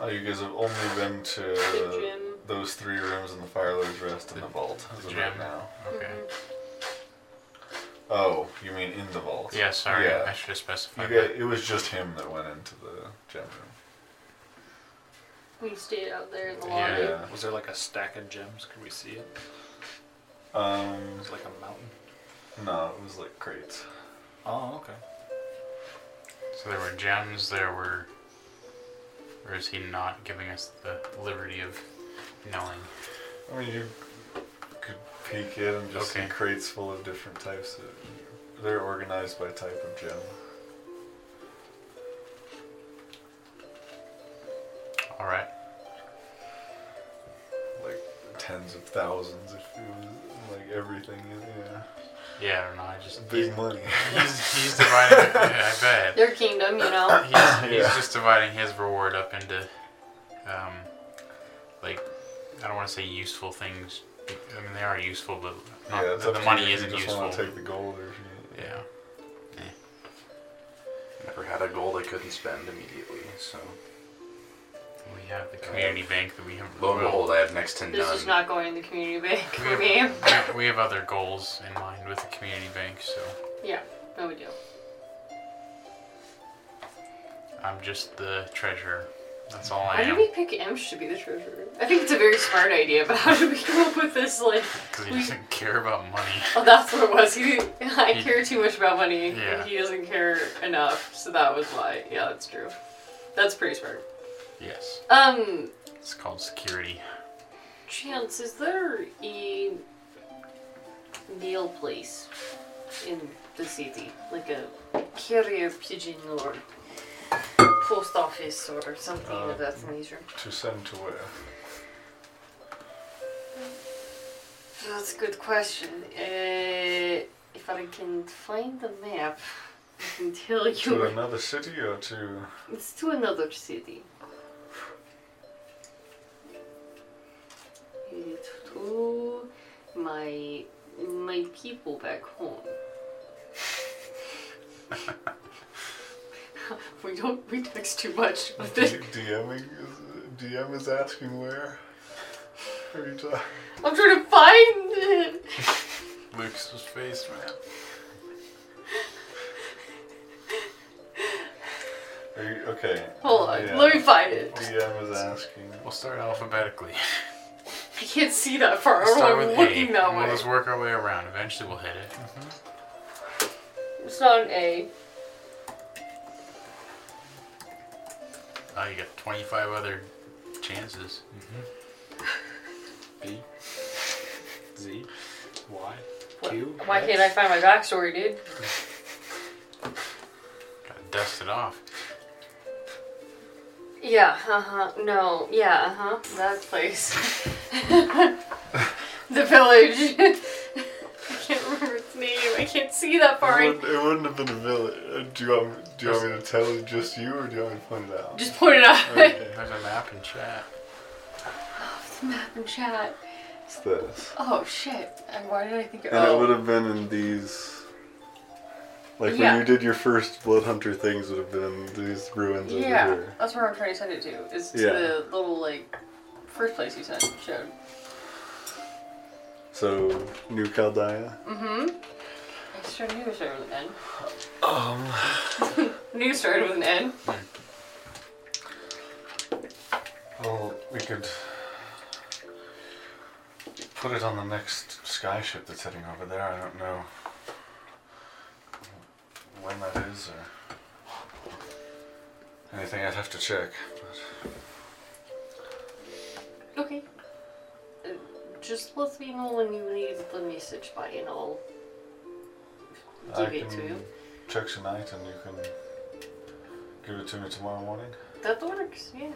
A: Oh, you guys have only been
B: The
A: to
B: gym.
A: those three rooms in the Fire Lord's Rest and the vault as
F: The
A: of
F: gym.
A: right now.
F: Okay.
A: Oh, you mean in the vault?
F: Yeah, sorry,
A: Yeah.
F: I should have
A: You
F: specified.
A: guys, it was just him that went into the gem room.
B: We stayed out there in the
F: Yeah.
B: lobby.
A: Yeah.
E: Was there like a stack of gems? Could we see it?
A: Um,
E: It's like a mountain.
A: no, it was like crates.
E: Oh, okay.
F: that. So there were gems. There were. Or is he not giving us the liberty of knowing?
A: I mean, you could peek in and just see
F: Okay.
A: crates full of different types of. They're organized by type of gem.
F: All right.
A: like tens of thousands if it was like everything yeah
F: Yeah, I don't know. I just
A: big money
F: he's he's dividing. I bet.
B: Their kingdom, you know.
F: He's,
A: [laughs] Yeah.
F: he's just dividing his reward up into, um, like, I don't want to say useful things I mean, they are useful, but not,
A: Yeah, it's
F: the,
A: up to
F: money
A: you if
F: isn't
A: you just
F: useful.
A: want to take the gold or if you
F: yeah.
C: Eh. Never had a gold I couldn't spend immediately, so.
F: We have the community bank that we have.
C: Lo and
F: well,
C: behold, I have next to none.
B: This is not going in the community bank
F: we
B: for
F: have,
B: me.
F: we
B: [laughs]
F: have- we have other goals in mind with the community bank, so
B: Yeah, no we do.
F: I'm just the treasurer. That's all I
B: Why did
F: am.
B: we pick Emsh to be the treasurer? I think it's a very smart idea, but how did we come up with this? Like,
F: Because he
B: we-
F: doesn't [laughs] care about money.
B: oh, that's what it was. He, I
F: He-
B: care too much about money.
F: Yeah.
B: He doesn't care enough, so that was why. Yeah, that's true. That's pretty smart.
F: Yes,
B: Um,
F: it's called security.
B: Chance, is there a meal place in the city? Like a carrier pigeon or post office or something
A: Uh,
B: of that nature?
A: to send to where.
B: That's a good question. Uh, if I can find the map, I can tell
A: To
B: Oh, you.
A: another city or to
B: It's to another city. It's to my my people back home. we don't we text too much, but
A: D-
B: then,
A: DMing? Is, DM is asking where? Are you talking?
B: I'm trying to find it.
F: Luke's face, man.
A: Are you okay?
B: Hold on,
A: Yeah.
B: let me find it.
A: DM is asking.
F: We'll start alphabetically.
B: I can't see that far.
F: We'll start
B: I'm
F: with
B: looking
F: A.
B: that
F: and
B: way.
F: We'll just work our way around. Eventually, we'll hit it.
B: It's not an A.
F: Oh, you got 25 other chances.
E: B, Z, Y,
B: What-
E: Q.
B: Why can't I find my backstory, dude?
F: Gotta dust it off.
B: Yeah, uh huh. No, yeah, uh huh. That place. [laughs] the village. [laughs] I can't remember its name. I can't see that far.
A: It, wouldn't, it wouldn't have been a village. Uh, Do you want me, do you want me to tell just you, or do you want me to point it out?
B: Just point it out. [laughs]
A: Okay,
F: There's a map in chat.
B: Map and chat.
A: it's this.
B: Oh shit. And why did I think?
A: And it
B: oh.
A: would have been in these. Like when
B: Yeah.
A: you did your first Blood Hunter things, would have been in these ruins
B: yeah,
A: over here.
B: that's where I'm trying to send it to. Is to
A: Yeah.
B: the little like first place you sent showed.
A: So, New Caldea.
B: Mm-hmm. I sure knew it started with an N. Um. knew it started with an N.
A: Well, we could put it on the next skyship that's heading over there. I don't know when that is or anything. I'd have to check.
B: Okay. Uh, Just let me know when you need the message by and I'll
A: But
B: give
A: I
B: it to
A: can
B: you.
A: check tonight, and you can give it to me tomorrow morning.
B: That works, yeah.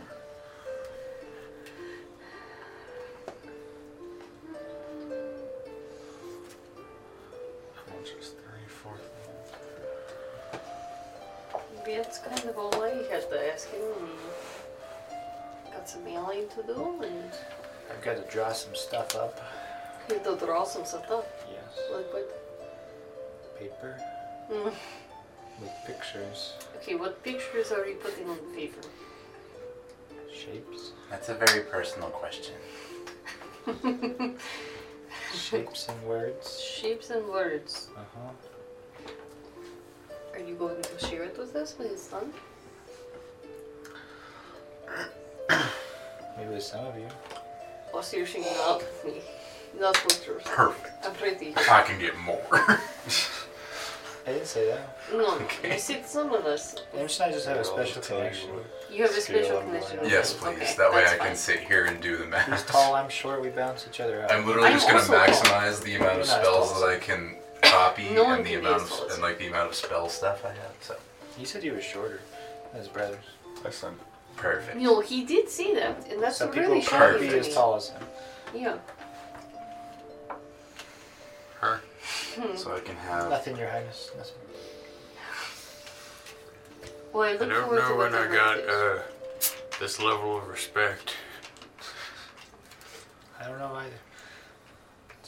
A: How much is three fourth?
B: That's kind of all I had to ask you. and Got some mailing to do and
E: I've got to draw some stuff up.
B: you have to draw some stuff up.
E: Yes.
B: Like what?
E: Paper
B: Mm.
E: with
B: [laughs]
E: pictures,
B: Okay, what pictures are you putting on the paper?
E: shapes,
C: That's a very personal question.
E: shapes and words.
B: Shapes and words.
E: Uh huh.
B: Are you going to share it with us when it's done?
E: Maybe with some of you.
B: Or so you're shaking out with me? Not pictures.
C: Perfect.
B: I'm pretty.
C: I can
E: [laughs]
C: get more.
E: I didn't say that. [laughs]
B: No,
C: Okay.
B: you said some of us.
E: Image and I just have a special connection.
B: You have a
A: Scale
B: special
A: and
B: connection.
A: line.
B: with
C: yes,
B: him.
C: please.
B: Okay,
C: that way
B: that's
C: I can
B: fine.
C: sit here and do the
E: He's
C: math. [laughs]
E: tall, I'm short, we bounce each other out.
C: I'm literally
B: I'm
C: just gonna
B: also tall.
C: maximize the amount of
E: You're not
C: spells
E: tall.
C: that I can copy
B: No one
C: and the
B: can be
C: amount
B: as
C: of
B: tall as
C: and
B: you.
C: like the amount of spell stuff I have. So
E: He said he was shorter than his brothers.
A: Excellent.
C: perfect.
B: No, he did say that, and that's
E: Some people
B: really
E: can't
B: shocking
E: be
B: to
E: as
B: me.
E: tall as him.
B: Yeah.
F: Her.
C: So I can have.
E: Nothing, Your Highness. Nothing.
B: Well, I
F: I
B: look
F: don't
B: forward
F: know
B: to
F: when I
B: whatever
F: got
B: it is.
F: uh, this level of respect.
E: I don't know either.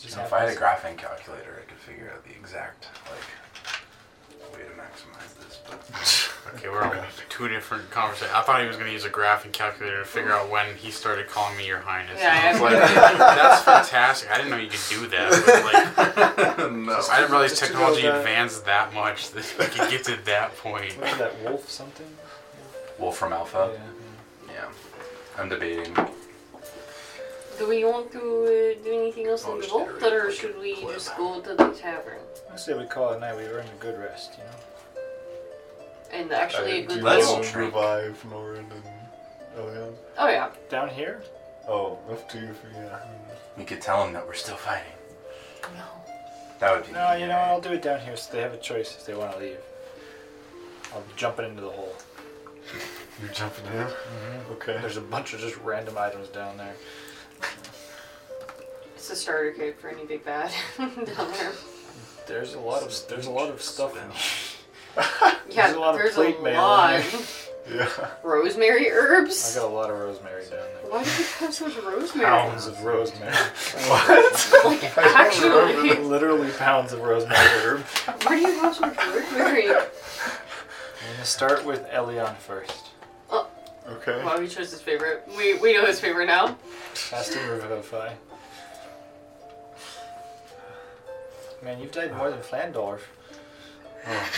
E: just
C: So if I had a
E: happens.
C: graphing calculator, I could figure out the exact like way to maximize this. But [laughs]
F: Okay, we're on two different conversations. I thought he was going to use a graph and calculator to figure out when he started calling me your highness.
B: Yeah,
F: And I was
B: I
F: like, that's fantastic. I didn't know you could do that. But [laughs]
C: no,
F: like, I didn't realize
E: Just to go
F: technology
E: back-
F: advanced that much that we could get to that point.
E: Remember that wolf something?
C: Wolf from
E: Yeah.
C: Alpha. Yeah. I'm debating.
B: Do we want to uh, do anything else
C: I'll
B: in the
C: just
B: vault,
C: iterate
B: or
C: like
B: should
C: a
B: we
C: clip.
B: just go to the tavern?
E: I say we call it a night. We were in a good rest, you know.
B: And actually, a
A: do
B: good
A: you
C: Let's
B: meal.
A: want to
C: drink.
A: revive Norrin and Elian?
B: Oh yeah.
E: Down here,
A: Oh, up to you. if- Yeah.
C: We could tell him that we're still fighting.
B: No.
C: That would be.
E: No, you know,
C: right?
E: I'll do it down here so they have a choice if they want to leave. I'll jump it into the hole.
A: [laughs]
E: Mm-hmm.
A: You're jumping in. Okay.
E: There's a bunch of just random items down there.
B: It's a starter kit for any big bad [laughs] down there.
E: There's a lot of there's a lot of stuff. In
A: [laughs]
B: Yeah,
E: a lot of
B: there's
E: plate
B: a
E: mail in
B: lot.
A: Yeah.
B: Rosemary
E: I
B: herbs.
E: got a lot of rosemary down there.
B: Why do you have so much rosemary?
E: Pounds of rosemary.
B: Like actually,
E: [laughs] Literally pounds of rosemary herb.
B: why do you have so much rosemary?
E: I'm gonna start with Elion first. Oh.
A: Okay.
B: Wow, he chose his favorite. We we know his favorite now.
E: Fast and revivify. Man, you've died more than Flandorf.
A: Oh,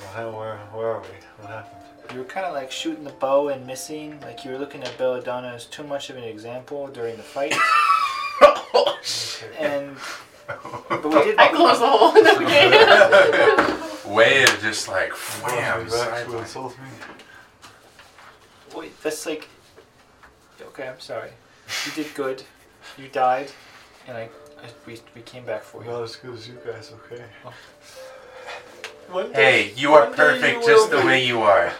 A: Well, how, where, where are we? What happened?
E: You were kind of like shooting the bow and missing. Like you were looking at Belladonna as too much of an example during the
A: [laughs]
E: fight. and but we did.
B: I closed the hole. [laughs] No, okay.
C: Way of just like
A: Welcome
C: wham,
A: back to
C: sideline.
A: insult me.
E: Wait, that's like. Okay, I'm sorry. You did good. You died, and I, I we, we came back for
A: We're
E: you.
A: not as good as you guys, okay?
E: One day,
C: Hey, you are
E: One day you
C: perfect
E: will
C: just the
E: be.
C: way you are.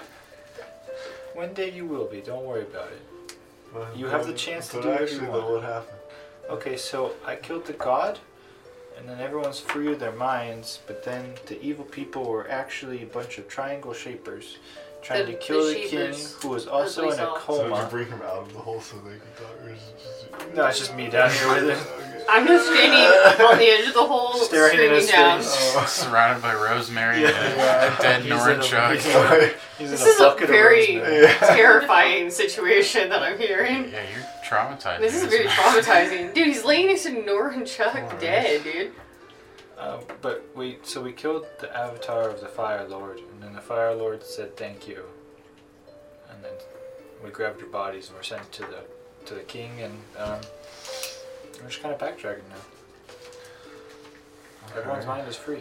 E: one day you will be. Don't worry about it.
A: Well,
E: You have the
A: but-
E: chance to
A: but
E: do what you
A: actually, though,
E: want.
A: what happened?
E: Okay, so I killed the god, and then everyone's free of their minds, but then the evil people were actually a bunch of triangle shapers trying
B: The-
E: to kill
B: the
E: the, king,
B: shapers
E: who was also
B: we
E: in a
B: saw.
A: So did you
E: coma.
A: bring him out of the hole so they could talk? Or is it just you?
E: No, it's just me down here with him.
A: Okay.
B: I'm just standing
A: [laughs]
B: on the edge of the hole,
E: Staring in
B: screaming
E: his
B: down.
E: face.
A: Oh.
F: [laughs] Surrounded by rosemary and
E: Yeah.
F: a dead
E: He's in
F: Norrin
E: a-
F: Chuck. [laughs]
E: yeah. He's
B: This
E: in a
B: is a
E: bucket
B: very-
E: of rosemary. [laughs]
B: [laughs]
A: yeah.
B: Terrifying situation that I'm hearing.
F: Yeah, you're traumatized.
B: This is
F: dude.
A: [laughs]
B: very traumatizing. Dude, he's laying next to Nora and Chuck dead, dude.
E: Um, but we so we killed the avatar of the Fire Lord, and then the Fire Lord said thank you, and then we grabbed your bodies and were sent to the to the king, and um, we're just kind of backtracking now. Everyone's mind is free,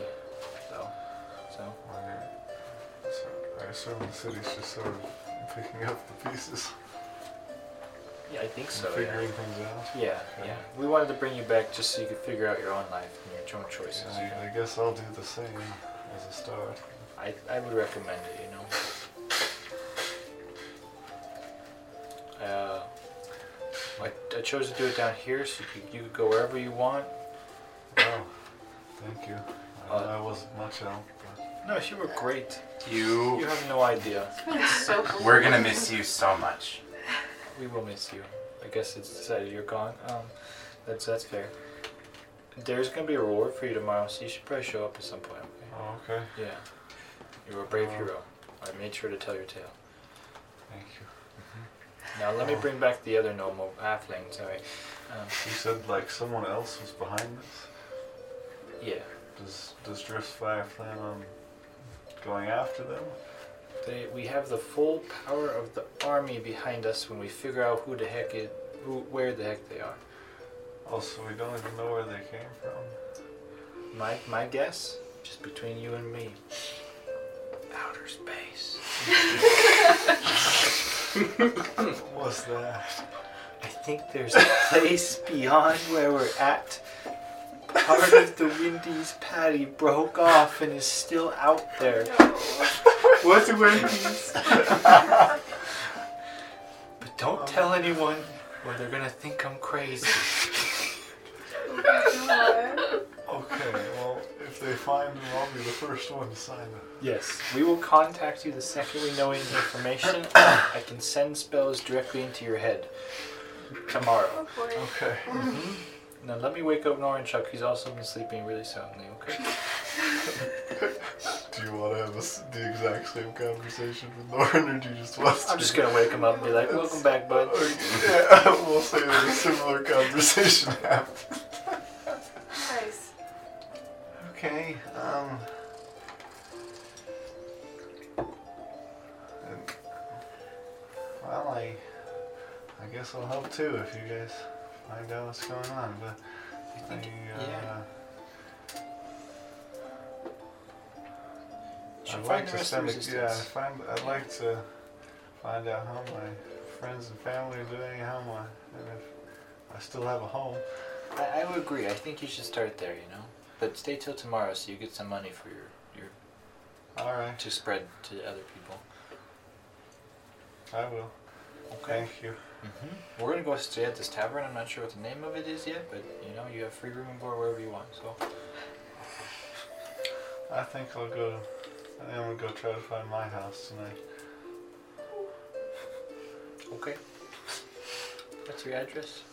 E: though. So
A: Alright. So I assume the city's just sort of picking up the pieces
E: yeah, I think
A: and figuring things out.
E: Yeah, yeah. We wanted to bring you back just so you could figure out your own life and your own choices.
A: I, I guess I'll do the same as a start.
E: I, I would recommend it, you know. Uh, I, I chose to do it down here, so you could, you could go wherever you want.
A: Wow. Thank you. I,
E: Uh,
A: I wasn't much help, but
E: No, you were great. You
C: um, You,
E: have no idea.
C: [laughs]
B: It's so cool.
C: we're gonna miss you so much.
E: We will miss you. I guess it's decided you're gone. Um, that's that's fair. There's gonna be a reward for you tomorrow, so you should probably show up at some point. Okay?
A: oh, okay.
E: Yeah, you were a
C: Oh.
E: brave hero. I made sure to tell your tale.
A: Thank you.
E: Now let me bring back the other normal halfling. Sorry. Um,
A: You said like someone else was behind this.
E: yeah.
A: Does does Driftfire plan on going after them?
E: They, we have the full power of the army behind us when we figure out who the heck it, who, where the heck they are.
A: Also, we don't even know where they came from.
E: My, my guess, just between you and me,
B: Mm-hmm.
E: outer
B: [laughs]
E: space.
A: What was that?
E: I think there's a place beyond where we're at. Part of the Wendy's patty broke off and is still out there. What's Wendy's? but don't tell anyone, or they're gonna think I'm crazy.
D: God.
A: Okay, well, if they find them, I'll be the first one to sign it.
E: Yes, we will contact you the second we know any information. I can send spells directly into your head. tomorrow. Mm-hmm.
D: Oh boy.
A: Okay.
E: Now let me wake up Nor and Chuck. He's also been sleeping really soundly. Okay.
A: [laughs] Do you want to have a s the exact same conversation with Lauren, or do you just want to?
E: I'm just gonna wake him up and be like, "Welcome back,
A: [laughs]
E: bud."
A: Okay, Oh, yeah, [laughs] we'll say that a similar conversation [laughs] happened.
D: Nice.
A: Okay. Um. and- Well, I, I guess I'll help too if you guys find out what's going on. But I, uh,
E: yeah. Should
A: I'd
E: find
A: like
E: the
A: to
E: rest of
A: spend.
E: the
A: A, yeah, I'd
E: resistance.
A: find. I'd like to find out how my friends and family are doing, how my, and if I still have a home.
E: I, I would agree. I think you should start there. You know, but stay till tomorrow so you get some money for your your
A: All right,
E: to spread to other people.
A: I will. Thank you.
E: hmm We're gonna go stay at this tavern. I'm not sure what the name of it is yet, but you know, you have free room and board wherever you want. So
A: I think I'll go. I think I'm gonna go try to find my house tonight.
E: okay. What's your address?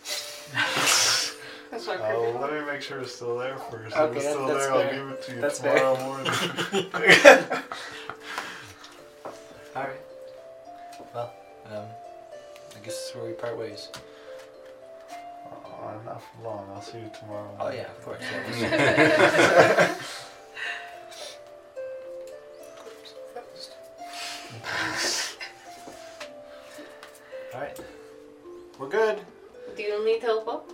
B: That's what I
A: Oh,
B: figured.
A: let me make sure it's still there first.
E: Okay,
A: if it's
E: that-
A: still
E: that's
A: there,
E: fair.
A: I'll give it to you
E: That's fair.
A: tomorrow morning.
E: [laughs]
A: [laughs]
E: All right. Well, um, I guess that's where we part ways.
A: oh, not for long. I'll see you tomorrow.
E: Oh
A: morning.
E: yeah, of course.
A: [laughs]
E: All right. We're good.
B: Do you need help up?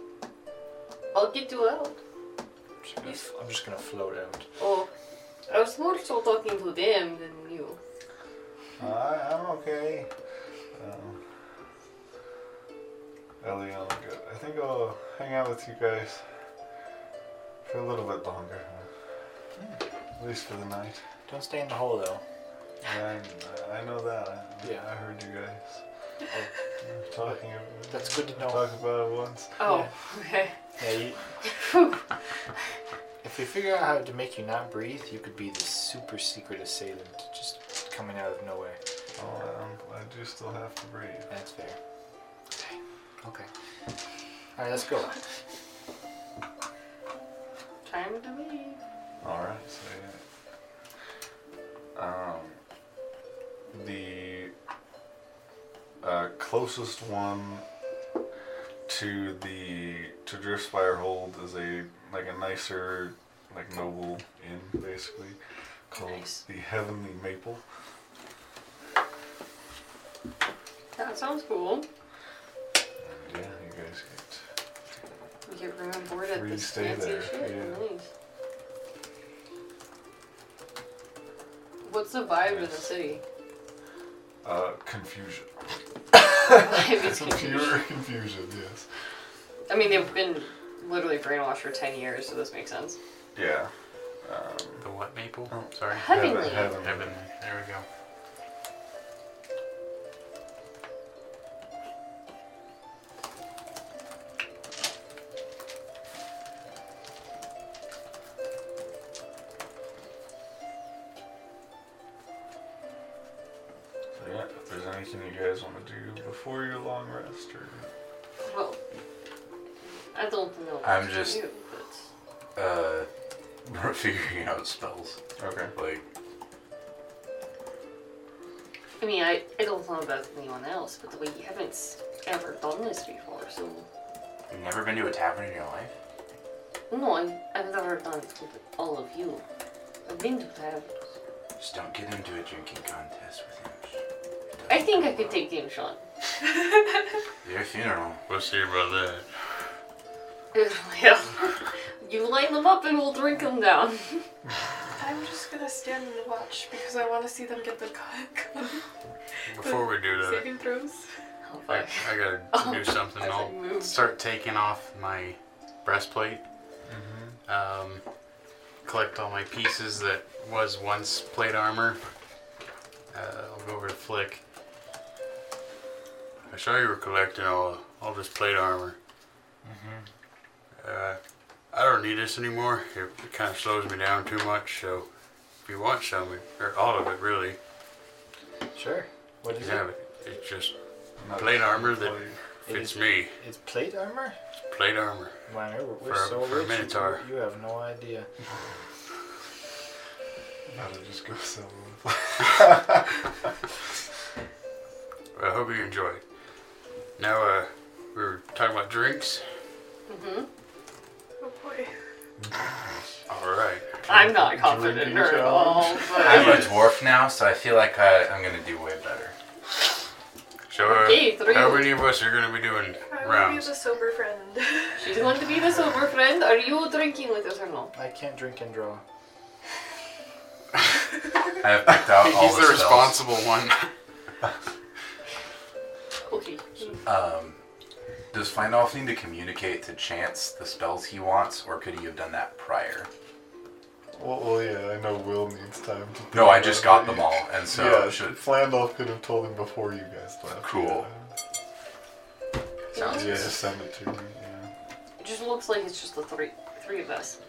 B: I'll get you out.
E: I'm just gonna, I'm just gonna float out.
B: Oh, I was more so talking to them than you.
A: I, I'm okay. Um, Uh, Ellie, I'll go. I think I'll hang out with you guys for a little bit longer. At least for the night.
E: Don't stay in the hole though.
A: Yeah, I, I know that. I,
E: Yeah.
A: I heard you guys
E: [laughs] Oh,
A: talking. ab-
E: That's good to know.
A: Talk about it once.
B: Oh, okay.
E: Yeah, you, if we figure out how to make you not breathe, you could be the super secret assailant just coming out of nowhere.
A: Oh, i I do still have to breathe.
E: That's fair. Okay. All right, let's go.
B: Time to leave.
A: All right, so yeah. Um, the uh, closest one to the to Driftspire Hold is a like a nicer like noble inn basically called
B: Nice.
A: the Heavenly Maple.
B: That sounds cool.
A: Yeah, you guys get
B: We get room and board at
A: Free
B: this
A: stay
B: fancy
A: there,
B: shit.
A: yeah.
B: Nice. What's the vibe of the
A: Nice.
B: city?
A: uh, [laughs] confusion.
B: Vibe is
A: Pure
B: confused.
A: confusion. Yes.
B: I mean, they've been literally brainwashed for 10 years, so this makes [laughs] sense.
A: Yeah. Um,
F: The what maple?
E: Oh,
F: Sorry.
B: Heaven- Heavenly.
A: Heaven-
F: Heaven. There we go.
A: So yeah, if there's anything you guys want to do before your long rest, or
B: Well, I don't know. what
C: I'm
B: to
C: just-
B: do, but-
C: Uh, [laughs] we're figuring out spells.
A: okay,
C: Like,
B: I mean, I, I don't know about anyone else, but we haven't s- ever done this before, so.
C: you've never been to a tavern in your life?
B: No, I, I've never done it with all of you. I've been to taverns.
C: Just don't get into a drinking contest with him. It
B: I
C: doesn't
B: think
C: go
B: I could
C: well.
B: take Game Sean.
C: your funeral.
F: We'll see about that.
B: yeah. [laughs] You [laughs] light them up and we'll drink them down.
D: I'm just gonna stand and watch because I want to see them get the [laughs] con-
F: Before we do
D: con-
F: that,
D: saving throws.
B: Oh,
F: I,
B: fuck.
F: I gotta
B: [laughs] Oh,
F: do something.
B: I was like,
F: I'll
B: move.
F: start taking off my breastplate. Um, collect all my pieces that was once plate armor. Uh, I'll go over to Flick. I saw you were collecting all all this plate armor.
E: Mm-hmm.
F: Uh, I don't need this anymore. It, it kind of slows me down too much. So if you want some, or all of it really,
E: Sure. What
F: you
E: is
F: can have
E: it?
F: it. It's just
A: Not
F: Plate armor that-
A: plate.
E: It
F: Fits
E: is-
F: me.
E: It's plate armor?
F: Plate armor.
E: Man, we're, we're
F: For a-
E: so
F: for
E: rich.
F: a
E: you-
F: minotaur.
E: You have no
A: [laughs]
E: idea.
A: Now to just go sell them.
F: I hope you enjoyed. Now, uh, we were talking about drinks.
B: Mm-hmm.
D: Oh boy.
F: All right.
B: I'm not confident
A: Drinking
B: at all.
C: [laughs] I'm a
B: But
C: dwarf now, so I feel like I, I'm gonna do way better.
F: So, uh,
B: Okay, three.
F: how many of us are going to be doing
D: I will be
F: rounds?
D: the sober friend.
B: she's going to be the sober friend. Are you drinking with us or no?
E: [laughs] I can't drink and draw.
C: I have
F: [laughs]
C: picked out all
F: He's
C: the,
F: the
C: spells.
F: responsible
A: [laughs]
F: one.
B: Okay.
C: Um, does Findolf need to communicate to Chance the spells he wants, or could he have done that prior?
A: Well, well, yeah, I know Will needs time to. think
C: No, I just
A: about
C: got
A: it.
C: them all, and so
A: yeah,
C: should.
A: Flandolf could have told him before you guys left.
C: Cool.
A: Yeah,
C: Sounds
A: yeah
C: good.
A: send it to me. Yeah.
B: It just looks like it's just the three three of us.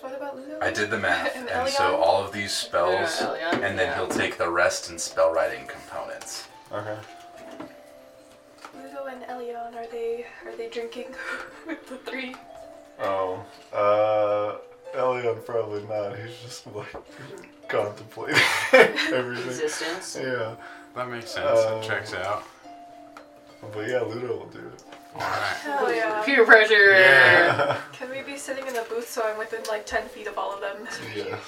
D: What about Ludo?
C: I did the
B: [laughs]
C: math,
D: And
C: and so
D: Elyon?
C: all of these spells,
B: Yeah, Elyon,
C: and then
B: yeah.
C: he'll take the rest and spell writing components.
A: Okay.
D: Ludo and Elion, are they are they drinking [laughs] with the three?
A: Oh. Uh, Elion probably not. He's just like [laughs] contemplating [laughs] everything.
B: Existence.
A: Yeah.
F: That makes sense.
A: Oh.
F: it checks out.
A: But yeah, Ludo will do it.
F: All right.
D: Hell yeah.
B: Peer pressure.
F: Yeah.
A: [laughs]
D: Can we be sitting in the booth so I'm within like ten feet of all of them?
A: Yeah.
C: [laughs]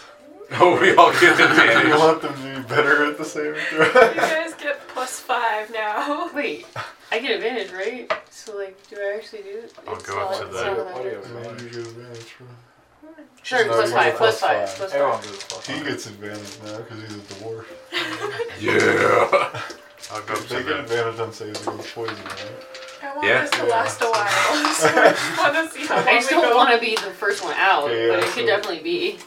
C: Oh, we all get
A: Do [laughs] you
C: advantage.
A: want them to be better at the saving
D: you
A: throw?
D: guys get plus five now.
B: Wait, I get advantage, right? So like, do I actually do? it?
F: I'll
B: It's
F: go up
B: not-
F: to
B: it's
F: the-
B: not
E: What do you have,
B: an
A: Who
E: man?
A: do you get advantage from?
B: Sure,
A: No,
B: plus
A: you want
B: five,
A: the
B: plus
A: plus
B: five,
A: five.
B: plus
E: Everyone
B: five.
E: goes plus
A: He
E: one.
A: gets advantage now because he's a dwarf.
C: [laughs] Yeah.
F: I'll go up to
A: They get
F: the.
A: advantage on saves against poison, right?
D: I want
C: Yeah.
D: this to last a while. So I just
A: [laughs]
G: [laughs]
D: want to see how long
B: [laughs] I just
D: we
B: don't
D: go.
B: want to be the first one out,
A: Yeah,
B: but it
A: so-
B: could definitely be.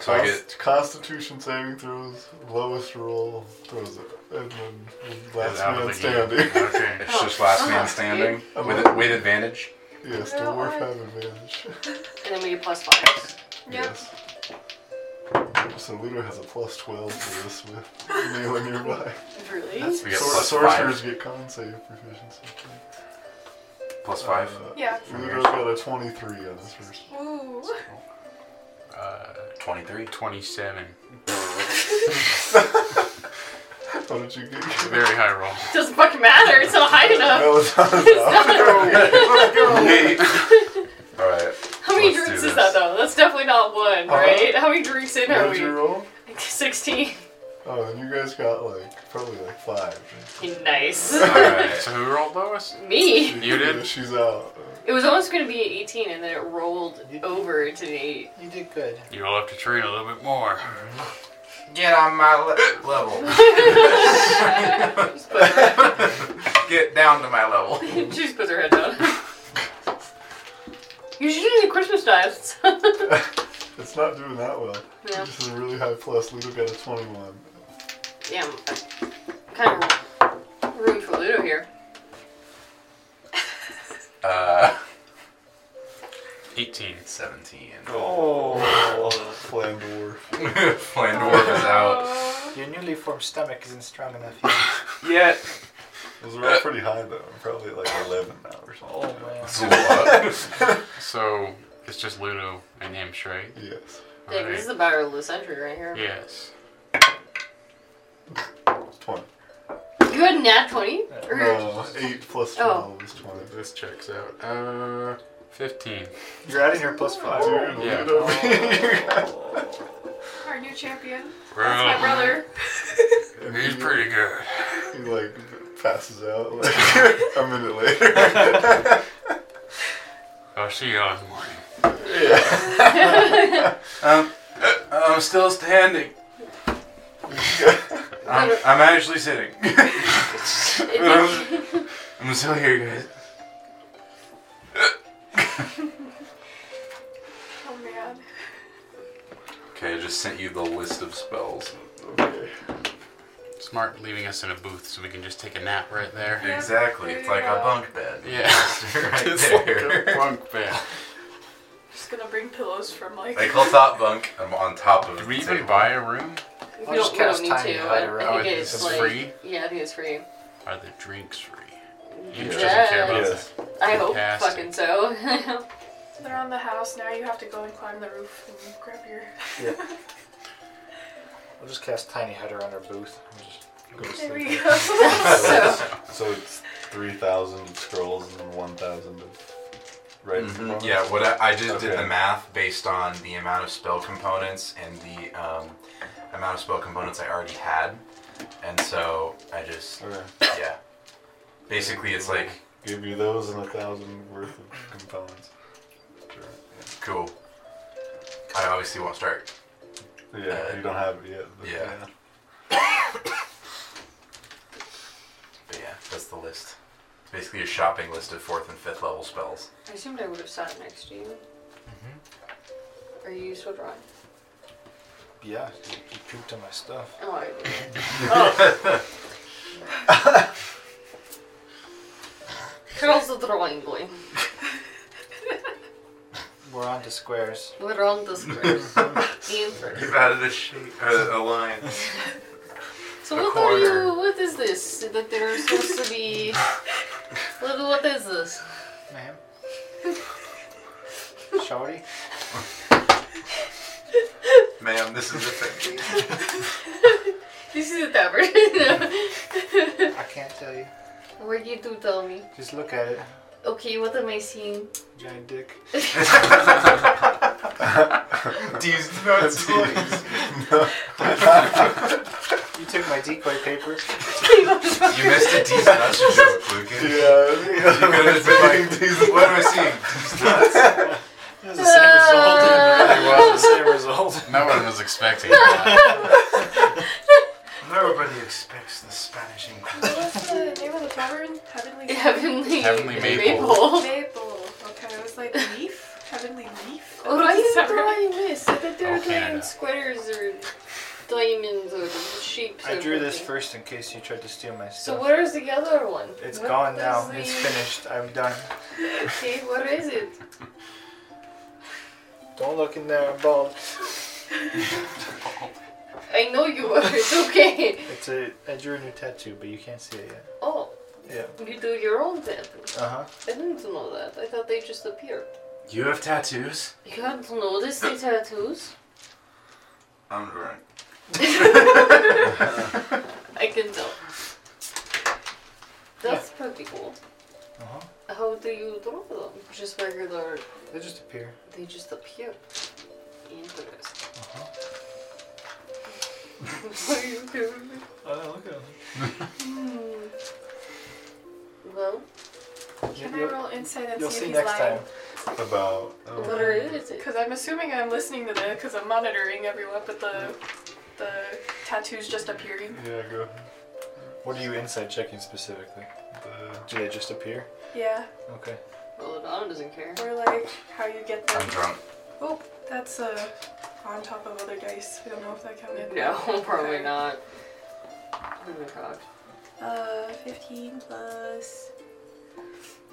C: So I get
A: Const- Constitution saving throws, lowest roll throws it, and then last
F: out of
A: man
F: the
A: standing.
F: game. Okay.
B: Oh,
C: It's just last man standing with with advantage. [laughs]
A: yes,
D: No,
A: dwarf
D: I-
A: have advantage.
B: And then we get plus five.
D: Yep.
A: Yes. So Ludo has a plus twelve for this with nailing nearby.
B: Really?
C: We get
A: Sor-
C: plus
A: sorcerers
C: five.
A: get con save proficiency.
C: Plus five.
A: Uh,
D: Yeah.
A: Ludo got a twenty-three on this first.
D: Ooh.
F: Uh,
C: Twenty-three.
A: [laughs]
F: 27.
A: What did you get?
F: Very high roll.
B: Doesn't fucking matter. It's not high
A: [laughs] That
B: enough.
A: was on his
C: Wait. All right.
B: [laughs] How many
C: Let's do
B: drinks
C: this.
B: is that though? That's definitely not one,
A: Uh-huh.
B: right? How many drinks in are
A: What did you
B: we?
A: roll?
B: Sixteen.
A: Oh, and you guys got like probably like five.
B: Nice.
C: All right.
F: So who rolled lowest?
B: [laughs] Me.
F: You did?
A: She's out.
B: It was almost going to be 18, and then it rolled
E: You-
B: over to the eight.
E: You did good.
F: You'll have to train a little bit more.
C: Get on my le- level.
B: Just put her,
C: Get down to my level.
B: [laughs] she just puts her head down. you should do the
C: [laughs]
B: Christmas dives.
A: It's not doing that well.
B: No.
A: This is a really high plus. Ludo got a 21.
B: Damn, I'm kind of ruined for Ludo here.
A: [laughs]
C: Uh,
F: 18.
C: seventeen.
A: [laughs]
E: Oh.
A: Flam
C: [laughs]
A: dwarf.
C: Flandorf is out.
E: Your newly formed stomach isn't strong enough yet.
C: Yet.
A: Those are all pretty high though. I'm probably at, like 11 now or something.
E: Oh man.
A: [laughs]
F: So it's just Ludo and him straight.
A: Yes.
B: Dang,
F: Alright.
B: this is the barrel of the century right here.
F: Yes.
A: 20.
B: You had nat 20? Or-
A: No, 8 plus
B: Oh.
A: 12 is 20.
F: This checks out. Uh, 15.
E: You're adding your plus five.
A: Dude,
F: Yeah.
A: Ludo.
E: [laughs]
D: Our new champion.
F: Well,
D: My brother. [laughs]
A: and
F: [laughs] He's
A: he-
F: pretty good.
A: He like passes out like [laughs] a minute later.
F: I'll see you all in the morning.
A: yeah. [laughs]
F: [laughs]
C: [laughs] Um, I'm still [laughs] standing. I'm, Um, I'm actually sitting. [laughs] I'm still here, guys.
D: Oh man.
C: Okay, I just sent you the list of spells.
A: Okay.
F: Smart leaving us in a booth so we can just take a nap right there.
D: Yeah,
C: Exactly,
D: there
C: it's
D: you
C: like a
D: go.
C: bunk bed. [laughs]
F: Yeah.
C: right
F: It's like a
C: there.
F: bunk bed.
D: Just gonna bring pillows from like.
C: They call top bunk. I'm on top of.
F: Did
C: the
F: we even
C: table.
F: buy a room?
B: You
E: I'll
B: don't,
E: just
B: you
E: cast
B: don't need
E: Tiny
B: to.
E: Hut around.
B: I, I think
F: Oh,
B: it's
F: it's
B: like, [laughs]
F: free?
B: Yeah, I think it's free.
F: Are the drinks free? He doesn't care about
A: Yes.
B: I hope
F: Fantastic.
B: fucking so.
D: They're on the house now. You have to go and climb the roof and grab your.
E: We'll just cast Tiny Header on our booth. We'll just go to
D: There
E: sleep.
D: we go.
B: so
A: So it's 3,000 scrolls and 1,000 of. Right?
C: Mhm, Yeah, what I, I just did
A: Okay.
C: the math based on the amount of spell components and the um, amount of spell components I already had, and so I just
A: Okay.
C: yeah. Basically, it's like
A: Give you those and a 1,000 worth of components. Sure.
C: cool. I obviously won't start.
A: Yeah,
C: Uh,
A: you don't have it yet. but
C: yeah. But yeah, that's the list. It's basically a shopping list of fourth and fifth level spells.
B: I assumed I would have sat next to you. Are you still drawing?
E: [laughs] Yeah, you, you puked on my stuff.
B: Oh, I oh.
E: Oh.
B: Curls of the drawing boy.
E: [laughs]
B: [laughs]
E: We're on to squares.
B: We're on the squares.
E: [laughs]
B: the emperor.
C: added a shape, uh, a, a line.
B: So
C: A
B: what are you?
C: corner.
B: What is this that they're supposed to be? What, what is this?
E: Ma'am? Shorty?
C: Ma'am, this is the thing. [laughs]
B: This is a tavern. [laughs]
E: I can't tell you.
B: Where you do tell me?
E: Just look at it.
B: Okay, what am I seeing?
E: Giant dick.
C: Do you
F: [laughs]
C: know it's
B: [laughs]
E: You took my decoy paper.
C: You missed a D's
B: [laughs]
C: nuts joke, Lucas.
A: Yeah. Uh, yeah.
C: You
A: [laughs]
C: could have been like, what am I seeing? D's nuts?
E: It was the same result. the [laughs]
F: It was.
B: [laughs]
E: same result.
F: No one was
C: [laughs]
B: [laughs]
F: expecting that.
C: Nobody expects the Spanish English.
D: What was the name of the tavern? Heavenly.
B: [laughs] Heavenly,
F: Heavenly maple.
D: Maple. Okay, I was like leaf. Heavenly leaf.
B: [laughs] What are you
D: Sorry.
B: drawing this? I thought they were
F: Oh,
B: drawing
F: Canada.
B: squares or diamonds or shapes.
E: I
B: or
E: drew this
B: something.
E: first in case you tried to steal my
B: So
E: stuff.
B: where's the other one?
E: It's
B: What
E: gone
B: is
E: now.
B: the-
E: It's finished. I'm done.
B: Okay, what is it?
E: Don't look in there. I'm
F: [laughs]
B: [laughs]
E: bald.
B: I know you are. It's okay.
E: It's a. I drew a new tattoo, but you can't see it yet.
B: [laughs] Oh,
E: Yeah.
B: you do your own tattoo.
E: Uh huh.
B: I didn't know that. I thought they just appeared.
C: You have tattoos?
B: You haven't noticed the tattoos?
C: I'm [laughs] right.
B: I can tell. That's pretty cool.
E: Uh huh.
B: How do you draw them? Just regular.
E: They just appear.
B: They just appear. Interesting.
E: Uh-huh.
B: Why are you doing this?
E: Oh, no, look at them.
B: Well,
E: You,
D: Can I
E: will
D: roll insight and
E: you'll
D: see
E: see
D: if he's
E: next
D: lying?
E: time.
A: About.
B: what
A: Oh,
B: are is it?
D: Because I'm assuming I'm listening to the, because I'm monitoring everyone, but the the tattoos just appearing.
A: yeah, go.
E: What are you inside checking specifically?
A: The,
E: Do they just appear?
D: Yeah,
E: Okay.
B: Well, Donna doesn't care.
D: or like how you get
C: I'm
D: them.
C: drunk.
D: Oh, that's uh, on top of other dice. We don't know if that counted.
B: [laughs] [laughs] No, probably
D: Okay.
B: not. Oh my god. [laughs]
D: Uh, 15 plus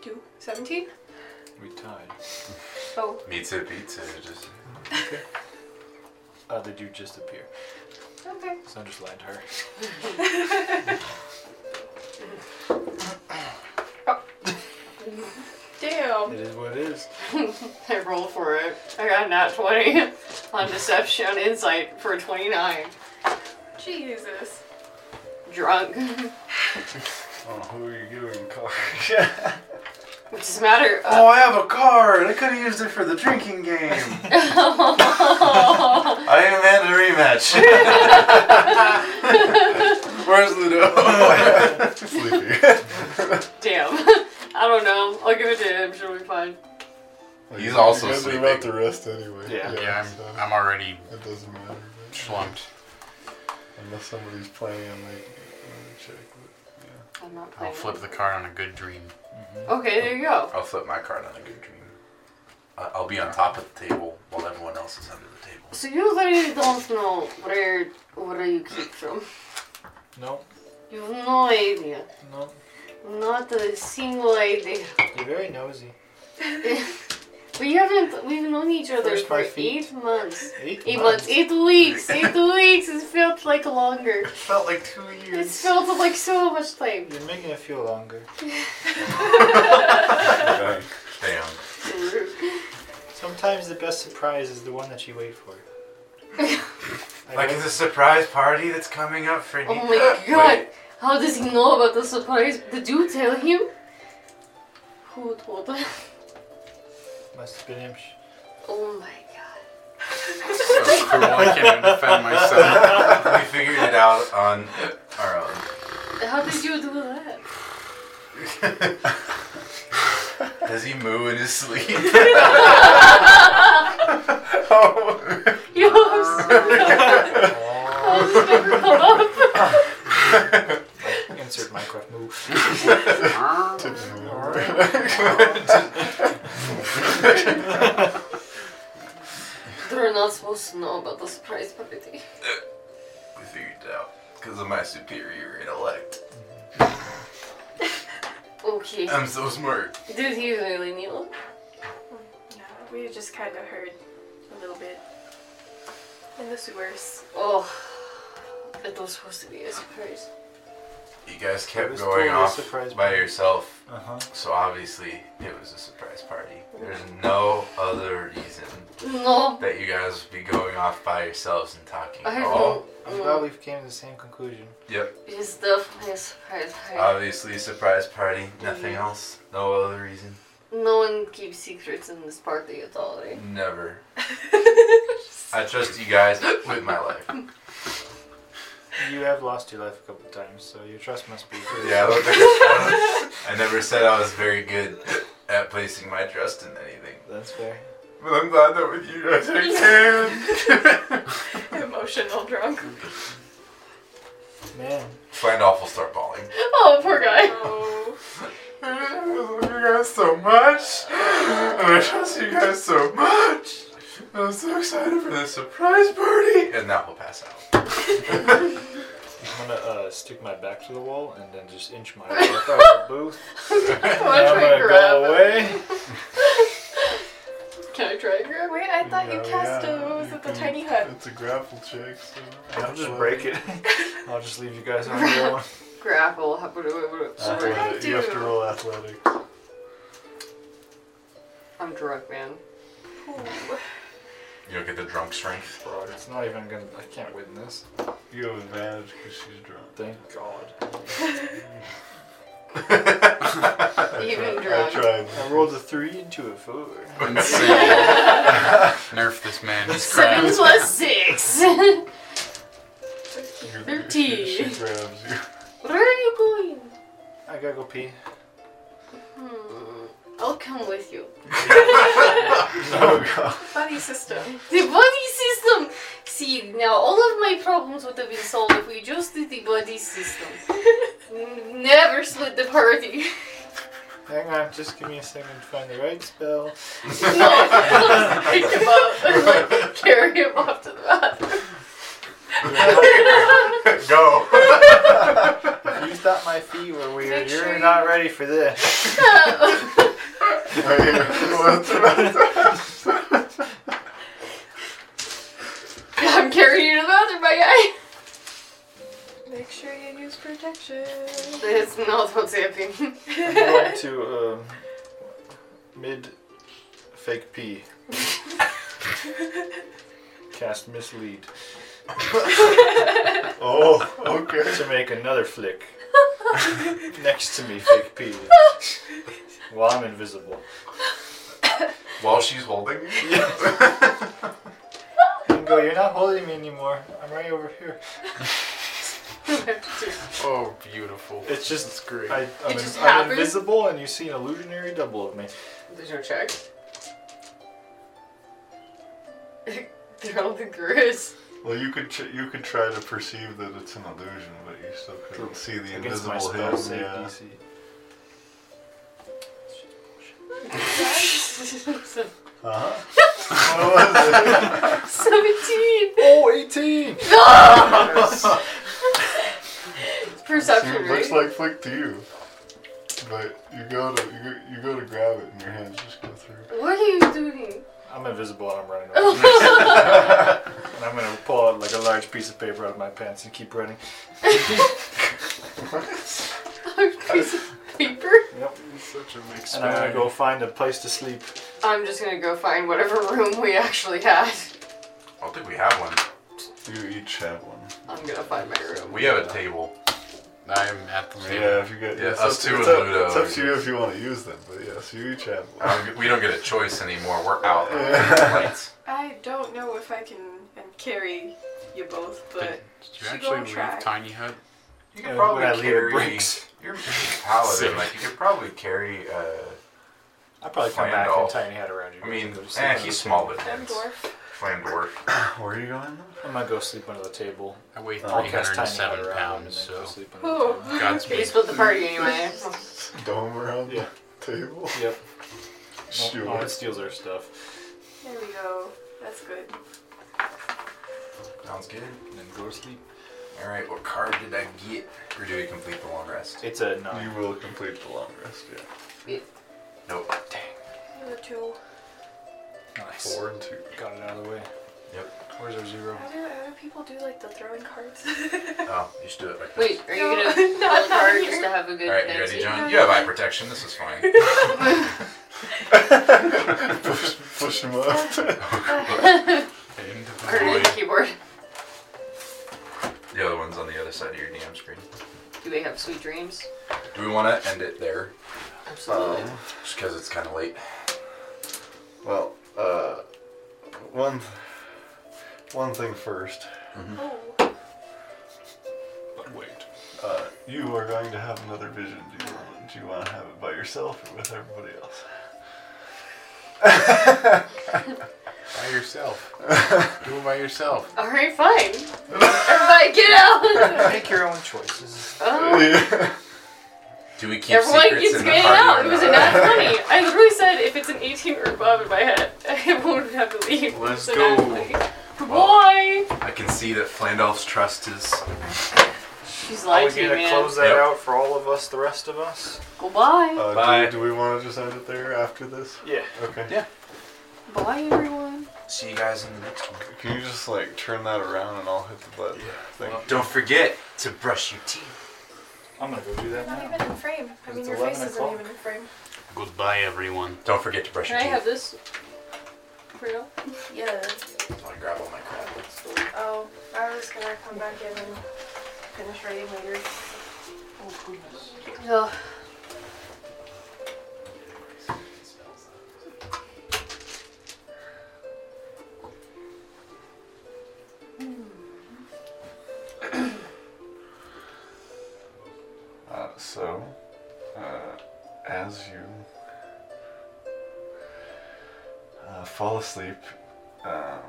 D: 2, 17?
E: We tied.
D: Oh,
C: Me too, pizza. Just
E: [laughs] Uh, they do just appear.
D: okay.
E: So I just lied to her.
D: [laughs] Damn.
E: It is what it is.
B: I roll for it. I got a nat 20 [laughs] on deception and insight for 29.
D: Jesus.
E: [laughs]
B: Drunk.
A: [laughs] oh, who are you giving cards?
B: It doesn't matter.
C: Oh, I have a card. I could have used it for the drinking
B: [laughs]
C: game. I demand a [laughs] rematch. Where's Ludo? [laughs]
A: Sleepy.
B: Damn. [laughs] I don't know. I'll give it to him. She'll be fine.
C: He's also
A: You're gonna be about to rest anyway.
E: Yeah.
F: Yeah,
A: so
F: I'm, I'm already
A: It doesn't matter. but-
F: slumped.
A: Unless somebody's playing, I'm like, let me check. but, yeah.
B: I'm not
F: [laughs] I'll
B: playing.
F: flip the card on a good dream.
C: Mm-hmm.
B: Okay, there you go.
C: I'll flip my card on a good dream. I- I'll be on top of the table while everyone else is under the table.
B: So you literally don't know where where you keep from.
E: No,
B: You have no idea.
E: no.
B: Not a single idea. [laughs]
E: You're very nosy.
B: We haven't. We've known each other
E: First
B: for
E: my feet.
B: eight months.
E: Eight,
B: Eight months. Eight weeks. Eight weeks. It felt like longer.
E: felt like two
B: [laughs] It
E: years.
B: felt like so much time.
E: You're making it feel
B: [laughs]
E: longer.
A: Dang.
C: Damn.
E: Sometimes the best surprise is the one that you wait for. I
C: Like
E: wait-
C: it's a surprise party that's coming up for
B: Oh
C: Nika.
B: my god!
C: Wait,
B: How does he know about the surprise? Did you tell him? Who told him?
E: must have been Imsh.
B: Oh my god.
F: So cruel, I can't even defend myself.
C: we figured it out on our own.
B: How
C: [laughs]
B: did you do that?
C: Does he moo in his
B: [laughs]
C: sleep? [laughs]
B: You have
E: [laughs] Insert Minecraft
C: [laughs]
B: [laughs]
E: move.
B: They're not supposed to know about the surprise party.
C: we figured it out because of my superior intellect.
B: Okay.
C: I'm so smart.
B: Did he really know?
D: No, we just kind of heard a little bit in the sewers.
B: Oh, it was supposed to be a surprise.
C: You guys
E: It
C: kept
E: was
C: going
E: totally a
C: off
E: surprise
C: by
E: party.
C: yourself,
E: Uh huh.
C: so obviously it was a surprise party. There's no other reason
B: No,
C: that you guys would be going off by yourselves and talking
B: I
C: at
B: have
C: all.
B: no.
E: I'm glad we've came to the same conclusion.
C: Yep.
B: It's definitely a surprise party.
C: Obviously, surprise party. Nothing else. No other reason.
B: no one keeps secrets in this party at all, right? [laughs]
C: Never. I trust you guys with my life.
E: You have lost your life a couple times, so your trust must be. good.
C: Yeah, I don't
E: [laughs]
C: think I, I never said I was very good at placing my trust in anything.
E: That's fair.
C: But I'm glad that with you guys I can.
D: Emotional drunk.
E: [laughs] Man.
C: Flandolf will start bawling.
B: Oh, poor guy.
D: Oh,
C: I love you guys so much. And I trust you guys so much. I'm so excited for this surprise party. And now he'll pass out.
E: I'm gonna uh, stick my back to the wall and then just inch my way out of the booth.
B: Can
E: And
B: I
E: I'm
B: try and
E: gonna
B: grab
E: go
B: him?
E: away.
B: Can I try and grab him?
D: wait, I thought you
A: Yeah,
D: cast
A: yeah, Mm-hmm.
D: a what was
A: you
D: it, the
A: can-
D: tiny hut?
A: It's a grapple check. So
E: I'll just break it. [laughs] I'll just leave you guys on your own.
B: Grapple. How- what do I- what do I- what do I
A: Athletic. Uh, You have to
B: do?
A: roll athletics.
B: I'm drunk, man.
D: Ooh.
C: You don't get the drunk strength. [laughs]
E: Bro, it's not even gonna. I can't win this.
A: You have advantage because she's drunk.
E: Thank
F: [laughs]
E: God.
A: I
B: Even
A: tried-
B: drunk.
A: I tried.
E: I rolled a three into a four.
F: Insane. [laughs] Nerf this man. He's
B: Seven
F: cracked.
B: plus six.
A: You're-
B: [laughs] Thirteen.
A: She, she grabs you.
B: Where are you going?
E: I gotta go pee.
B: Hmm. I'll come with you.
A: Oh god.
D: Funny system.
B: The body system. See, now all of my problems would have been solved if we just did the body [laughs] system. N- Never split the party.
E: Hang on, just give me a second to find the right [laughs] spell.
B: no, let's pick him up and like [laughs] carry him off to the bathroom.
C: Go.
E: If you thought my feet were weird,
B: Make sure
E: you're
B: you-
E: not ready for this.
B: [laughs]
A: Right here. What's that?
B: [laughs] I'm carrying you to the bathroom, my guy.
D: Make sure you use protection.
B: That's not what's [laughs] happening.
E: I'm [laughs] going to um, mid fake pee. [laughs] Cast mislead
A: Oh, okay.
E: to make another flick. Next to me, fake pee. While I'm invisible.
C: While she's holding you.
E: [laughs] And go, you're not holding me anymore. I'm right over here.
F: Oh, beautiful.
E: It's just
F: That's great.
E: I, I'm,
B: It just
E: I'm
B: happened.
E: invisible, and you see an illusionary double of me.
B: There's no check. [laughs] They're all the grizz.
A: Well, you could ch- you could try to perceive that it's an illusion, but you still couldn't
E: True.
A: see the
E: Against my
A: invisible
E: spell
A: hand.
E: save
A: Yeah.
E: DC.
A: Uh-huh.
B: 17!
E: Oh,
B: [laughs]
E: 18!
B: No! Perception,
A: Seems-
B: right?
A: looks like flick to you. but you go to you go, you go to grab it, and your hands just go through.
B: What are you doing?
E: I'm invisible and I'm running
B: [laughs]
E: away. and I'm gonna pull out like a large piece of paper out of my pants and keep running.
B: A piece of paper?
E: Yep.
A: Such a big
E: And I'm gonna go find a place to sleep.
B: [laughs] I'm just gonna go
A: [laughs]
B: find whatever room we actually had.
C: I don't think we have one.
A: You each have one.
B: I'm gonna find my room.
C: We have a table.
F: I'm at the table.
A: Yeah, if you get
C: Yeah,
A: it's
C: us
A: up-
C: two
A: it's
C: and
A: up-
C: Ludo.
A: It's up to you if you want to use them, but yes, you each have one.
C: Um, we don't get a choice anymore. We're out.
D: [laughs]
A: [laughs]
D: I don't know if I can and carry you both,
F: Did,
D: but
F: did
D: she
F: you actually
D: gonna
F: leave
D: try.
F: Tiny Hut?
C: You
E: Yeah,
C: could probably
E: when I leave, it
C: carry. [laughs]
E: breaks.
C: You're a paladin.
F: Sick.
C: Like you could probably carry. Uh,
E: I'll probably come back
C: Flandolf.
E: and tiny head around you.
C: I mean,
E: Go sleep
C: eh,
E: under
C: he's
E: the
C: small
E: table.
C: but
D: I'm
C: dense.
D: dwarf.
C: Flame dwarf.
A: Where are you going?
E: I'm gonna go sleep under the table.
F: I weigh
E: I'll cast tiny head
F: 307
E: around
F: pounds,
E: and then go
F: so
E: sleep under the
B: [laughs]
E: table.
D: Oh,
B: You
F: Godspeed.
B: split the party anyway.
A: Dome around
E: Yeah.
A: the table.
E: Yep.
A: Sure.
E: No, no one Oh, steals our stuff.
D: there we go. That's good.
C: Sounds good.
E: And then go to sleep.
C: All right. What card did I get? Or do we complete the long rest?
E: It's a nine.
A: You will complete the long rest. Yeah,
C: Nope.
E: Dang.
D: The two.
E: Nice.
A: four and two.
E: Got it out of the way.
C: Yep.
E: Where's our zero?
D: How do, how do people do like the throwing
C: [laughs]
D: cards?
C: Oh, you should do it like this.
B: Wait, are you
D: No, [laughs]
B: gonna
D: not-
B: pull a
D: not
B: card
D: here.
B: just to have a good
C: All right, you
B: fancy?
C: ready, John? You have eye protection. This is
B: [laughs]
C: fine.
A: push, push him
C: [laughs]
B: [laughs]
A: up.
F: into the
B: Or on
F: void.
B: the keyboard.
C: the other one's on the other side of your DM screen.
B: Do they have sweet dreams?
C: Do we want to end it there? Um,
B: Absolutely.
C: Just because it's kind of late.
A: well, uh, one, one thing first.
C: Mm-hmm.
D: oh,
E: But wait.
A: Uh, you are going to have another vision. Do you want? Do you want to have it by yourself or with everybody
C: [laughs]
A: else?
F: By
A: [laughs]
F: yourself. Do it by yourself.
B: All right, fine. Everybody, get out.
E: Make your own choices.
B: Oh,
C: Do we keep
B: everyone
C: secrets
B: keeps
C: in the
B: getting
C: party
B: out.
C: or
B: It was a
C: not? [laughs]
B: nat twenty. I literally said if it's an eighteen or above in my head, [laughs] I won't have to leave.
F: Let's
B: So now
F: go.
B: I'm like, Goodbye.
C: I can see that Flandolf's trust is.
B: She's
E: Are
B: lying
E: we
B: to you,
E: gonna
B: man.
E: close that
C: Yep.
E: out for all of us, the rest of us?
B: Goodbye.
A: Uh,
C: Bye.
A: Do, do we want to just end it there after this?
E: Yeah.
A: Okay.
C: Yeah.
B: Bye, everyone.
C: See you guys in the next one.
A: Can you just like turn that around and I'll hit the button? Thank you.
C: Don't forget to brush your teeth.
E: I'm gonna go do that
D: you're not
E: now.
D: even in frame. I mean,
E: It's
D: your face
E: 11
D: isn't
E: o'clock.
D: even in frame.
F: Goodbye, everyone.
C: Don't forget to brush
B: Can I
C: your
B: have
C: teeth.
B: this? For real?
D: Yeah.
C: I want to grab all my crap.
D: Oh, I was gonna come back in and finish writing later.
B: No.
A: Uh, so, uh, as you uh, fall asleep, um,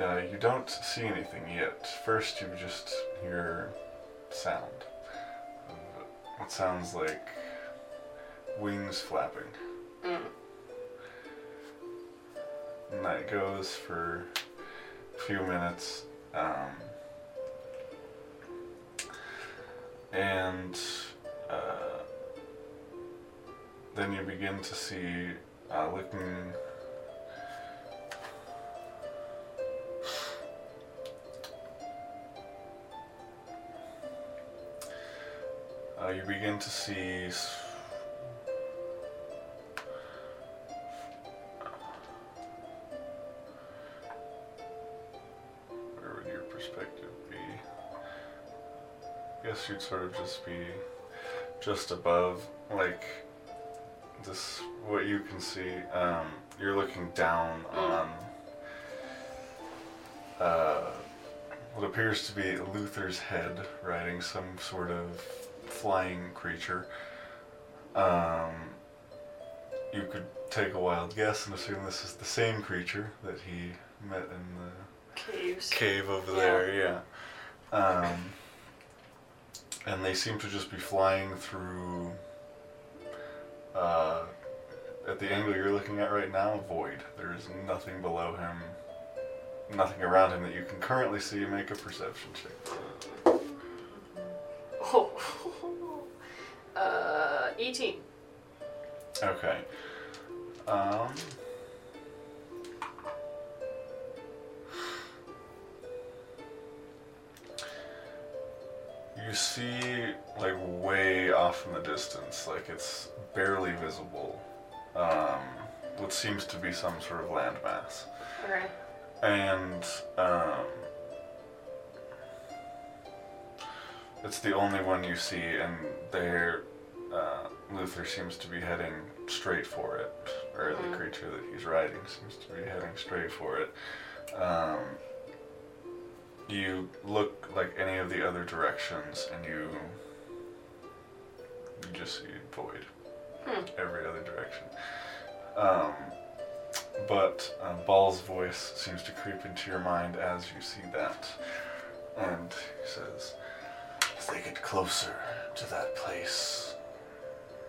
A: uh, you don't see anything yet. First, you just hear sound. of What sounds like wings flapping.
B: Mm.
A: And that goes for a few minutes. Um, and uh, then you begin to see uh, looking. Uh, you begin to see s- Where would your perspective be? I guess you'd sort of just be just above, like this. What you can see, um, you're looking down on uh, what appears to be Luther's head riding some sort of flying creature. Um, you could take a wild guess and assume this is the same creature that he met in the
B: Caves.
A: cave over
B: Yeah.
A: there, yeah. Um, and they seem to just be flying through, uh, at the angle you're looking at right now, void. There is nothing below him, nothing around him that you can currently see. Make a perception check.
B: Oh. [laughs] Uh, 18.
A: Okay. Um. You see, like, way off in the distance, like, it's barely visible, um, what seems to be some sort of landmass.
B: Okay.
A: And, um, it's the only one you see, and there, uh, Luther seems to be heading straight for it, or the
B: Mhm.
A: creature that he's riding seems to be heading straight for it. Um, you look like any of the other directions, and you, you just see void
B: Hmm.
A: every other direction. Um, but um, Ball's voice seems to creep into your mind as you see that, and he says, "As they get closer to that place,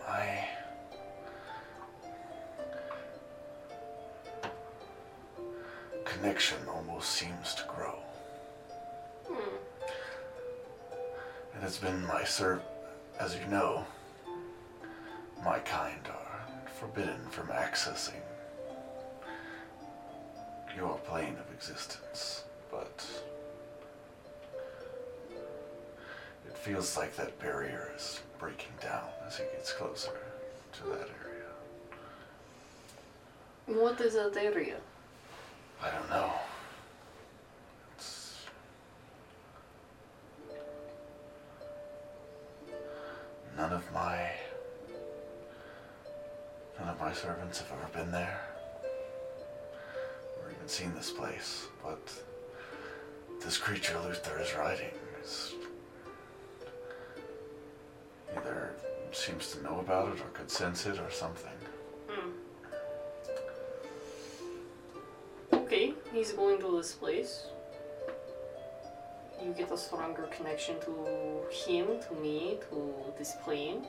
A: I." Connection almost seems to grow.
B: Hmm.
A: It has been my serv. As you know, my kind are forbidden from accessing your plane of existence, but it feels like that barrier is breaking down as he gets closer to that area.
B: What is that area?
A: I don't know. It's none of my none of my servants have ever been there or even seen this place, but this creature Luther is riding is either seems to know about it or could sense it or something.
B: Hmm. Okay, he's going to this place. You get a stronger connection to him, to me, to this plane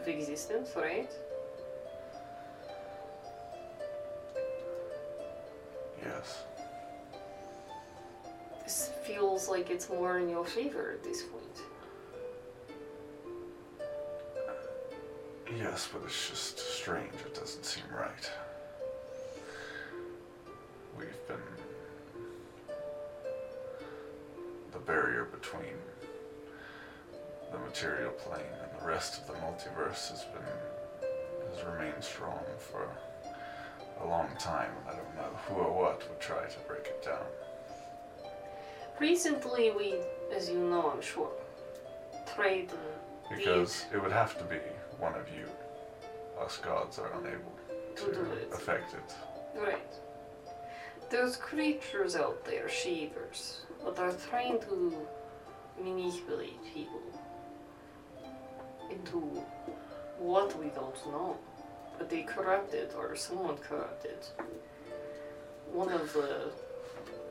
B: of existence, right?
A: Yes.
B: This feels like it's more in your favor at this point.
A: Yes, but it's just strange. It doesn't seem right. We've been. The barrier between the material plane and the rest of the multiverse has been. has remained strong for a long time. I don't know who or what would try to break it down.
B: Recently, we, as you know, I'm sure, tried and
A: Because it would have to be one of you. Us gods are unable
B: To do
A: to
B: it.
A: affect it.
B: Right. There's creatures out there, shivers, that are trying to manipulate people into what we don't know. But they corrupted, or someone corrupted, one of the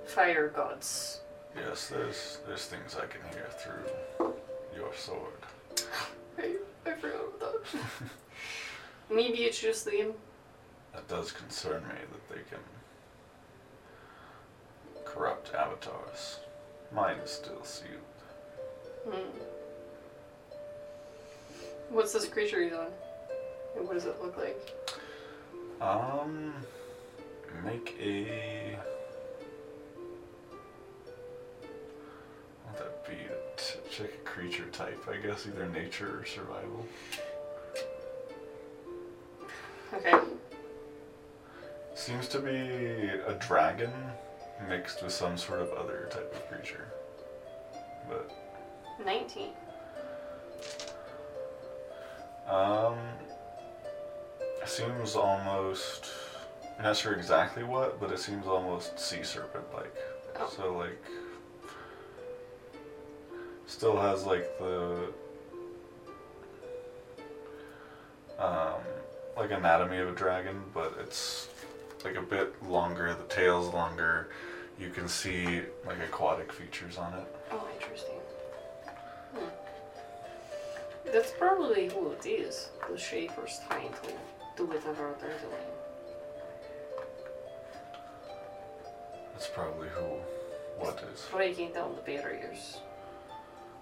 B: fire gods.
A: Yes, there's there's things I can hear through your sword.
B: I, I forgot about that. Maybe it's just them.
A: That does concern me that they can corrupt avatars. Mine is still sealed.
B: Hmm. What's this creature he's on? And what does it look like?
A: Um, make a. What that be? T- Check a creature type, I guess, either nature or survival.
B: Okay.
A: Seems to be a dragon mixed with some sort of other type of creature. But
B: 19.
A: Um, seems almost. I'm not sure exactly what, but it seems almost sea serpent like.
B: Oh.
A: So like, still has like the. Um, like anatomy of a dragon, but it's like a bit longer. The tail's longer. You can see like aquatic features on it.
B: Oh, interesting. Hmm. That's probably who it is. The Shaper's trying to do whatever they're doing.
A: That's probably who, what is.
B: Breaking down the barriers.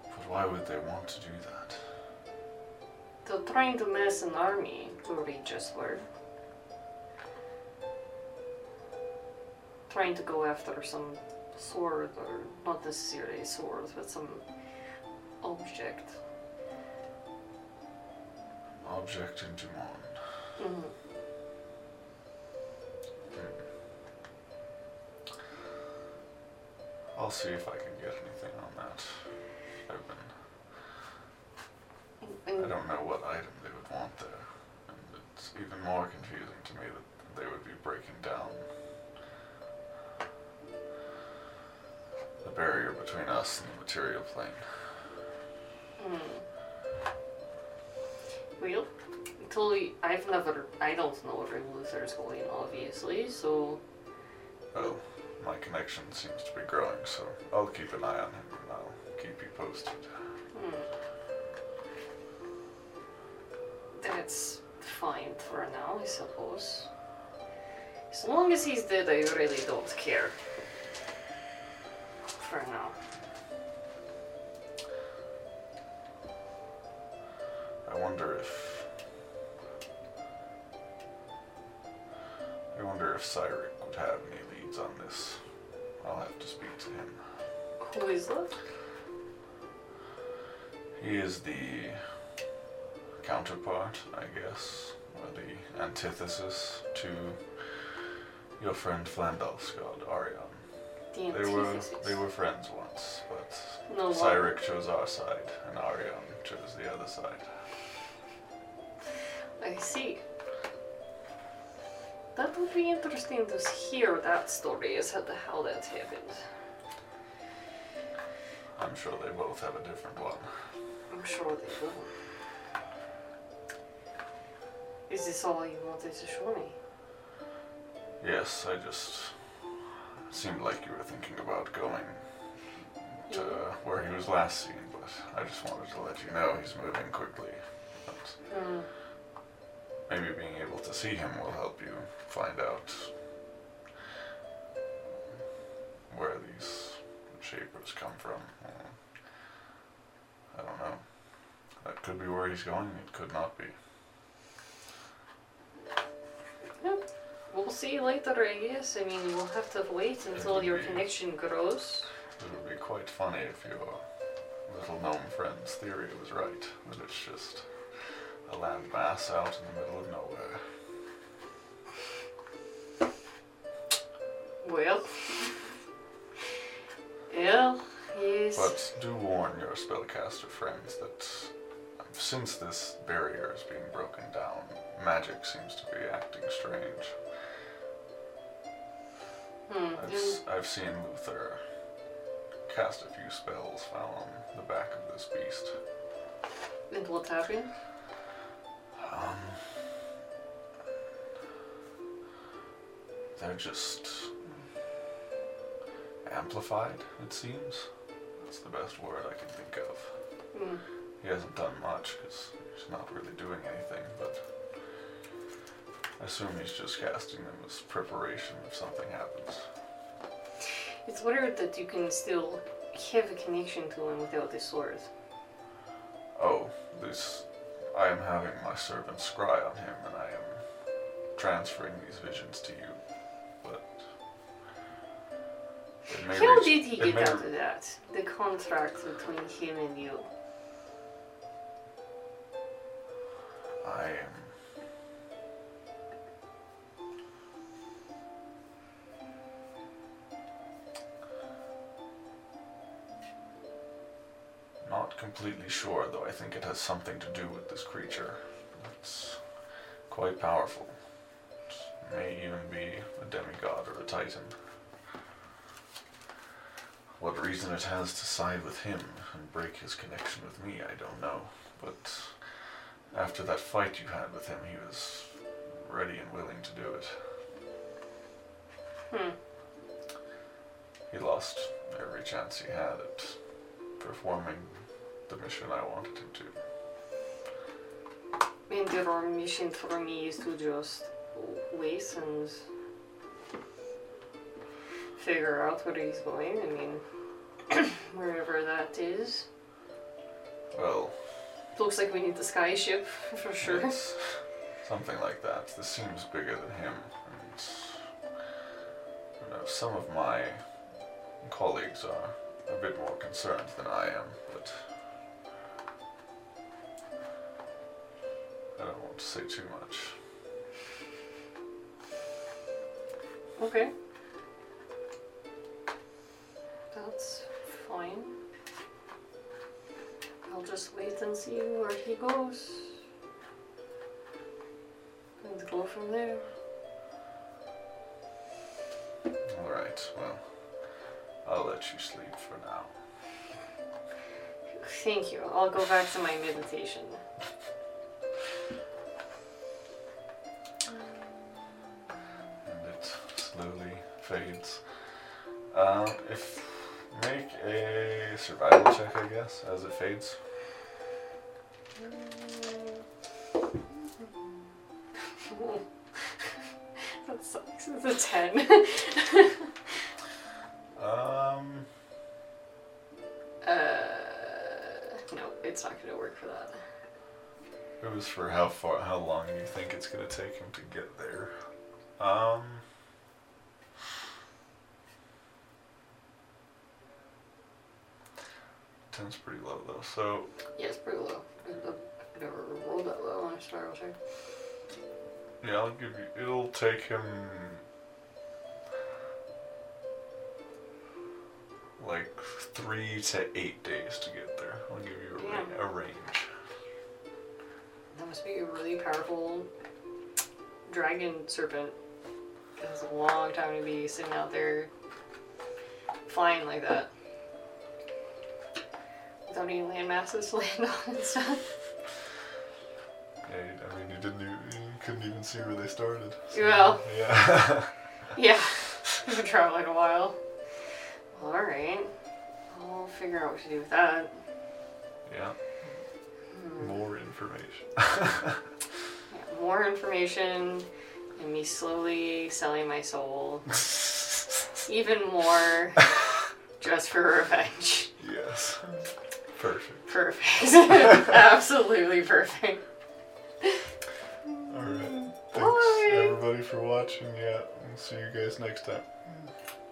A: But why would they want to do that?
B: trying to mass an army where we just were. Trying to go after some sword, or not necessarily a sword, but some object.
A: Object in Dumont.
B: Mm.
A: I'll see if I can get anything on that. I've been, I
B: And
A: don't know what item they would want there. And it's even more confusing to me that they would be breaking down the barrier between us and the material plane.
B: Hmm. Well, totally. I've never. I don't know every Luther's going, obviously. So
A: Oh, my connection seems to be growing, so I'll keep an eye on him and I'll keep you posted.
B: Hmm. that's fine for now, I suppose. As long as he's dead, I really don't care. For now.
A: I wonder if. I wonder if Cyric would have any leads on this. I'll have to speak to him.
B: Who is that?
A: He is the counterpart, I guess, or the antithesis to your friend Flandalfsgard, Arion.
B: The
A: They were
B: antithesis.
A: they were friends once, but
B: No one.
A: Cyric chose our side, and Arion chose the other side.
B: I see. That would be interesting to hear that story as to how that happened.
A: I'm sure they both have a different one.
B: I'm sure they will. Is this all you wanted to show me?
A: Yes, I just it seemed like you were thinking about going to where he was last seen, but I just wanted to let you know he's moving quickly. But
B: Hmm.
A: maybe being able to see him will help you find out where these shapers come from. I don't know. That could be where he's going. It could not be.
B: Yep. We'll see later, I guess. I mean, we'll have to wait until your connection grows.
A: It would be quite funny if your little gnome friend's theory was right, that it's just a landmass out in the middle of nowhere.
B: Well. well, yes.
A: But do warn your spellcaster friends that um, since this barrier is being broken down, magic seems to be acting strange.
B: Hmm.
A: I've,
B: and-
A: s- I've seen Luther cast a few spells found on the back of this beast.
B: And what happened?
A: Um, they're just amplified, it seems. That's the best word I can think of.
B: Hmm.
A: He hasn't done much because he's not really doing anything, but I assume he's just casting them as preparation if something happens.
B: It's weird that you can still have a connection to him without the sword.
A: Oh, this. I am having my servant scry on him, and I am transferring these visions to you. But. It may
B: How
A: reach-
B: did he
A: it
B: get
A: may-
B: out of that? The contract between him and you.
A: I am. Not completely sure, though I think it has something to do with this creature. It's quite powerful. It may even be a demigod or a titan. What reason it has to side with him and break his connection with me, I don't know. But after that fight you had with him, he was ready and willing to do it.
B: Hmm.
A: He lost every chance he had at performing the mission I wanted him to.
B: And your mission for me is to just wait and figure out where he's going. I [clears throat] mean, wherever that is.
A: Well,
G: Looks like we need the sky
B: [laughs]
G: ship for sure.
A: Yes. Something like that. This seems bigger than him. And I don't know, some of my colleagues are a bit more concerned than I am, but I don't want to say too much.
G: Okay. That's fine. I'll just wait and see where he goes. And go from there.
A: All right. Well, I'll let you sleep for now.
G: Thank you. I'll go back to my meditation.
A: and it slowly fades. Um, if make a survival check, I guess, as it fades.
B: Hmm. [laughs]
G: that sucks. It's a 10.
A: Um,
G: uh, no, it's not going to work for that.
A: it was for how far, how long you think it's gonna take him to get there. Um, ten's pretty low though, so
G: Yeah, it's pretty low. I've never rolled that low on a spiral check.
A: Yeah, I'll give you. It'll take him like three to eight days to get there. I'll give you a, ra- a range.
G: That must be a really powerful dragon serpent. It was a long time to be sitting out there flying like that. Without any land masses to land on and stuff.
A: Yeah, you- I mean, you didn't. e, You, you couldn't even see where they started.
G: Well.
A: Yeah. [laughs]
G: Yeah, [laughs] we've been traveling a while. Well, alright. I'll figure out what to do with that.
A: yeah. More information. [laughs]
G: Yeah, more information and me slowly selling my soul
A: yes.
G: even more just for revenge.
A: Perfect.
G: Perfect.
B: [laughs]
G: Absolutely perfect.
A: All right. Thanks
G: Bye.
A: everybody for watching. Yeah, we'll see you guys next time.